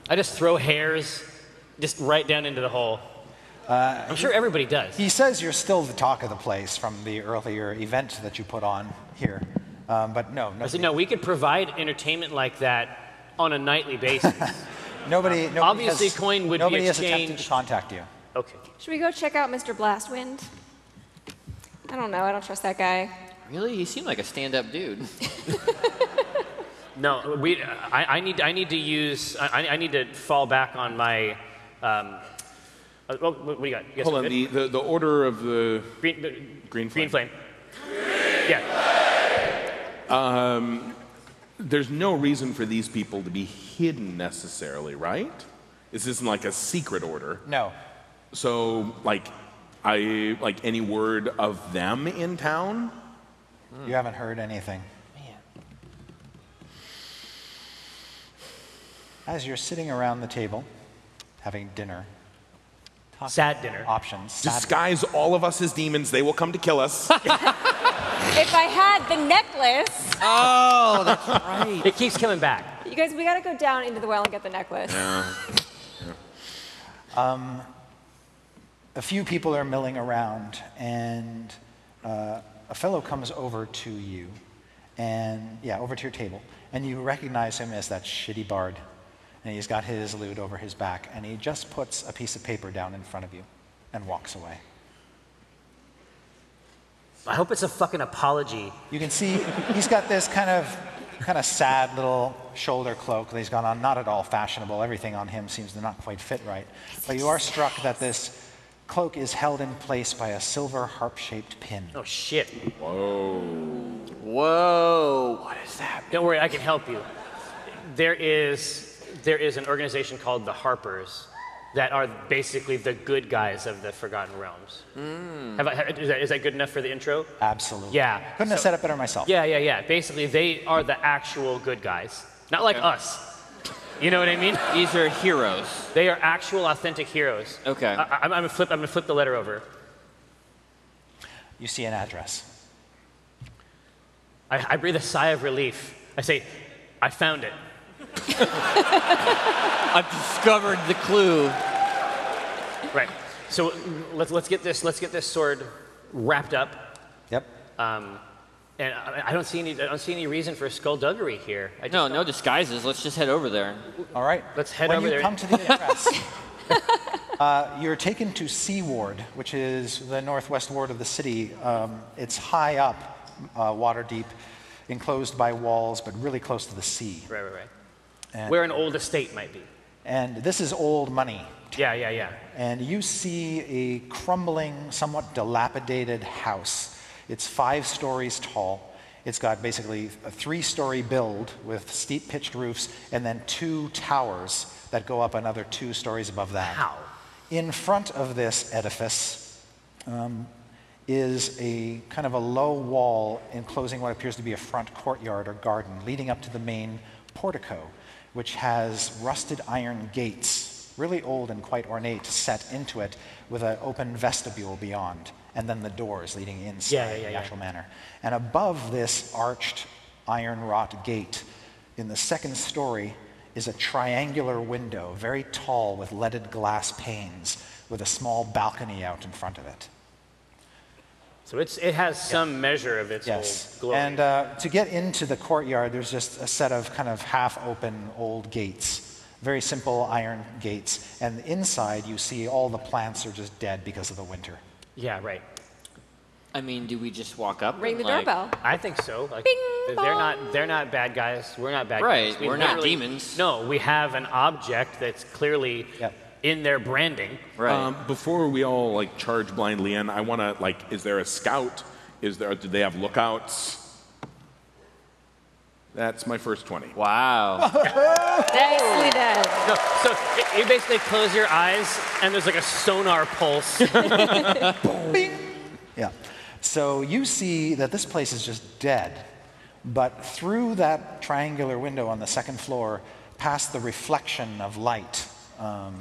I just throw hairs just right down into the hole. I'm sure everybody does.
He says you're still the talk of the place from the earlier event that you put on here, um, but no,
I
nobody,
said, no, we could provide entertainment like that on a nightly basis.
nobody, nobody
um, obviously
has,
coin would be
nobody has attempted to
exchanged.
contact you.
okay.
Should we go check out Mr. Blastwind? I don't know. I don't trust that guy.
Really? He seemed like a stand-up dude.
No, we, I, I, need, I need to use, I, I need to fall back on my, um, uh, well, what do you got? You guys
Hold on.
good?
The, the, the order of the
green, uh,
green flame.
green flame. Yeah.
There's no reason for these people to be hidden necessarily, right? This isn't like a secret order.
No,
So, like, I like any word of them in town.
you haven't heard anything. As you're sitting around the table, having dinner,
Sad dinner.
options. sad-
Disguise all of us as demons. They will come to kill us.
If I had the necklace,
oh, that's right.
It keeps coming back.
you guys, we gotta go down into the well and get the necklace.
a few people are milling around, and uh, a fellow comes over to you, and yeah, over to your table, and you recognize him as that shitty bard, and he's got his lute over his back, and he just puts a piece of paper down in front of you, and walks away.
I hope it's a fucking apology.
You can see he's got this kind of kind of sad little shoulder cloak that he's got on, not at all fashionable. Everything on him seems to not quite fit right. But you are struck that this cloak is held in place by a silver harp-shaped pin.
Oh shit.
Whoa. What is that?
Don't worry, I can help you. There is there is an organization called the Harpers that are basically the good guys of the Forgotten Realms. Have I, uh, is, that, is that good enough for the intro?
Absolutely.
Yeah,
Couldn't have
so-
said it better myself.
Yeah, yeah, yeah. Basically, they are the actual good guys, not like us. You know what I mean?
These are heroes.
They are actual, authentic heroes.
Okay.
I, I, I'm gonna flip. I'm gonna flip the letter over.
You see an address.
I, I breathe a sigh of relief. I say, I found it.
I've discovered the clue.
Right. So let's let's get this let's get this sword wrapped up.
Yep.
Um,
And I, I don't see any. I don't see any reason for skullduggery here. I just
No,
don't-
no disguises. Let's just head over there.
All right.
Let's head
when
over
you
there.
come to the entrance, uh, you're taken to C Ward, which is the northwest ward of the city. Um, it's high up, uh, water deep, enclosed by walls, but really close to the sea.
Right, right, right.
And,
Where an old estate might be.
and this is old money.
Yeah, yeah, yeah.
and you see a crumbling, somewhat dilapidated house. It's five stories tall. It's got basically a three story build with steep pitched roofs and then two towers that go up another two stories above that.
Wow.
In front of this edifice um, is a kind of a low wall enclosing what appears to be a front courtyard or garden leading up to the main portico, which has rusted iron gates, really old and quite ornate, set into it with an open vestibule beyond, and then the doors leading inside
Yeah, yeah, yeah,
the
yeah.
actual manor. And above this arched iron wrought gate, in the second story, is a triangular window, very tall with leaded glass panes, with a small balcony out in front of it.
So it's it has some measure of its
Yes.
old glory.
And uh, to get into the courtyard, there's just a set of kind of half open old gates, very simple iron gates. And inside, you see all the plants are just dead because of the winter.
yeah, right.
I mean, do we just walk up?
Ring
and,
the
like-
doorbell.
I think so. Like,
Bing
they're
bong.
not they're not bad guys. We're not bad
Right,
guys.
we're not
literally-
demons.
No, we have an object that's clearly
Yep.
in their branding.
Right.
Um, before we all like charge blindly in, I want to like, is there a scout? Is there? Do they have lookouts? That's my first twenty.
wow.
Nicely done.
No, so i- you basically close your eyes and there's like a sonar pulse.
Yeah. So you see that this place is just dead, but through that triangular window on the second floor, past the reflection of light um,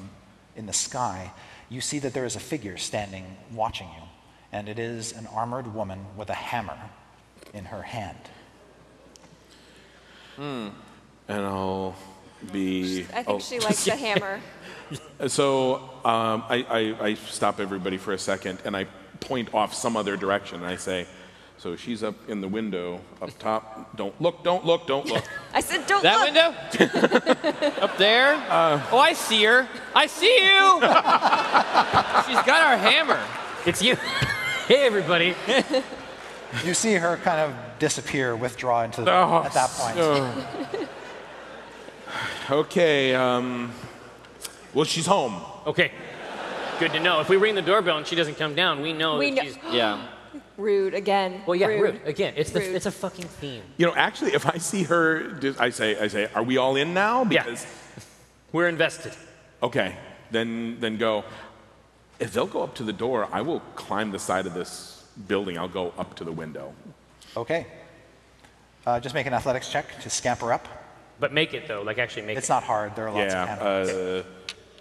in the sky, you see that there is a figure standing watching you, and it is an armored woman with a hammer in her hand.
And I'll be.
I think
oh.
she likes the hammer.
So um, I, I, I stop everybody for a second and I point off some other direction and I say, so she's up in the window up top. Don't look, don't look, don't look.
I said, don't
That
look.
window? Up there? oh, I see her. I see you. She's got our hammer.
it's you. hey everybody.
You see her kind of disappear, withdraw into the,
Oh,
at that point.
so- okay. Um, well, she's home.
Okay. Good to know. If we ring the doorbell and she doesn't come down, we know
We
that
know-
Oh, she's
Yeah.
Rude again.
Well, yeah, rude. Again, it's the,
Rude.
it's a fucking theme.
You know, actually, if I see her, dis- I say, I say, are we all in now?
Yeah.
Because
We're invested.
okay, then then go. If they'll go up to the door, I will climb the side of this building. I'll go up to the window.
Okay. Uh, just make an athletics check to scamper up.
But make it though. Like actually make
It's
it.
not hard. There are lots
yeah,
of animals.
uh,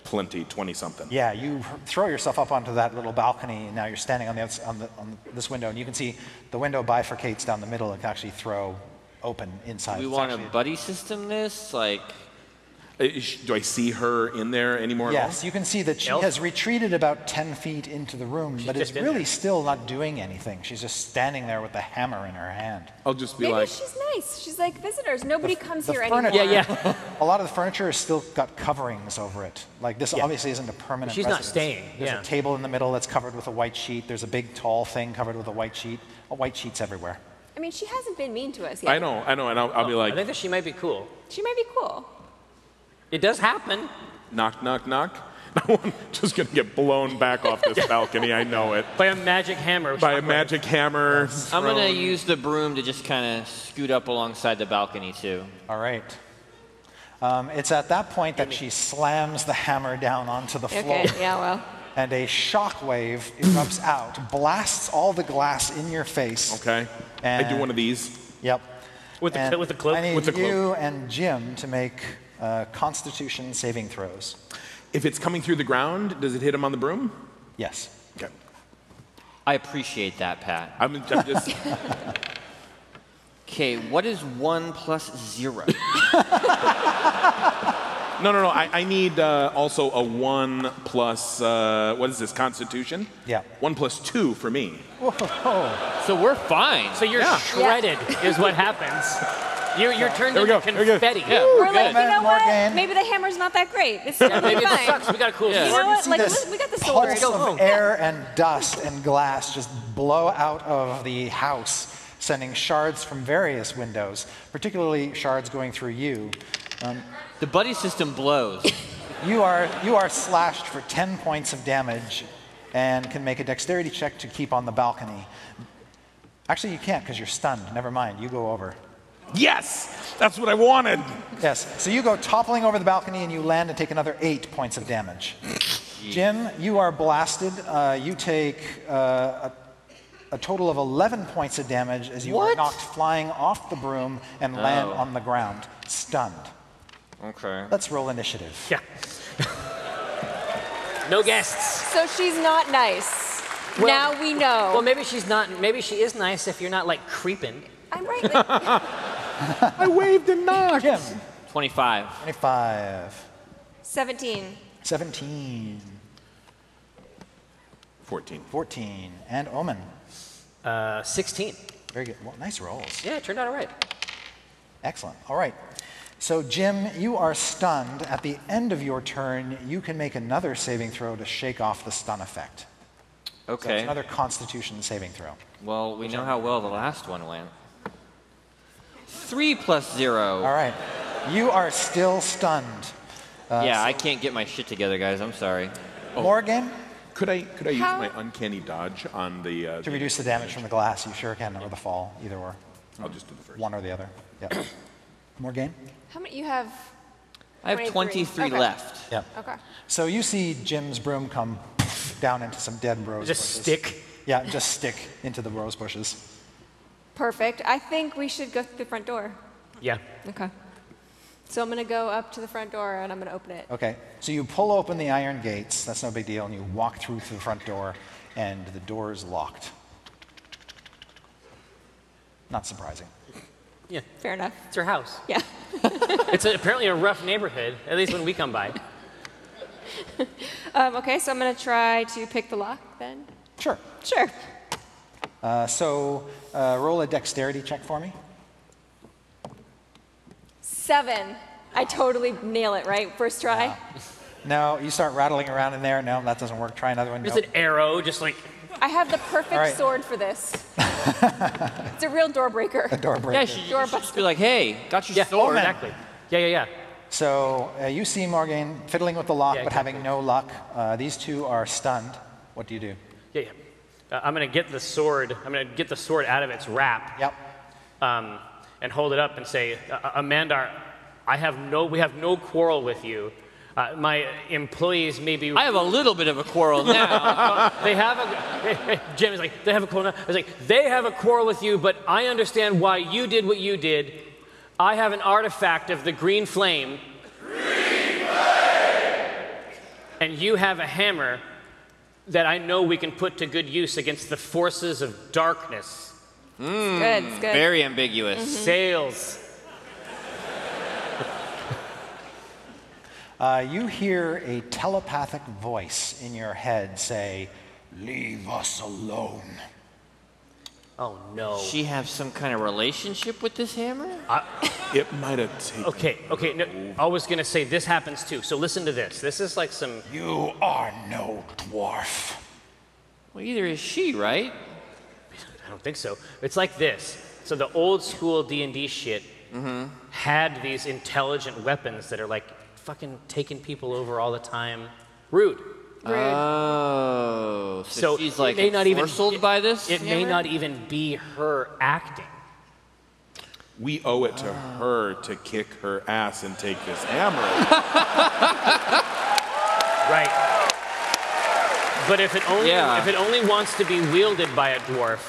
plenty, twenty something.
Yeah, you throw yourself up onto that little balcony, and now you're standing on, the, outs- on, the, on this window, and you can see the window bifurcates down the middle and can actually throw open inside.
We
It's
want to
actually-
buddy system this? Like,
Uh, sh- Do I see her in there anymore? at all?
Yes, you can see that she
Elf?
has retreated about 10 feet into the room, but is
just in
really
there.
still not doing anything. She's just standing there with the hammer in her hand.
I'll just be
Maybe
like,
she's nice. She's like visitors. Nobody comes
the
here
furniture-
anymore.
Yeah,
yeah.
A lot of the furniture has still got coverings over it. Like this obviously isn't a permanent.
She's not
residence.
staying,
There's
yeah.
a table in the middle that's covered with a white sheet. There's a big tall thing covered with a white sheet. Uh, white sheets everywhere.
I mean, she hasn't been mean to us yet.
I know, I know, and I'll, I'll be
I think
like,
that she might be cool.
She might be cool.
It does happen.
knock, knock, knock. I'm just gonna get blown back off this balcony. I know it.
By a magic hammer. which
By
is
a
not
magic hammer.
I'm going to
thrown-
use the broom to just kind of scoot up alongside the balcony, too.
All right. Um, it's at that point that she slams the hammer down onto the floor,
Okay. Yeah. Well.
and a shockwave erupts out, blasts all the glass in your face.
Okay. I do
And-
one of these.
Yep.
With the
And
cl- with the cloak?
I need
With the cloak.
you and Jim to make uh, Constitution saving throws.
If it's coming through the ground, does it hit him on the broom?
Yes.
Okay.
I appreciate that, Pat.
I'm, I'm just.
Okay, what is 1 plus 0?
No, no, no. I, I need uh, also a one plus, uh, what is this, Constitution?
Yeah.
One plus two for me.
Whoa.
So we're fine.
So you're
Yeah.
shredded, is what happens. You, you're turned
There we
into
go, there we go.
confetti.
Yeah,
We're
we're
like,
good.
you know
Morgan.
what? Maybe the hammer's not that great. It's still
Maybe it
fine.
sucks. We got a cool
Yeah.
You
sword.
know what?
see
Like,
this
we got the sword.
pulse of air and dust and glass just blow out of the house, sending shards from various windows, particularly shards going through you.
The buddy system blows.
You are you are slashed for 10 points of damage, and can make a dexterity check to keep on the balcony. Actually, you can't because you're stunned. Never mind. You go over.
Yes! That's what I wanted.
Yes. So you go toppling over the balcony and you land and take another eight points of damage. Jim, you are blasted. Uh, you take uh, a, a total of 11 points of damage as you are
What?
knocked flying off the broom and land on the ground, stunned.
okay.
Let's roll initiative.
Yeah. no guests.
So she's not nice.
Well-
now we know.
Well, maybe she's not. Maybe she is nice if you're not like creeping.
I'm right. Like,
I waved and knocked.
Jim,
25.
25,
17.
17,
14.
14, and Omen.
Uh, 16.
Very good. Well, nice rolls.
Yeah, it turned out all right.
Excellent. All right. So, Jim, you are stunned. At the end of your turn, you can make another saving throw to shake off the stun effect. So it's
Okay.
another constitution saving throw.
Well, we know how well the last one went. Three plus zero.
All right. You are still stunned.
yeah, I can't get my shit together, guys. I'm sorry.
Morgan,
Could I, could I use
How-
my uncanny dodge on the. Uh,
to
the-
reduce the damage from the glass, you sure can, or the fall, either or.
I'll just do the first.
One or the other. Yep. Morgan?
How many? You have.
I have
23.
23
Okay.
left.
Yep.
Okay.
So you see Jim's broom come down into some dead rose
Just
bushes.
stick.
Yeah, just stick into the rose bushes.
Perfect. I think we should go through the front door.
Yeah.
Okay. So I'm gonna go up to the front door and I'm gonna open
Oh.
it.
Okay, so you pull open the iron gates, that's no big deal, and you walk through to the front door, and the door is locked. Not surprising.
Fair enough.
It's her house.
Yeah.
It's a, apparently a rough neighborhood, at least when we come by.
Um, okay. So I'm gonna try to pick the lock then.
Sure.
Sure.
Uh, so uh, roll a dexterity check for me.
Seven. I totally nail it right first try.
No, you start rattling around in there. No, that doesn't work. Try another one.
There's
Nope.
an arrow, just like.
I have the perfect
All right.
sword for this. it's a real door breaker.
Door
Yeah,
breaker.
you should, you
Door
should just
buster.
be like, hey, got your
Yeah,
sword.
exactly. Yeah, yeah, yeah.
So uh, you see Morgan fiddling with the lock,
Yeah,
but having no luck. Uh, these two are stunned. What do you do?
Yeah, yeah. Uh, I'm gonna get the sword. I'm gonna get the sword out of its wrap.
Yep.
Um, and hold it up and say, "Uh, uh, Amandar, I have no. We have no quarrel with you. Uh, my employees may be.
I have a little bit of a quarrel now.
they have a Jim is like they have a quarrel. now." I was like they have a quarrel with you, but I understand why you did what you did. I have an artifact of the green flame. Green flame. And you have a hammer that I know we can put to good use against the forces of darkness.
good.
Hmm.
It's good.
Very ambiguous.
Sails.
Uh, you hear a telepathic voice in your head say, Leave us alone.
Oh no.
She have some kind of relationship with this hammer?
It might have taken.
Okay, okay. No, I was gonna say this happens too. So listen to this. This is like some.
You are no dwarf.
Well, either is she, right?
I don't think so. It's like this. So the old school D and D shit had these intelligent weapons that are like fucking taking people over all the time. Rude.
Rude.
Uh,
Oh, so,
So
she's
it
like
may not even
ensorcelled by this.
It may
hammer?
not even be her acting.
We owe it to her to kick her ass and take this hammer.
Right. But if it only
Yeah.
if it only wants to be wielded by a dwarf,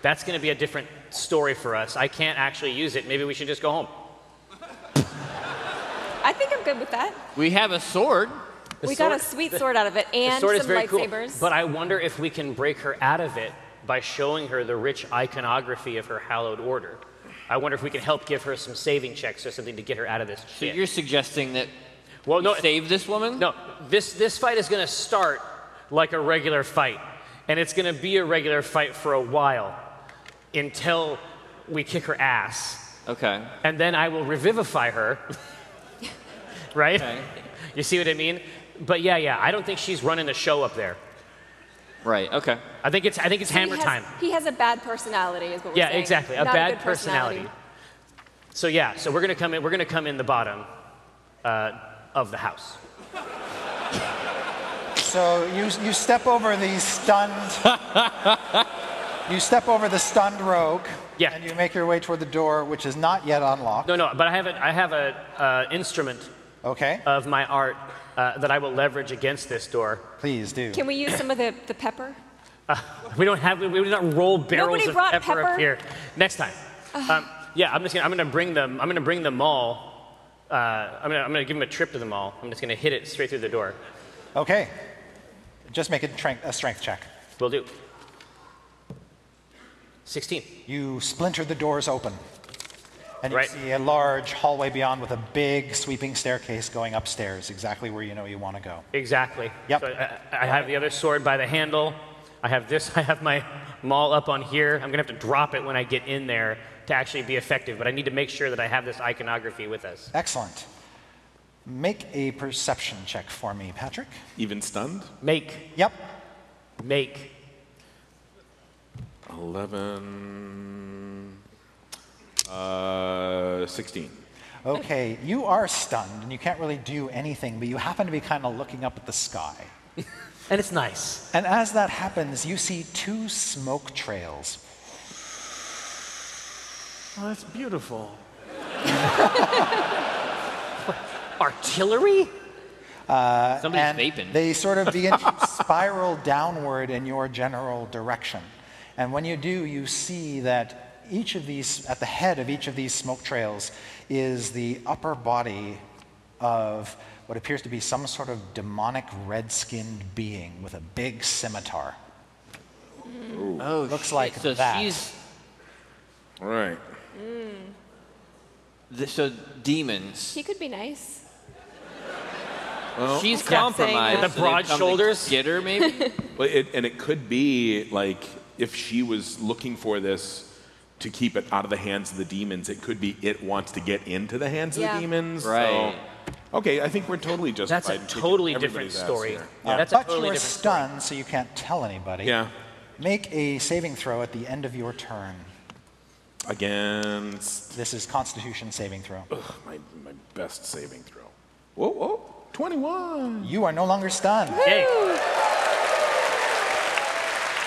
that's going to be a different story for us. I can't actually use it. Maybe we should just go home.
I think I'm good with that.
We have a sword.
we got a
sword-
sweet sword out of it
The
and
sword is
some
very cool,
lightsabers.
but I wonder if we can break her out of it by showing her the rich iconography of her hallowed order. I wonder if we can help give her some saving checks or something to get her out of this
So
shit.
you're suggesting that
Well, no,
Save this woman?
no. This this fight is going to start like a regular fight, and it's going to be a regular fight for a while, until we kick her ass.
Okay.
and then I will revivify her. right?
Okay.
You see what I mean? But yeah, yeah, I don't think she's running the show up there.
Right. Okay.
I think it's I think it's hammer
he has,
time.
He has a bad personality, is what we're
Yeah,
saying.
exactly. A
Not
bad
good
personality. So yeah, so we're gonna come in we're gonna come in the bottom uh, of the house.
So you, you step over the stunned. you step over the stunned rogue.
Yeah.
And you make your way toward the door, which is not yet unlocked.
No, no, but I have a I have a uh, instrument
Okay.
of my art uh, that I will leverage against this door.
Please do.
Can we use some of the, the pepper?
We don't have. We do not roll barrels
Nobody
of
brought
pepper, up
pepper?
here. Next time. Um, yeah, I'm just gonna. I'm gonna bring them. I'm gonna bring the mall. Uh, I'm gonna. I'm gonna give them a trip to the mall. I'm just gonna hit it straight through the door.
Okay. Just make a, tran- a strength check.
Will do. 16.
You splinter the doors open. And you
Right.
see a large hallway beyond with a big sweeping staircase going upstairs, exactly where you know you want to go.
Exactly.
Yep.
So uh, I, I have the other sword by the handle. I have this. I have my maul up on here. I'm gonna have to drop it when I get in there to actually be effective. But I need to make sure that I have this iconography with us.
Excellent. Make a perception check for me, Patrick.
Even stunned?
Make.
Yep.
Make.
11. Uh, 16.
Okay, you are stunned and you can't really do anything, but you happen to be kind of looking up at the sky.
And it's nice.
And as that happens, you see two smoke trails.
Oh, that's beautiful.
Artillery.
Somebody's
Uh, and
vaping.
They sort of begin to spiral downward in your general direction. And when you do, you see that each of these, at the head of each of these smoke trails, is the upper body of what appears to be some sort of demonic red skinned being with a big scimitar.
oh,
Looks like
so
that.
she's
All right.
th- so demons. Oh.
She could be nice.
she's
saying
compromised.
that.
so
The broad
they've come to
shoulders?
Get her maybe.
Well, it, and it could be like if she was looking for this to keep it out of the hands of the demons, it could be it wants to get into the hands of
Yeah.
the demons.
Right.
So, okay, I think we're totally justified.
That's a
in kicking
totally different
everybody's ass
story.
here.
Uh,
That's a
but
totally
you are
different story.
stunned, so you can't tell anybody.
Yeah.
Make a saving throw at the end of your turn.
Against
This is Constitution saving throw.
ugh, my, my best saving throw. Whoa, whoa, 21.
You are no longer stunned.
Okay.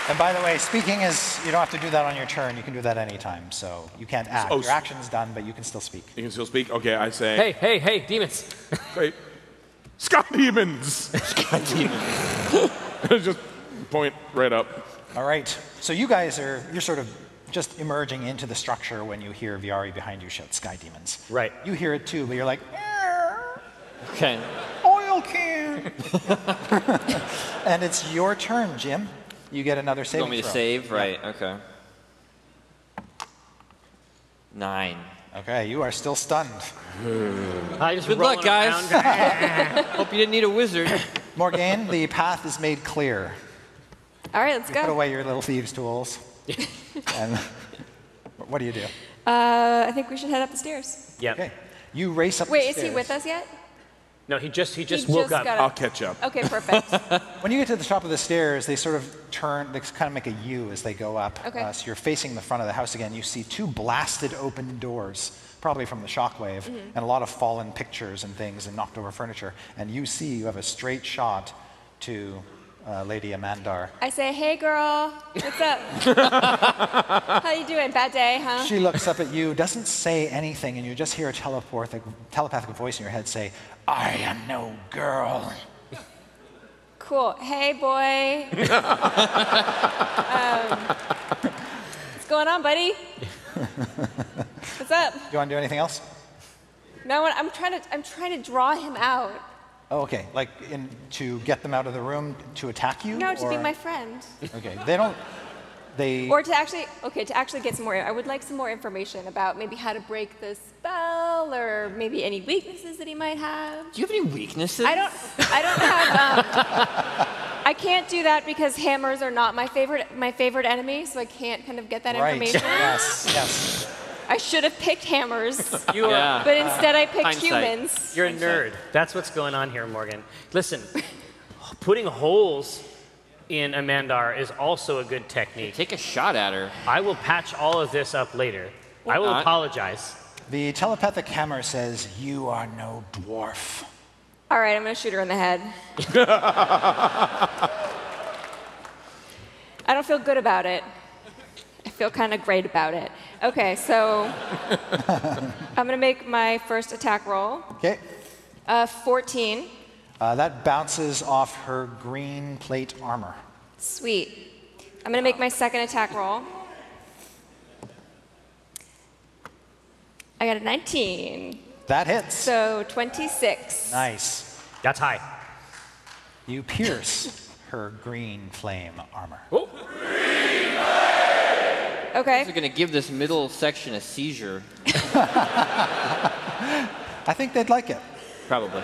And by the way, speaking is, you don't have to do that on your turn. You can do that anytime. So you can't act.
Oh,
your
s-
action's done, but you can still speak.
You can still speak? Okay, I say.
Hey, hey, hey, demons.
Wait. Sky demons! Sky demons. Just point right up.
All right. So you guys are, you're sort of just emerging into the structure when you hear Viari behind you shout Sky Demons.
Right.
You hear it too, but you're like, "Err,
okay.
oil can. and it's your turn, Jim. You get another
You
saving
want me to
throw.
save? Right. Okay. Nine.
Okay, you are still stunned.
I just
Good
rolling
luck, guys.
around.
Hope you didn't need a wizard.
Morgane, the path is made clear.
All right, let's
You
go.
put away your little thieves' tools. and what do you do?
Uh, I think we should head up the stairs.
Yep.
Okay. You race up
Wait,
the
is he
stairs.
with us yet?
No, he just he just
he
woke
just
up.
Got
I'll
up.
catch up.
Okay, perfect.
When you get to the top of the stairs, they sort of turn, they kind of make a U as they go up. Uh,
Okay.
so you're facing the front of the house again. You see two blasted open doors, probably from the shockwave,
Mm-hmm.
and a lot of fallen pictures and things and knocked over furniture. And you see you have a straight shot to uh, Lady Amandar.
I say, hey, girl, what's up? How you doing? Bad day, huh?
She looks up at you, doesn't say anything, and you just hear a telepathic, telepathic voice in your head say, I am no girl.
Cool. Hey, boy. um, what's going on, buddy? What's up?
Do you want to do anything else?
No, I'm trying to. I'm trying to draw him out.
Oh, okay. Like in, to get them out of the room to attack you?
No, to be
or-
my friend.
Okay. They don't. They
Or to actually, okay, to actually get some more, I would like some more information about maybe how to break the spell or maybe any weaknesses that he might have.
Do you have any weaknesses?
I don't, I don't have, um, I can't do that because hammers are not my favorite, my favorite enemy, so I can't kind of get that
right.
information.
Yes, yes.
I should have picked hammers,
You are.
Yeah.
but instead I picked
Hindsight.
humans.
You're a nerd. That's what's going on here, Morgan. Listen, putting holes in a mandar is also a good technique.
Take a shot at her.
I will patch all of this up later. I will
not.
apologize.
The telepathic hammer says, "You are no dwarf."
All right, I'm gonna shoot her in the head. I don't feel good about it. I feel kind of great about it. Okay, so I'm gonna make my first attack roll.
Okay.
Uh, 14.
Uh, that bounces off her green plate armor.
Sweet. I'm gonna make my second attack roll. I got a 19,
That hits.
so 26.
Nice.
That's high.
You pierce her green flame armor.
They're
Okay.
gonna give this middle section a seizure.
I think they'd like it.
Probably.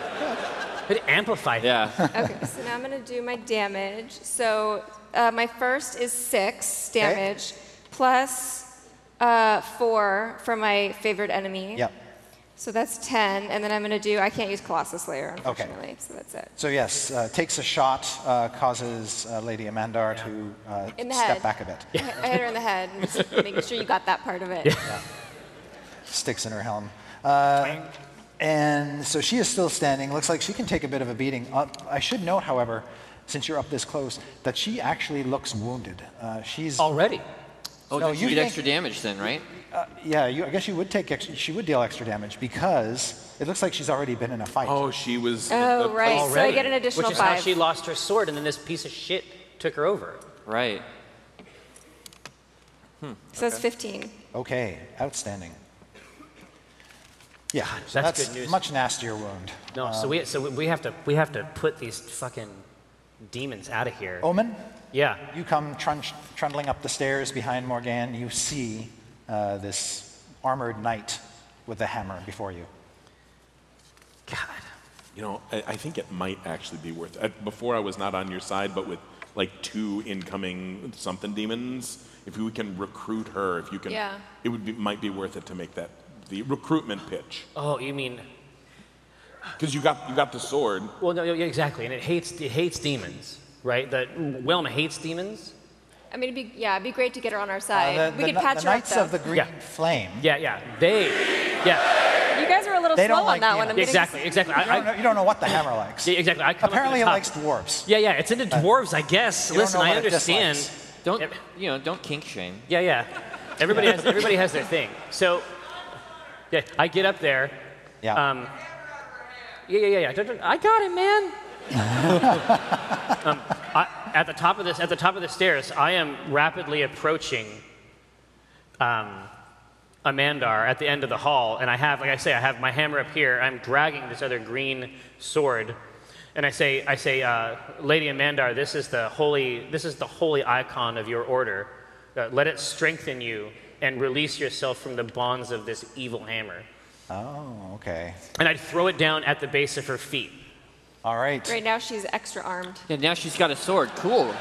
It amplified.
Yeah.
Okay, so now I'm gonna do my damage. So uh, my first is six damage, plus uh, four for my favorite enemy.
Yep.
So that's 10, and then I'm gonna do, I can't use Colossus Slayer, unfortunately, so that's it.
So yes, uh, takes a shot, uh, causes uh, Lady Amandar to uh,
In the
step
head.
back a bit.
I I hit her in the head, and just making sure you got that part of it.
Sticks in her helm. Uh, and so she is still standing. Looks like she can take a bit of a beating. Uh, I should note, however, since you're up this close, that she actually looks wounded. Uh, she's
Already.
Oh,
No,
no,
you
you did
think-
extra damage then, right?
yeah. You, I guess you would take extra, she would deal extra damage because it looks like she's already been in a fight.
Oh, she was. in
Oh,
the
right.
place-
So I get an additional
Which is
five.
how she lost her sword, and then this piece of shit took her over.
Right.
So that's 15.
Okay, outstanding. Yeah, so
that's
that's,
good news.
much nastier wound.
No,
Um,
so we so we have to we have to put these fucking demons out of here.
Omen,
Yeah.
you come trunch, trundling up the stairs behind Morgan. You see uh, this armored knight with the hammer before you.
God.
You know, I, I think it might actually be worth. I, before I was not on your side, but with like two incoming something demons, if we can recruit her, if you can,
Yeah.
it would be might be worth it to make that the recruitment pitch
Oh, you mean?
because you got you got the sword.
Well, no, yeah, exactly. And it hates it hates demons, right? The Whelm hates demons.
I mean, it'd be, yeah, it'd be great to get her on our
Uh,
side.
the,
we
the
could
kn-
patch
the
her up,
knights
though.
of the green
Yeah.
flame.
Yeah, yeah. They. Yeah.
you guys are a little
They
slow
don't
on
like
that
the
one. I'm
enemy.
getting-
Exactly. Exactly.
You
I,
don't, know,
I,
you don't know what the hammer likes.
yeah, exactly. I come up to
Apparently,
the
it
top.
likes dwarves.
Yeah, yeah. It's into dwarves, I guess.
Uh, don't
Listen,
know
I
what it
understand.
dislikes.
Don't
Yep.
you know? Don't kink shame.
Yeah, yeah. Everybody has everybody has their thing. So, yeah, I get up there.
Yeah.
Um, yeah, yeah, yeah, yeah. I got it, man. um, I, at the top of this, at the top of the stairs, I am rapidly approaching um, Amandar at the end of the hall, and I have, like I say, I have my hammer up here. I'm dragging this other green sword, and I say, I say, uh, Lady Amandar, this is the holy, this is the holy icon of your order. Uh, let it strengthen you and release yourself from the bonds of this evil hammer.
oh, okay.
And I'd throw it down at the base of her feet.
All right.
Right now, she's extra armed.
Yeah, now she's got a sword. Cool.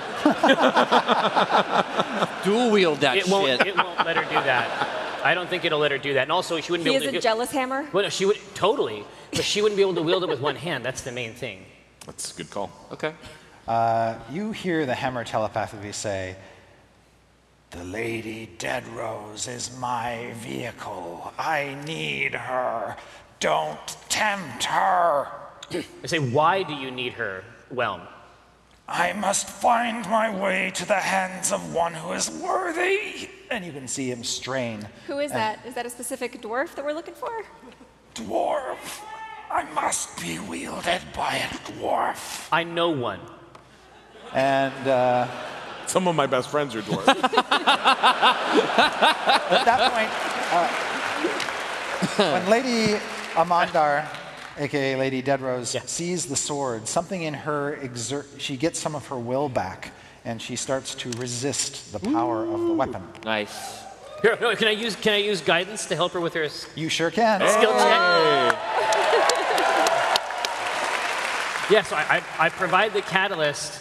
Dual wield that
It won't,
shit.
it won't let her do that. I don't think it'll let her do that. And also, she wouldn't
He
be
is
able to.
a
do-
jealous hammer.
Well, no, she would totally, but she wouldn't be able to wield it with one hand. That's the main thing.
That's a good call.
Okay.
You hear the hammer telepathically say, The Lady Dead Rose is my vehicle. I need her. Don't tempt her.
I say, why do you need her, Whelm?
I must find my way to the hands of one who is worthy. And you can see him strain.
Who is that? Is that a specific dwarf that we're looking for?
Dwarf, I must be wielded by a dwarf.
I know one.
And uh,
Some of my best friends are dwarves.
at that point, uh, when Lady Amandar, aka Lady Deadrose,
Yeah.
sees the sword, something in her exert, she gets some of her will back and she starts to resist the power of the weapon.
Nice.
Here, no, can I use can I use guidance to help her with her s-
You sure can.
skill check? yeah, so I, I, I provide the catalyst,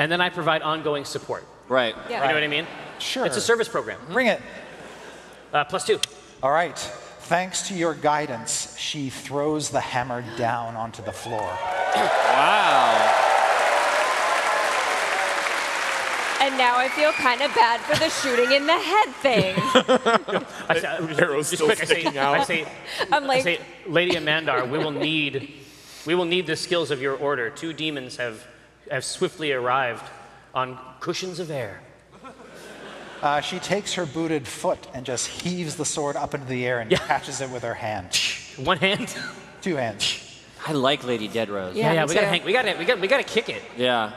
and then I provide ongoing support.
Right.
Yeah.
You know what I mean?
Sure.
It's a service program.
Bring it.
Uh, plus two.
All right. Thanks to your guidance, she throws the hammer down onto the floor.
Wow.
And now I feel kind of bad for the shooting in the head thing.
I say, uh,
arrow's
just
still
quick, I say,
sticking out.
I say,
I'm
I
like,
say, Lady Amandar, we will need, we will need the skills of your order. Two demons have, have swiftly arrived on cushions of air.
Uh, she takes her booted foot and just heaves the sword up into the air and
Yeah.
catches it with her hand.
One hand.
Two hands.
I like Lady Dead Rose.
yeah, me
we gotta
too.
hang, we gotta, we gotta, we gotta kick it.
Yeah.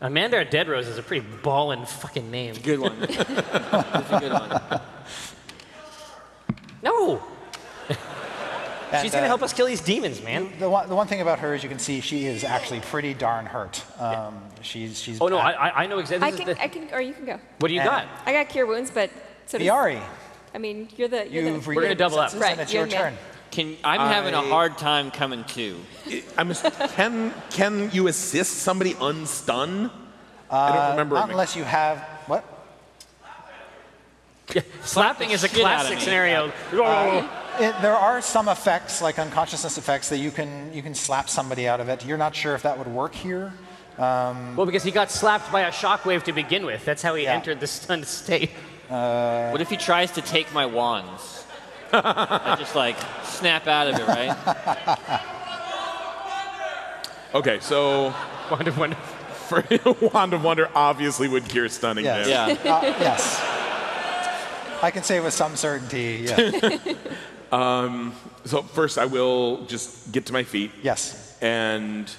Amandar Dead Rose is a pretty ballin' fucking name.
Good one. That's a good one.
No,
And,
she's gonna
uh,
help us kill these demons, man.
The one, the one thing about her is you can see she is actually pretty darn hurt. Um, she's, she's.
Oh no, I, I- I know exactly.
I
This is
can,
the-
I can, or you can go.
what do you
and-
got?
I got cure wounds, but so does,
Biari,
I mean, you're the. You're
you've
the,
gonna
regained
double up.
senses,
Right,
and it's
you're
your
the
turn.
man.
Can I'm having a
I-
hard time coming to.
I must, can, can you assist somebody unstun? I don't remember. it
Uh, Not
ma-
unless you have what?
Slapping is a
shit out of
classic
me.
scenario.
It, there are some effects, like unconsciousness effects, that you can you can slap somebody out of it. You're not sure if that would work here.
Um, well, because he got slapped by a shockwave to begin with. That's how he
Yeah.
entered the stunned state.
What if he tries to take my wands? I just like snap out of it, right?
Okay, so
Wonder, wonder.
for Wand of Wonder obviously would cure stunning
Yes.
them.
Yeah.
Uh, yes. I can say with some certainty. Yes.
So first I will just get to my feet.
yes.
And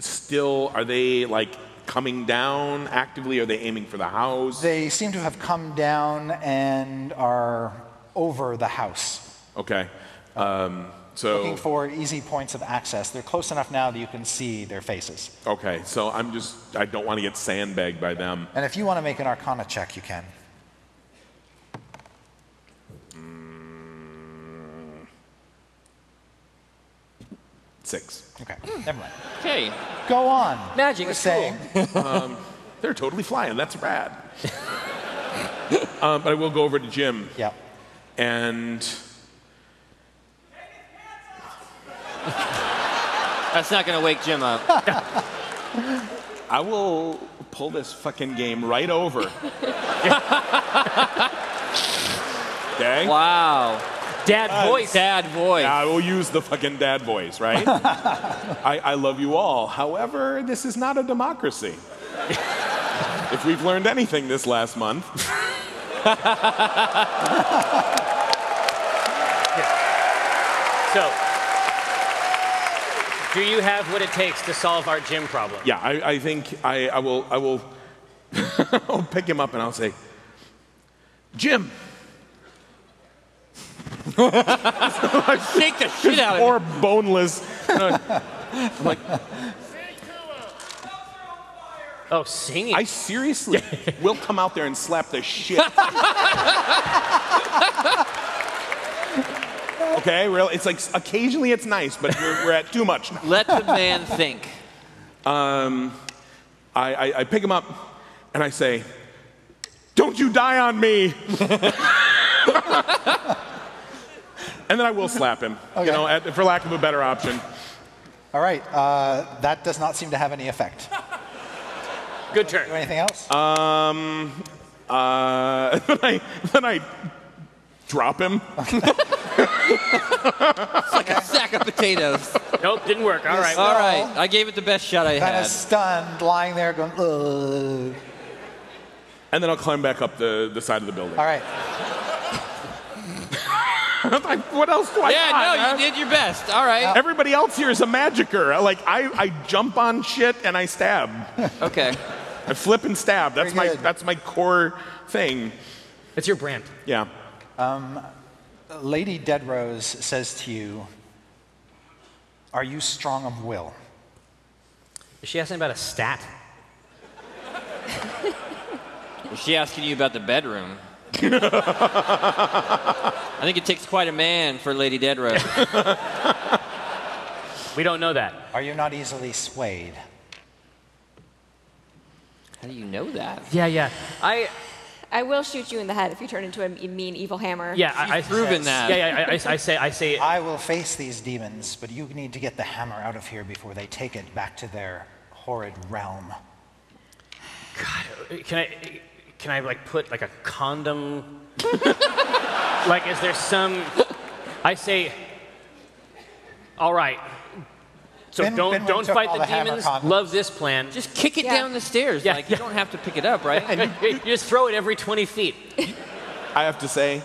still, are they like coming down actively? Are they aiming for the house?
They seem to have come down and are over the house,
okay. Um, so
Oh.
looking for easy points of access. They're close enough now that you can see their faces.
okay. So I'm just I don't want to get sandbagged by them.
And if you want to make an Arcana check, you can.
Six.
Okay. Hmm. Never mind.
Okay.
Go on.
Magic
We're
is cool.
saying
They're totally flying. That's rad. um, but I will go over to Jim
yeah.
and
That's not gonna wake Jim up.
I will pull this fucking game right over. okay.
Wow.
Dad voice.
Sad voice.
I will use the fucking dad voice, right? I, I love you all. However, this is not a democracy. if we've learned anything this last month,
So, do you have what it takes to solve our gym problem?
yeah, I, I think I, I will. I will. I'll pick him up and I'll say, Jim,
Shake the shit out of
or boneless.
Oh, singing.
I seriously will come out there and slap the shit. okay, really? It's like occasionally it's nice, but we're, we're at too much.
me. Let the man think.
Um, I, I, I pick him up and I say, Don't you die on me! and then I will slap him,
Okay.
you know, at, for lack of a better option.
All right. Uh, that does not seem to have any effect.
Good turn.
Do anything else?
Um, uh, then, I, then I drop him.
Sack of potatoes.
Nope, didn't work. All right.
All right. I gave it the best shot I
kind of
had.
stunned, lying there, going. Ugh.
And then I'll climb back up the, the side of the building.
All right.
what else do I got,
Yeah,
huh?
no, you did your best. All right.
Everybody else here is a magicker. Like I, I jump on shit and I stab.
Okay.
I flip and stab. That's
Very
my
good.
that's my core thing.
It's your brand.
Yeah.
Lady Deadrose says to you, "Are you strong of will?"
Is she asking about a stat?
Was she asking you about the bedroom? I think it takes quite a man for Lady Dead Road.
We don't know that.
Are you not easily swayed?
How do you know that?
Yeah, yeah. I
I will shoot you in the head if you turn into a mean evil hammer.
yeah. I, I've
proven that.
Yeah, yeah. I, I, I say I say
I will face these demons, but you need to get the hammer out of here before they take it back to their horrid realm.
Can I, can I like put like a condom? like, is there some? I say, all right. So
Ben-
don't
Ben went
don't
and took
fight
all
the,
the hammer
demons.
condoms.
Love this plan. Just
Just kick it
Yeah.
down the stairs.
Yeah,
like
yeah.
you don't have to pick it up, right?
you just throw it every 20 feet.
I have to say,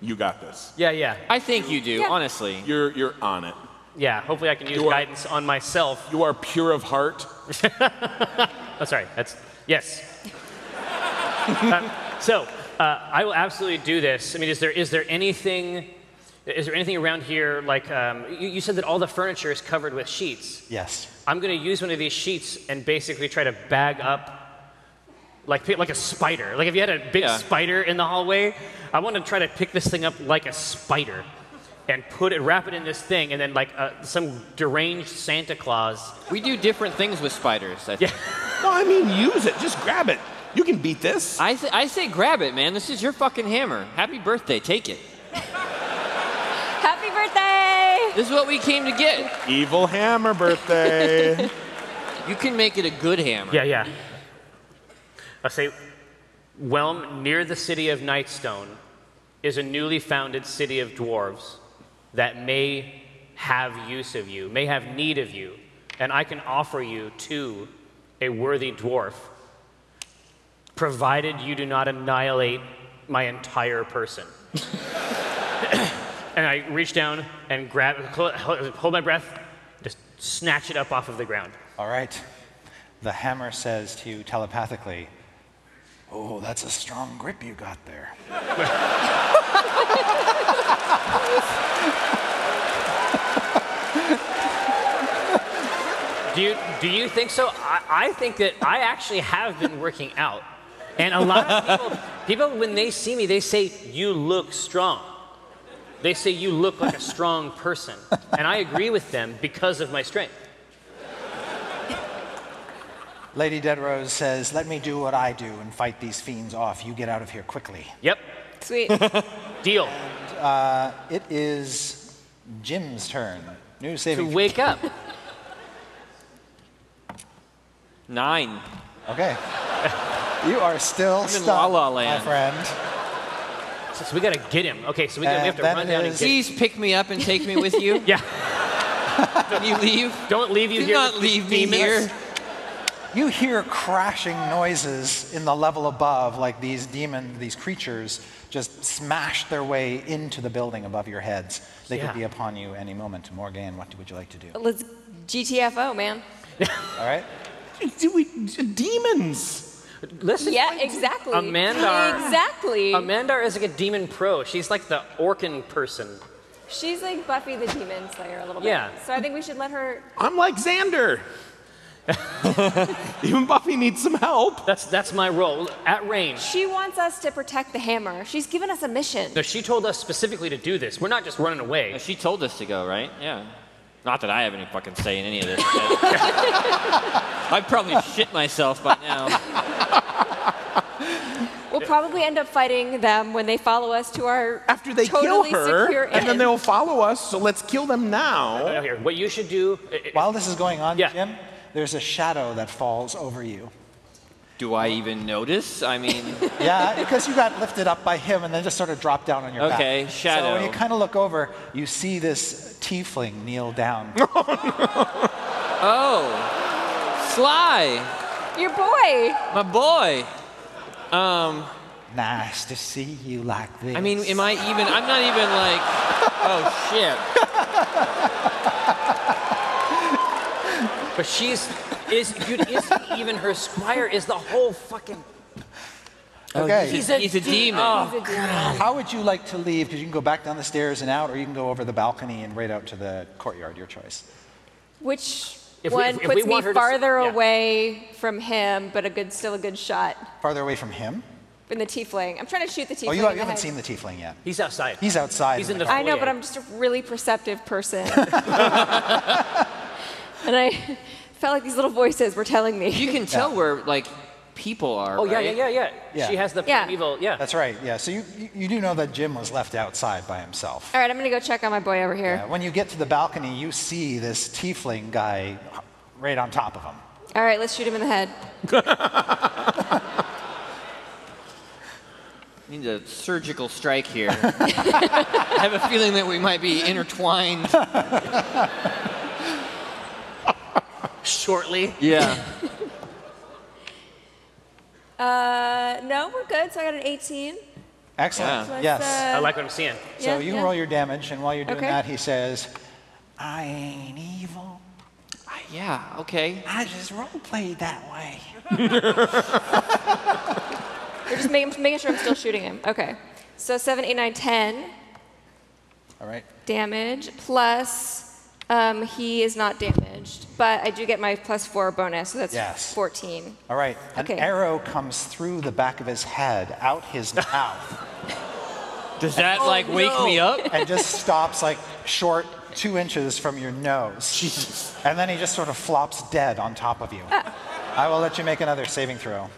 you got this.
Yeah, yeah,
I think you do,
Yeah.
honestly.
You're you're on it.
yeah. Hopefully, I can use
You are-
guidance on myself.
You are pure of heart.
Oh, sorry. That's yes. Uh, so uh, I will absolutely do this. I mean, is there is there anything? Is there anything around here like um, you, you said that all the furniture is covered with sheets?
Yes.
I'm going to use one of these sheets and basically try to bag up, like like a spider. Like if you had a big
Yeah.
spider in the hallway, I want to try to pick this thing up like a spider, and put it, wrap it in this thing, and then like uh, some deranged Santa Claus.
We do different things with spiders. I,
Yeah.
think.
No, I mean use it. Just grab it. You can beat this.
I, th- I say grab it, man. This is your fucking hammer. Happy birthday. Take it.
Happy birthday!
This is what we came to get.
Evil hammer birthday.
You can make it a good hammer.
Yeah, yeah. I say, Whelm near the city of Nightstone is a newly founded city of dwarves that may have use of you, may have need of you, and I can offer you to a worthy dwarf, provided you do not annihilate my entire person. and I reach down and grab, hold my breath, just snatch it up off of the ground.
All right. The hammer says to you telepathically, Oh, that's a strong grip you got there.
Do you, do you think so? I, I think that I actually have been working out. And a lot of people, people, when they see me, they say, You look strong. They say, You look like a strong person. And I agree with them because of my strength.
Lady Deadrose says, Let me do what I do and fight these fiends off. You get out of here quickly.
Yep,
Sweet.
deal.
It is Jim's turn. New
To
saving.
wake up.
Nine.
okay. You are still
in
stuck,
La La
my
Land.
friend.
So, so we gotta get him. Okay, so we, gotta,
And
we have to
that
run down
is-
and get
Please pick me up and take me with you.
Yeah,
Can you leave?
don't leave you
Do
here.
not
with these
leave me
demons.
here.
You hear crashing noises in the level above, like these demon, these creatures just smash their way into the building above your heads. They
Yeah.
could be upon you any moment. Morgan, what would you like to
Oh.
do?
Let's GTFO, man.
All right.
Do we uh, demons?
Listen,
Yeah, exactly.
Amanda.
Exactly.
Amanda is like a demon pro. She's like the Orkin person.
She's like Buffy the Demon Slayer a little bit.
Yeah.
So I think we should let her.
I'm like Xander. Even Buffy needs some help.
That's, that's my role. At range.
She wants us to protect the hammer. She's given us a mission.
No, she told us specifically to do this. We're not just running away.
She told us to go, right? Yeah. Not that I have any fucking say in any of this. shit. I'd probably shit myself by now.
We'll probably end up fighting them when they follow us to our
After they
totally
kill her,
secure
and then
inn.
they'll follow us. So let's kill them
Right
now.
out here. What you should do. uh, i- i-
While this is going on,
Yeah.
Jim, there's a shadow that falls over you.
Do I even notice? I mean,
Yeah, because you got lifted up by him and then just sort of dropped down on your back.
Okay,
So when
shadow.
you kind of look over, you see this tiefling kneel down.
oh, Sly,
Your boy.
my boy. Um,
nice to see you like this.
I mean, am I even? I'm not even like. Oh shit.
But she's is dude is even her squire is the whole fucking. Oh,
okay.
He's a, he's a demon.
Oh,
How would you like to leave? Because you can go back down the stairs and out, or you can go over the balcony and right out to the courtyard, your choice.
Which
If
One
we, if, if we
puts me
want her to s-
farther
yeah.
away from him, but a good, still a good shot.
Farther away from him?
In the tiefling. I'm trying to shoot the tiefling.
Oh, you,
in
you
the
haven't seen
head.
the tiefling yet.
He's outside.
He's outside.
He's in the.
I know,
foyer.
but I'm just a really perceptive person. and I felt like these little voices were telling me.
You can tell where like people are.
Oh yeah,
right?
yeah, yeah, yeah,
Yeah.
She has the
Yeah.
primeval. Yeah.
That's right, yeah. So you, you, you do know that Jim was left outside by himself.
All right, I'm gonna go check on my boy over here.
Yeah, when you get to the balcony, you see this tiefling guy right on top of him.
All right, let's shoot him in the head.
Need a surgical strike here. I have a feeling that we might be intertwined.
Shortly.
Yeah.
Uh, no, we're good. So I got an 18.
Excellent.
So I
Uh, Yes.
said-
I like what I'm seeing.
yeah,
so you can
yeah.
roll your damage, and while you're doing
Okay.
that, he says, I ain't evil.
Yeah. Okay.
I just roleplayed that way.
We're just making, making sure I'm still shooting him. Okay. So 7, 8, 9, 10
All right.
damage, plus um, he is not damaged, but I do get my plus 4 bonus, so that's
Yes.
14.
All right. An
Okay.
arrow comes through the back of his head, out his mouth,
Does that like wake me up?
and just stops like short two inches from your nose. Jesus. And then he just sort of flops dead on top of you. I will let you make another saving throw.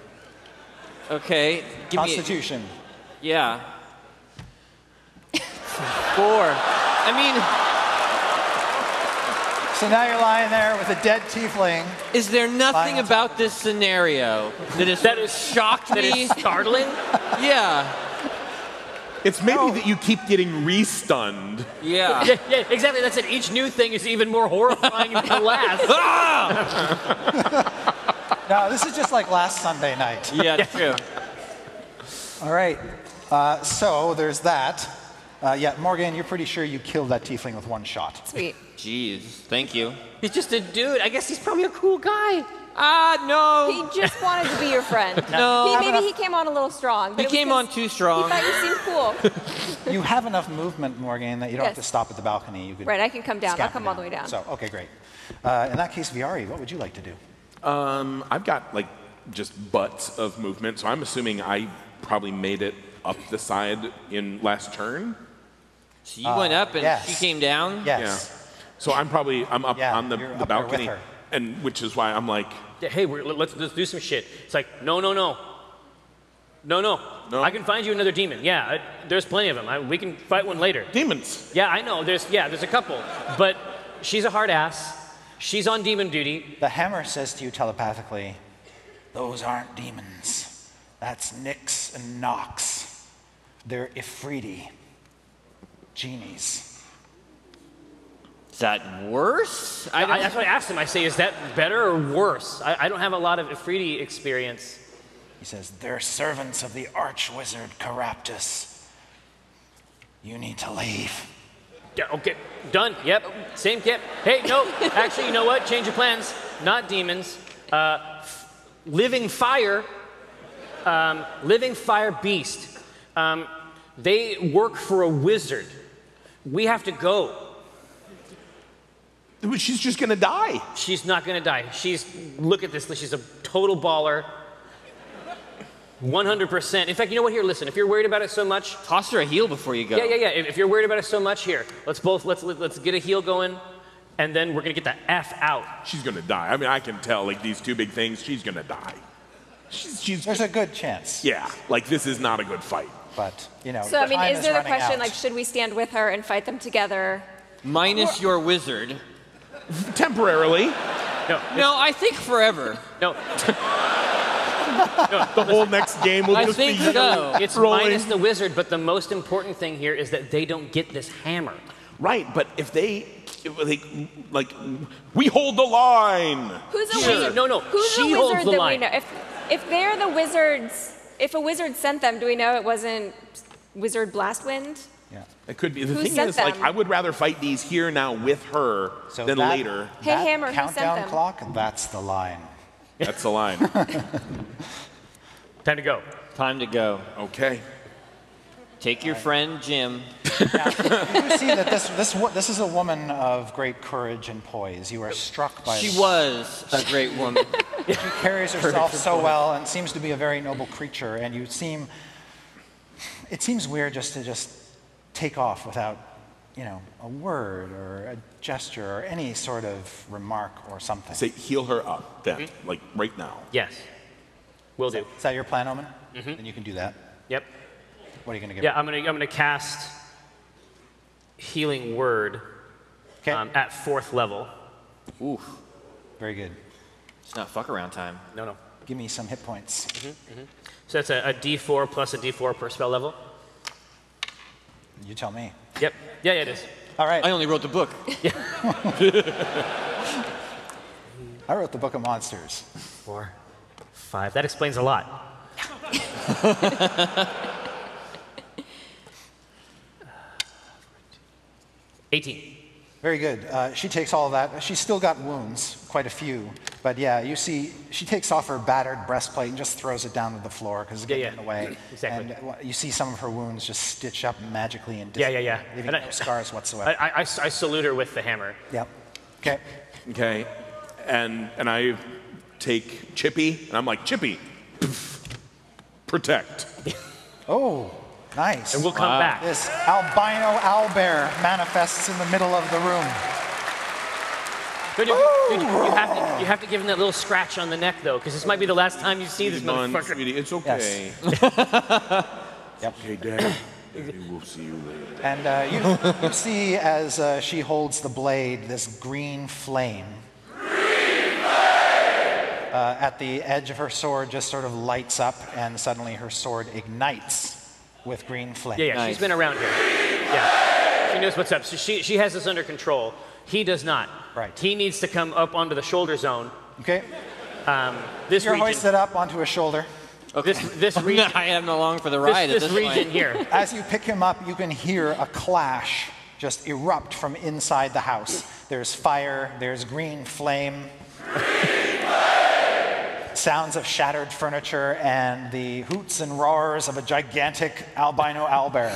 Okay. Give me.
Constitution.
Yeah. Four. I
So now you're lying there with a dead tiefling.
mean, is there nothing
Fine.
about this scenario that is that is shocked
That
me?
is startling.
yeah.
It's maybe
Oh.
that you keep getting re-stunned.
Yeah.
yeah, yeah, exactly. That's it. Each new thing is even more horrifying than the last.
ah!
No, this is just like last Sunday night.
Yeah. True.
All right. Uh, so there's that. Uh, yeah, Morgan, you're pretty sure you killed that tiefling with one shot.
Sweet.
Jeez. Thank you.
He's just a dude. I guess he's probably a cool guy.
Ah no.
He just wanted to be your friend.
No.
He, maybe he came on a little strong. but
He
it was
came
'cause
on too strong.
He thought you seemed cool.
You have enough movement, Morgan, that you don't have to
Yes.
stop at the balcony. You could
right, I can come down. I'll
scatter
come all the way down.
So, okay, great. Uh, in that case, Viari, what would you like to do?
Um, I've got like just butts of movement, so I'm assuming I probably made it up the side in last turn.
So you went up and
yes.
she came down.
Yes.
Yeah. So I'm probably I'm up
Yeah,
on the,
you're
the
up there with
balcony,
her.
and which is why I'm like,
Yeah, hey, we're, let's, let's do some shit. It's like, no, no, no. No, no.
No?
I can find you another demon. Yeah, I, there's plenty of them. I, we can fight one later.
demons.
Yeah, I know. There's yeah, there's a couple. But she's a hard ass. She's on demon duty.
The hammer says to you telepathically, Those aren't demons. That's Nix and Nox. They're Ifriti, genies.
Is that worse?
I, I, that's what I asked him. I say, is that better or worse? I, I don't have a lot of Ifriti experience.
He says, They're servants of the archwizard Caraptus. You need to leave.
Yeah, okay, done. Yep, same kit. Hey, no, actually, you know what? Change of plans. Not demons. Uh, f- living fire. Um, living fire beast. Um, they work for a wizard. We have to go.
She's just gonna die.
She's not gonna die. She's look at this. She's a total baller. 100%. In fact, you know what? Here, listen. If you're worried about it so much,
Toss her a heel before you go.
yeah, yeah, yeah. If if you're worried about it so much, here, let's both let's let's get a heel going, and then we're gonna get the f out.
She's gonna die. I mean, I can tell like these two big things. She's gonna die. She's, she's
There's a good chance.
yeah. Like this is not a good fight.
But, you know,
So I mean,
time
is there the
running
question
out.
like, should we stand with her and fight them together?
Minus your wizard.
Temporarily,
No,
No, I think forever.
no.
the whole next game will
I
just
think
be you
so.
It's
rolling.
minus the wizard, but the most important thing here is that they don't get this hammer.
Right, but if they, if they like, we hold the line.
Who's a
Sure.
wizard?
No, no,
Who's
she
a wizard
holds the
that
line.
we know? If if they're the wizards, if a wizard sent them, do we know it wasn't Wizard Blastwind?
Yeah.
It could be. The
Who
thing
sent
is, like,
them?
I would rather fight these here now with her
So
than
that-
later.
Hey,
that
Hammer, who sent
countdown
them?
clock, that's the line.
That's the line.
Time to go.
Time to go.
okay.
Take your friend Jim.
You do see that this, this, wo- this is a woman of great courage and poise. You are struck by
She was a great woman.
She carries herself so well and seems to be a very noble creature. And you seem, it seems weird just to just take off without, you know, a word or a gesture or any sort of remark or something.
Say, heal her up then, like right now.
Yes. Will do.
Is that your plan, Omen? mm Then you can do that.
Yep.
What are you going to give?
Yeah, I'm gonna I'm gonna cast healing word
Okay.
um, at fourth level.
Ooh,
Very good.
it's not fuck around time.
No, no.
Give me some hit points.
So that's a, a D4 plus a D4 per spell level.
You tell me.
Yep. Yeah, yeah, it is.
All right.
I only wrote the book.
I wrote the Book of Monsters.
Four, five. That explains a lot. Eighteen.
Very good. Uh, she takes all of that. She's still got wounds, quite a few. But yeah, you see, she takes off her battered breastplate and just throws it down to the floor because it's
Yeah,
getting
yeah.
in the way.
Exactly.
And uh, you see some of her wounds just stitch up magically and
Yeah,
disappear,
yeah, yeah.
leaving
And I-
no scars whatsoever.
I, I- I s- I salute her with the hammer.
yep. Okay.
Okay. And and I take Chippy and I'm like, Chippy, protect.
Oh, nice.
And we'll come back.
this albino owlbear manifests in the middle of the room.
Dude, you, dude, you have to, you have to give him that little scratch on the neck, though, because this might be the last time you see this
Come on,
motherfucker.
sweetie, it's okay.
Yep.
Okay, Daddy. Daddy, we'll see you later.
And uh, you, you see as uh, she holds the blade this green flame. Uh, at the edge of her sword, just sort of lights up, and suddenly her sword ignites with green flame.
Yeah, yeah, she's been around here. Yeah, she knows what's up. So she, she has this under control. He does not.
Right.
He needs to come up onto the shoulder zone.
Okay,
This
you're
region.
hoisted up onto his shoulder.
This this region.
I am no long for the
this-
ride
this
at this
region
point.
here.
As you pick him up, you can hear a clash just erupt from inside the house. There's fire, there's green flame. Sounds of shattered furniture and the hoots and roars of a gigantic albino owlbear.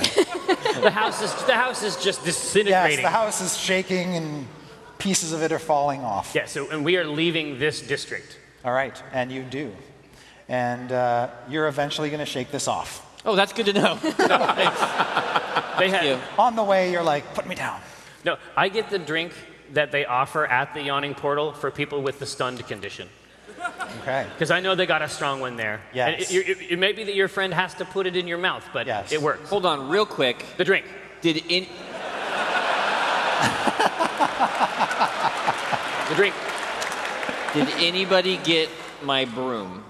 The house is the house is just
yes,
disintegrating.
the house is shaking and pieces of it are falling off.
yeah. So and we are leaving this district.
All right, and you do. And uh, you're eventually going to shake this off.
Oh, that's good to know.
They have
you.
On the way, you're like, put me down.
no. I get the drink that they offer at the yawning portal for people with the stunned condition.
Okay.
Because I know they got a strong one there.
Yes.
And it, you- it- it may be that your friend has to put it in your mouth, but
Yes.
it works.
Hold on, real quick.
The drink.
Did in
The drink.
did anybody get my broom?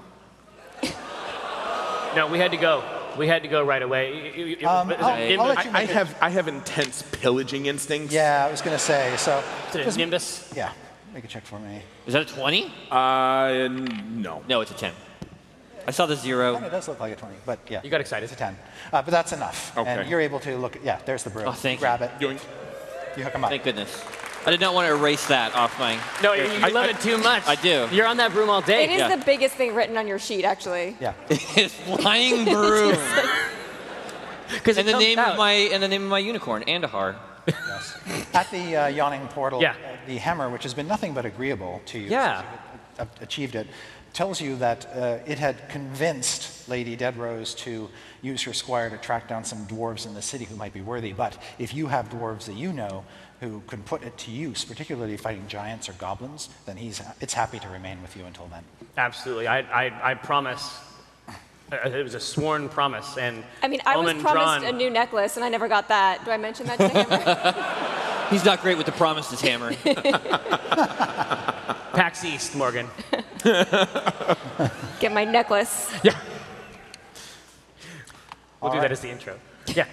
No, we had to go. We had to go right away. It- it- it-
Um,
it was
I'll-
a
I'll
nimbus.
let you
I, I
make it-
have I have intense pillaging instincts.
Yeah, I was going to say, so.
Is it a
just-
nimbus?
Yeah, make a check for me.
Is that a 20?
Uh, no.
No, it's a 10. I saw the
It
zero.
does look like a 20, but yeah.
You got excited.
It's a 10. Uh, but that's enough.
Okay.
And you're able to look, yeah, there's the brew.
Oh, thank you.
Grab it,
Doink.
you hook him up.
Thank goodness. I did not want to erase that off my.
No, you, you
I-
love
I-
it too much.
I do.
You're on that broom all
It
day.
is
Yeah.
the biggest thing written on your sheet, actually.
Yeah.
His flying broom.
Because
and the name of my and the name of my unicorn, Andahar.
At the uh, yawning portal, uh,
Yeah.
the hammer, which has been nothing but agreeable to you,
Yeah.
since you've a- achieved it, tells you that uh, it had convinced Lady Deadrose to use her squire to track down some dwarves in the city who might be worthy. But if you have dwarves that you know who can put it to use, particularly fighting giants or goblins, then he's it's happy to remain with you until then.
Absolutely. I, I, I promise. Uh, It was a sworn promise, and
I mean, I was
Omen
promised
Drawn-
a new necklace and I never got that. Do I mention that to him?
He's not great with the promises hammer.
Pax East, Morgan.
Get my necklace.
We'll do that as the intro. Yeah.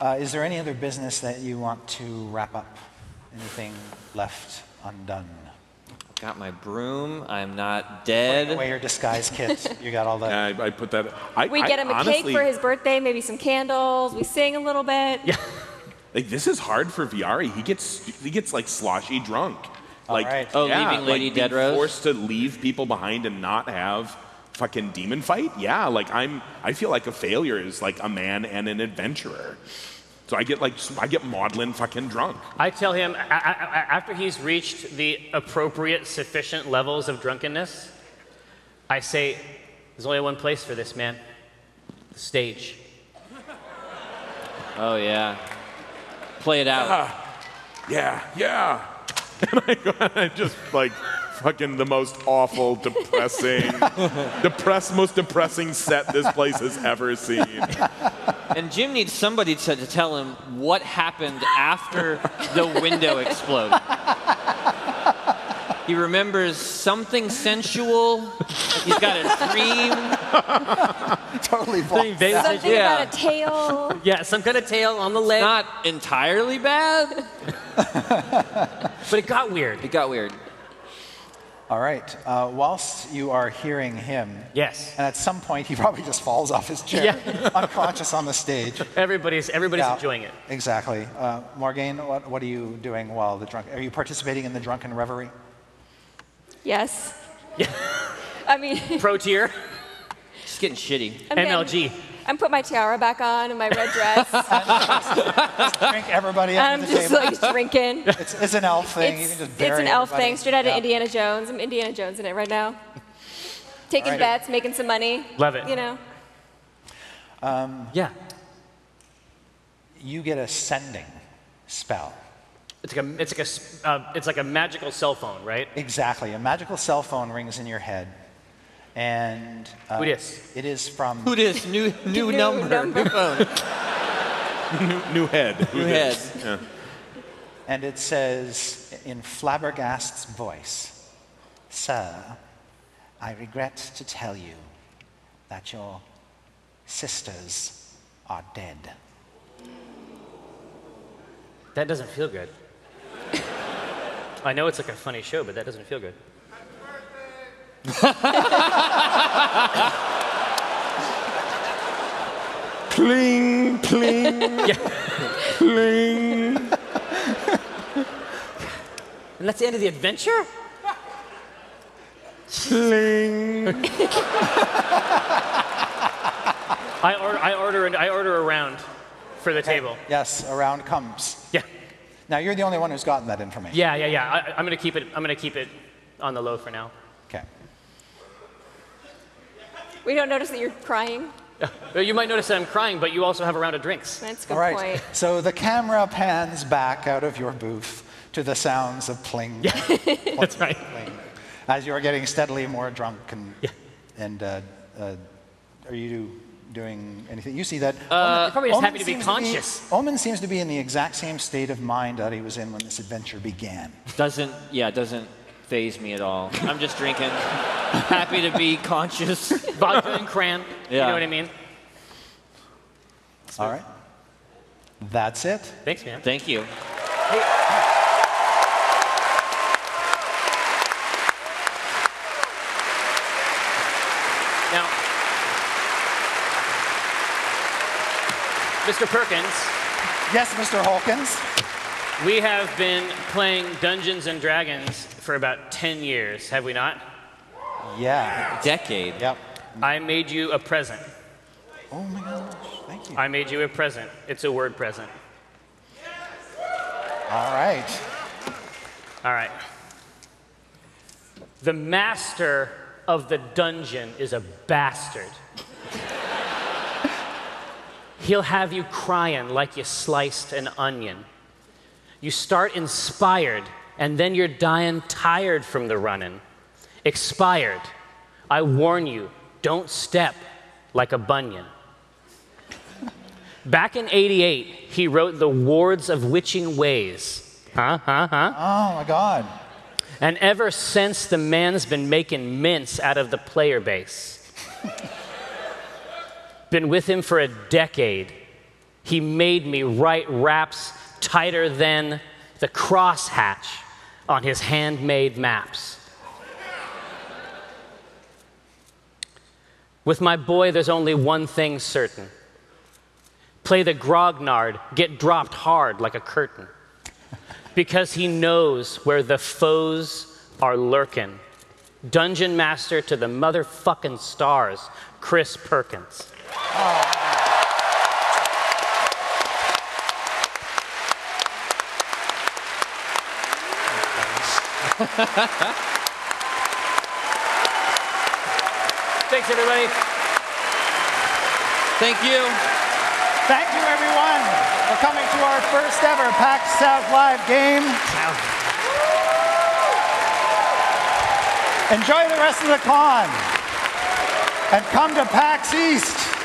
Uh, is there any other business that you want to wrap up? Anything left undone?
Got my broom. I'm not dead.
Wear your disguise kit. You got all that.
I, I put that. I,
We
I
get him a
honestly,
cake for his birthday, maybe some candles. We sing a little bit. Yeah.
Like this is hard for Viari. He gets he gets like sloshy drunk. Like
right.
Oh, leaving Lady
like being
Deadrose?
Forced to leave people behind and not have fucking demon fight. Yeah, like I'm. I feel like a failure is like a man and an adventurer. So I get like s- I get maudlin fucking drunk.
I tell him a- a- a- after he's reached the appropriate, sufficient levels of drunkenness, I say, "There's only one place for this man: the stage."
Oh yeah. Play it out.
Yeah, yeah. And I, go, I just like fucking the most awful, depressing, depressed, most depressing set this place has ever seen.
And Jim needs somebody to, to tell him what happened after the window exploded. He remembers something sensual. He's got a dream.
totally
Something
blocked.
vaguely-
Something
Yeah.
about a tail.
yeah, some kind of tail on the leg.
Not entirely bad.
but it got weird.
It got weird.
All right. Uh, whilst you are hearing him,
Yes.
and at some point he probably just falls off his chair,
Yeah.
unconscious on the stage.
Everybody's everybody's
Yeah,
enjoying it.
Exactly. Uh, Morgane, what, what are you doing while the drunk? Are you participating in the drunken reverie?
Yes. I mean,
Pro tier,
It's getting shitty.
I'm getting-
MLG.
I'm putting my tiara back on and my red dress. and
Ah.
Drink everybody up
I'm
to the
just
table.
like drinking.
it's, it's an elf thing. you
It's,
can just
it's
bury
an elf
everybody.
thing, straight out of
Yeah.
Indiana Jones. I'm Indiana Jones in it right now. Taking
All right.
bets, making some money.
Love it.
You know,
Yeah,
You get a sending spell.
it's like a it's like a s- uh, it's like a magical cell phone, right?
Exactly. A magical cell phone rings in your head, and uh,
Who dis?
It is from
Who dis? New, new, number. New phone.
New, new head.
New
Who
head.
dis? Yeah.
and it says in Flabbergast's voice, Sir, I regret to tell you that your sisters are dead.
That doesn't feel good. I know it's like a funny show, but that doesn't feel good.
Cling, cling, cling.
And that's the end of the adventure.
Sling.
I order I order an- I order a round for the table.
Yes, around comes.
Yeah.
Now you're the only one who's gotten that information.
Yeah, yeah, yeah. I, I'm gonna keep it. I'm gonna keep it on the low for now.
Okay.
we don't notice that you're crying.
But Uh, You might notice that I'm crying, but you also have a round of drinks.
That's a good
All right.
point.
So the camera pans back out of your booth to the sounds of pling.
That's right.
as you're getting steadily more drunk and and uh, uh, are you doing anything? You see that Omen-
Uh, probably just
Omen
happy to be
seems
conscious.
Omen seems to be in the exact same state of mind that he was in when this adventure began.
Doesn't, yeah, doesn't phase me at all. I'm just drinking. Happy to be conscious.
Vodka and cran. You
Yeah.
know what I mean?
All right, that's it.
Thanks, man.
Thank you.
Now, Mr. Perkins.
Yes, Mr. Hawkins.
We have been playing Dungeons and Dragons for about 10 years, have we not?
Yeah.
Decade.
Yep.
I made you a present.
Oh my gosh. Thank you.
I made you a present. It's a word present.
All right.
All right. The master of the dungeon is a bastard. He'll have you crying like you sliced an onion. You start inspired, and then you're dying tired from the running. Expired. I warn you, don't step like a bunion. Back in 88, he wrote The Wards of Witching Ways. Huh, huh, huh?
Oh my God.
And ever since, the man's been making mints out of the player base. been with him for a decade. He made me write raps tighter than the crosshatch on his handmade maps. With my boy, there's only one thing certain play the grognard, get dropped hard like a curtain because he knows where the foes are lurking. Dungeon master to the motherfucking stars, Chris Perkins.
Thanks, everybody.
Thank you.
Thank you, everyone, for coming to our first ever PAX South Live game. Enjoy the rest of the con and come to PAX East.